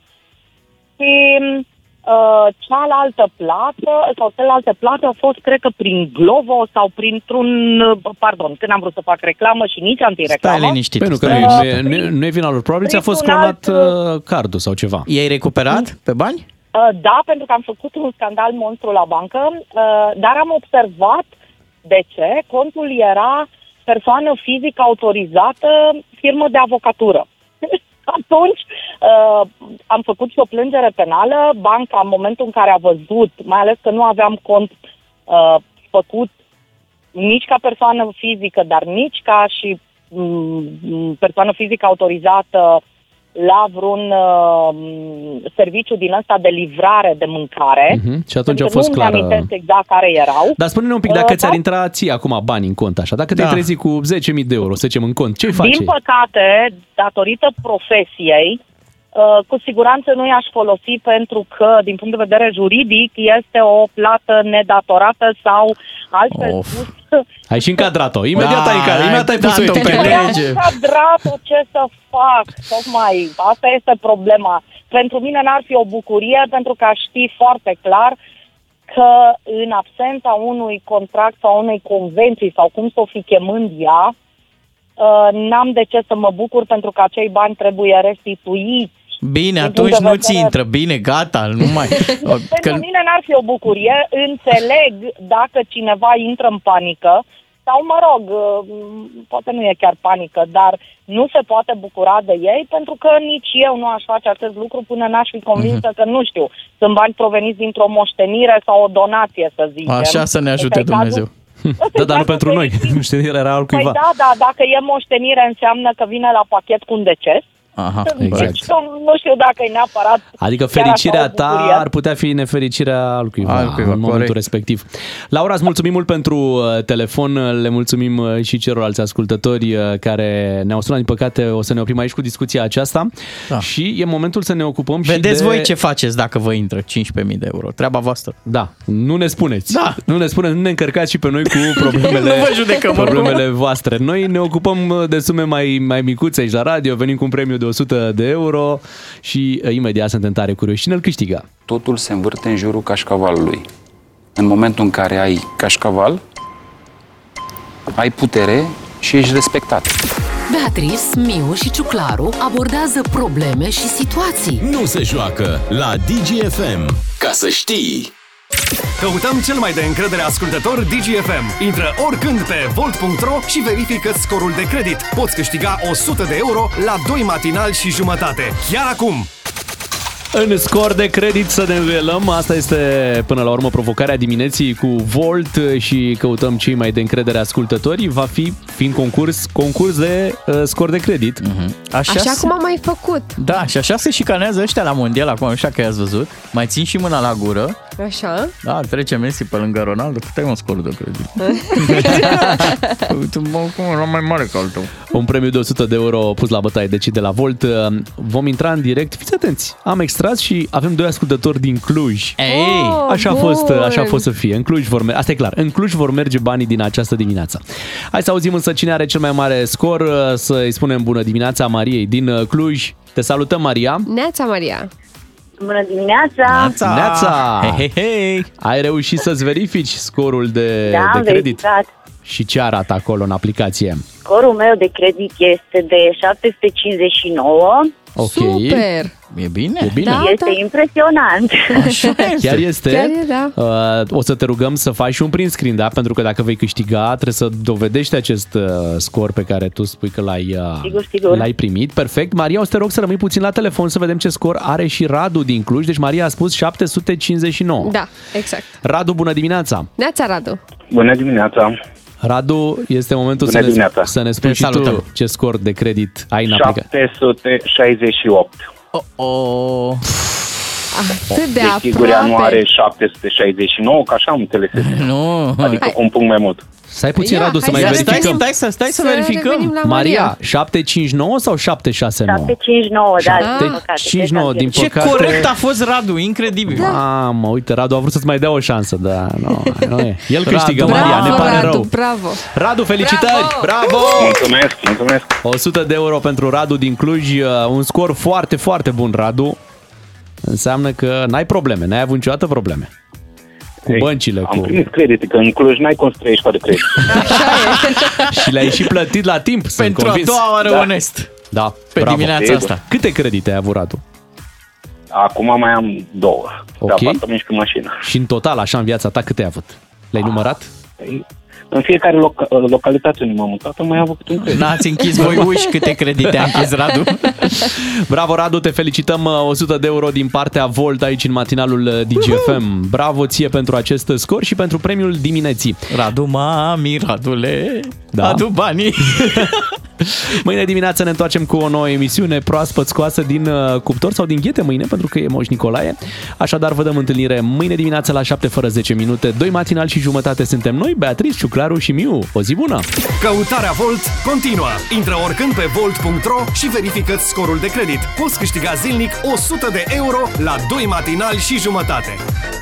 Speaker 11: Și uh, cealaltă plată, sau celelalte plată a fost, cred că, prin Glovo sau printr-un, uh, pardon, când am vrut să fac reclamă și nici antireclamă.
Speaker 5: Stai liniștit.
Speaker 3: Pentru că Păi nu,
Speaker 5: stai
Speaker 3: e- nu,
Speaker 5: liniștit.
Speaker 3: e- nu, e- nu e vina lor. Probabil ți-a fost
Speaker 11: Prin un
Speaker 3: clonat
Speaker 11: alt-
Speaker 3: uh, cardul sau ceva.
Speaker 5: I-ai recuperat pe bani?
Speaker 11: Uh, Da, pentru că am făcut un scandal monstru la bancă, uh, dar am observat de ce contul era persoană fizică autorizată, firmă de avocatură. Atunci uh, am făcut și o plângere penală. Banca, în momentul în care a văzut, mai ales că nu aveam cont uh, făcut nici ca persoană fizică, dar nici ca și m, persoană fizică autorizată la vreun uh, m, serviciu din ăsta de livrare de mâncare.
Speaker 3: Mhm. Și atunci
Speaker 11: Pentru
Speaker 3: a
Speaker 11: că
Speaker 3: fost
Speaker 11: nu
Speaker 3: clară.
Speaker 11: Nu amintesc exact care erau.
Speaker 3: Dar spune-ne un pic,
Speaker 11: Uh,
Speaker 3: dacă
Speaker 11: da.
Speaker 3: ți-ar intra ție acum bani în cont așa, dacă te-ai
Speaker 5: Da.
Speaker 3: trezi cu 10.000 de euro, să zicem, în cont, ce faci?
Speaker 11: Din păcate, datorită profesiei, uh, cu siguranță nu i-aș folosi pentru că, din punct de vedere juridic, este o plată nedatorată sau altfel
Speaker 5: Of.
Speaker 11: spus,
Speaker 3: Ai și încadrat-o. Imediat
Speaker 5: Da,
Speaker 3: ai, încadrat,
Speaker 5: ai
Speaker 3: imediat ai pus-o
Speaker 5: dat-o
Speaker 3: în
Speaker 5: pe
Speaker 3: pe
Speaker 5: lege.
Speaker 11: Păream cadrat ce să fac, tocmai asta este problema. Pentru mine n-ar fi o bucurie, pentru că aș ști foarte clar că în absența unui contract sau unei convenții sau cum să o fi chemând ea, uh, n-am de ce să mă bucur pentru că acei bani trebuie restituiți.
Speaker 5: Bine,
Speaker 11: Din
Speaker 5: atunci
Speaker 11: punct de
Speaker 5: nu-ți
Speaker 11: vedere-
Speaker 5: intră. Bine, gata, nu mai...
Speaker 11: Pentru
Speaker 5: Că...
Speaker 11: mine n-ar fi o bucurie, înțeleg dacă cineva intră în panică, sau mă rog, m, poate nu e chiar panică, dar nu se poate bucura de ei pentru că nici eu nu aș face acest lucru până n-aș fi
Speaker 5: Mhm.
Speaker 11: convinsă că, nu știu, sunt bani proveniți dintr-o moștenire sau o donație, să zicem. Deci,
Speaker 5: Așa să ne ajute
Speaker 11: Este cazul-
Speaker 5: Dumnezeu.
Speaker 11: Este
Speaker 3: Da, dar nu
Speaker 11: cazul
Speaker 3: pentru noi.
Speaker 11: fericit.
Speaker 3: Nu știu, era al
Speaker 11: Păi
Speaker 3: cuiva.
Speaker 11: da, da, dacă e moștenire înseamnă că vine la pachet cu un deces.
Speaker 5: Aha,
Speaker 3: exact.
Speaker 11: Deci, nu- nu știu dacă e neapărat
Speaker 3: Adică
Speaker 11: chiar
Speaker 3: fericirea
Speaker 11: așa o
Speaker 3: ta
Speaker 11: bucurie.
Speaker 3: ar putea fi nefericirea al cuiva,
Speaker 5: Al
Speaker 3: al
Speaker 5: cuiva,
Speaker 3: cuiva în momentul
Speaker 5: corect.
Speaker 3: respectiv. Laura, îți mulțumim mult pentru uh, telefon, uh, le mulțumim uh, și celorlalți ascultători uh, care ne-au sunat. Din păcate, o să ne oprim aici cu discuția aceasta
Speaker 5: Da.
Speaker 3: și e momentul să ne ocupăm și
Speaker 5: Vedeți
Speaker 3: de...
Speaker 5: voi ce faceți dacă vă intră 15.000 de euro. Treaba voastră.
Speaker 3: Da, nu ne spuneți.
Speaker 5: Da.
Speaker 3: Nu ne spuneți, nu ne încărcați și pe noi cu problemele,
Speaker 5: Nu vă judecăm, oricum.
Speaker 3: problemele voastre. Noi ne ocupăm uh, de sume mai, mai micuțe aici la radio, venim cu un premiu de 100 de euro și uh, imediat suntem tare curioși. Cine îl câștiga?
Speaker 12: totul se învârte în jurul cașcavalului. În momentul în care ai cașcaval, ai putere și ești respectat.
Speaker 1: Beatrice, Miu și Ciuclaru abordează probleme și situații.
Speaker 2: Nu se joacă la DGFM. Ca să știi!
Speaker 10: Căutăm cel mai de încredere ascultător DGFM. Intră oricând pe volt.ro și verifică scorul de credit. Poți câștiga 100 de euro la 2 matinal și jumătate. Chiar acum!
Speaker 3: În scor de credit să ne învelăm, asta este până la urmă provocarea dimineții cu Volt uh, și căutăm cei mai de încredere ascultători. Va fi, fiind concurs, concurs de uh, scor de credit.
Speaker 5: Mhm. Așa,
Speaker 4: Așa
Speaker 5: se-
Speaker 4: cum am mai făcut.
Speaker 5: Da, și așa se șicanează ăștia la mondial acum, așa că i-ați văzut. Mai țin și mâna la gură.
Speaker 4: Așa.
Speaker 5: Da, trece Messi pe lângă Ronaldo. Cât ai un scor de credit?
Speaker 3: Păi
Speaker 5: Uite, mă, cum era mai mare ca al tău.
Speaker 3: Un premiu de 100 de euro pus la bătaie deci de la Volt. Uh, Vom intra în direct. Fiți atenți, am extras și avem doi ascultători din Cluj.
Speaker 5: Ei,
Speaker 4: Oh,
Speaker 3: Așa a,
Speaker 4: bun.
Speaker 3: fost, uh, așa a fost să fie. În Cluj vor merge, asta e clar, în Cluj vor merge banii din această dimineață. Hai să auzim însă cine are cel mai mare scor, uh, să-i spunem bună dimineața Mariei din uh, Cluj. Te salutăm, Maria!
Speaker 4: Neața Maria.
Speaker 11: Bună dimineața!
Speaker 5: neața!
Speaker 3: Neața!
Speaker 5: Hei, hei, hei!
Speaker 3: Ai reușit să-ți verifici scorul de,
Speaker 11: Da, am
Speaker 3: de credit
Speaker 11: verificat.
Speaker 3: și ce arată acolo în aplicație.
Speaker 11: Scorul meu de credit este de 759.
Speaker 3: Ok.
Speaker 4: Super.
Speaker 5: E bine?
Speaker 3: E bine.
Speaker 4: Da,
Speaker 11: Este
Speaker 4: da.
Speaker 11: impresionant.
Speaker 5: Așa este.
Speaker 3: Chiar este.
Speaker 4: Chiar e, da.
Speaker 3: Uh, o să te rugăm să faci și un print screen, da? Pentru că dacă vei câștiga, trebuie să dovedești acest uh, scor pe care tu spui că l-ai, uh,
Speaker 11: Sigur, sigur.
Speaker 6: Exact.
Speaker 3: l-ai primit. Perfect. Maria, o să te rog să rămâi puțin la telefon să vedem ce scor are și Radu din Cluj. Deci Maria a spus 759.
Speaker 4: Da, exact.
Speaker 3: Radu, bună dimineața!
Speaker 4: Neața Radu.
Speaker 6: Bună dimineața!
Speaker 3: Radu, este momentul
Speaker 6: Bună
Speaker 3: să ne,
Speaker 6: dimineața.
Speaker 3: să ne spui
Speaker 5: Te
Speaker 3: și tu
Speaker 5: salutăm.
Speaker 3: ce scor de credit ai în aplicație.
Speaker 6: 768.
Speaker 5: Oh, oh.
Speaker 4: Atât de
Speaker 9: deci Siguri
Speaker 4: aproape.
Speaker 9: nu are 769, ca așa am înțeles.
Speaker 5: Nu.
Speaker 9: Adică
Speaker 4: Hai.
Speaker 9: un punct mai mult.
Speaker 3: Stai puțin,
Speaker 4: Ia,
Speaker 3: Radu, să
Speaker 4: hai
Speaker 3: mai
Speaker 4: să
Speaker 3: verificăm.
Speaker 4: revenim- Stai să- stai să Să verificăm. revenim la Maria.
Speaker 3: Maria, 759 sau 769?
Speaker 13: 759, da, din păcate.
Speaker 3: 759, Deci, din
Speaker 5: Ce
Speaker 3: păcate. Da.
Speaker 5: corect a fost Radu, incredibil.
Speaker 3: Mamă, uite, Radu a vrut să-ți mai dea o șansă, da, nu, nu e. El
Speaker 5: Radu,
Speaker 3: câștigă, Maria,
Speaker 5: bravo,
Speaker 3: ne pare
Speaker 5: Radu,
Speaker 3: rău.
Speaker 4: Bravo!
Speaker 3: Radu, felicitări! Bravo!
Speaker 9: Mulțumesc, mulțumesc!
Speaker 3: 100 de euro pentru Radu din Cluj, uh, un scor foarte, foarte bun, Radu. Înseamnă că n-ai probleme, n-ai avut niciodată probleme. Cu băncile,
Speaker 9: Am
Speaker 3: cu...
Speaker 9: primit credite, că în Cluj n-ai construiești fără credit.
Speaker 3: Și le-ai și plătit la timp, sunt
Speaker 9: Pentru a
Speaker 3: convins.
Speaker 9: doua oară
Speaker 3: da.
Speaker 9: onest.
Speaker 3: Da,
Speaker 9: Pe
Speaker 3: bravo.
Speaker 9: dimineața asta.
Speaker 3: Câte credite ai avut, Radu?
Speaker 9: Acum mai am două.
Speaker 3: Ok.
Speaker 9: Okay. Da, apartament și cu mașină.
Speaker 3: Și în total, așa, în viața ta, câte ai avut? Le-ai numărat?
Speaker 9: Păi, În fiecare loca- localitate unde m-am mutat, am mai avut câte un credit.
Speaker 5: N-ați închis voi uși câte credite a închis Radu.
Speaker 3: Bravo, Radu, te felicităm 100 de euro din partea Volt aici în matinalul uh, DGFM. Bravo ție pentru acest scor și pentru premiul dimineții.
Speaker 5: Radu, mami, Radule,
Speaker 3: Da.
Speaker 5: adu banii.
Speaker 3: Mâine dimineață ne întoarcem cu o nouă emisiune proaspăt scoasă din uh, cuptor sau din ghete mâine, pentru că e Moș Nicolae. Așadar, vă dăm întâlnire mâine dimineață la 7 fără 10 minute. Doi matinal și jumătate suntem noi, Beatrice, Ciuclaru și Miu. O zi bună!
Speaker 10: Căutarea Volt continuă. Intră oricând pe volt.ro și verifică scorul de credit. Poți câștiga zilnic 100 de euro la 2 matinali și jumătate.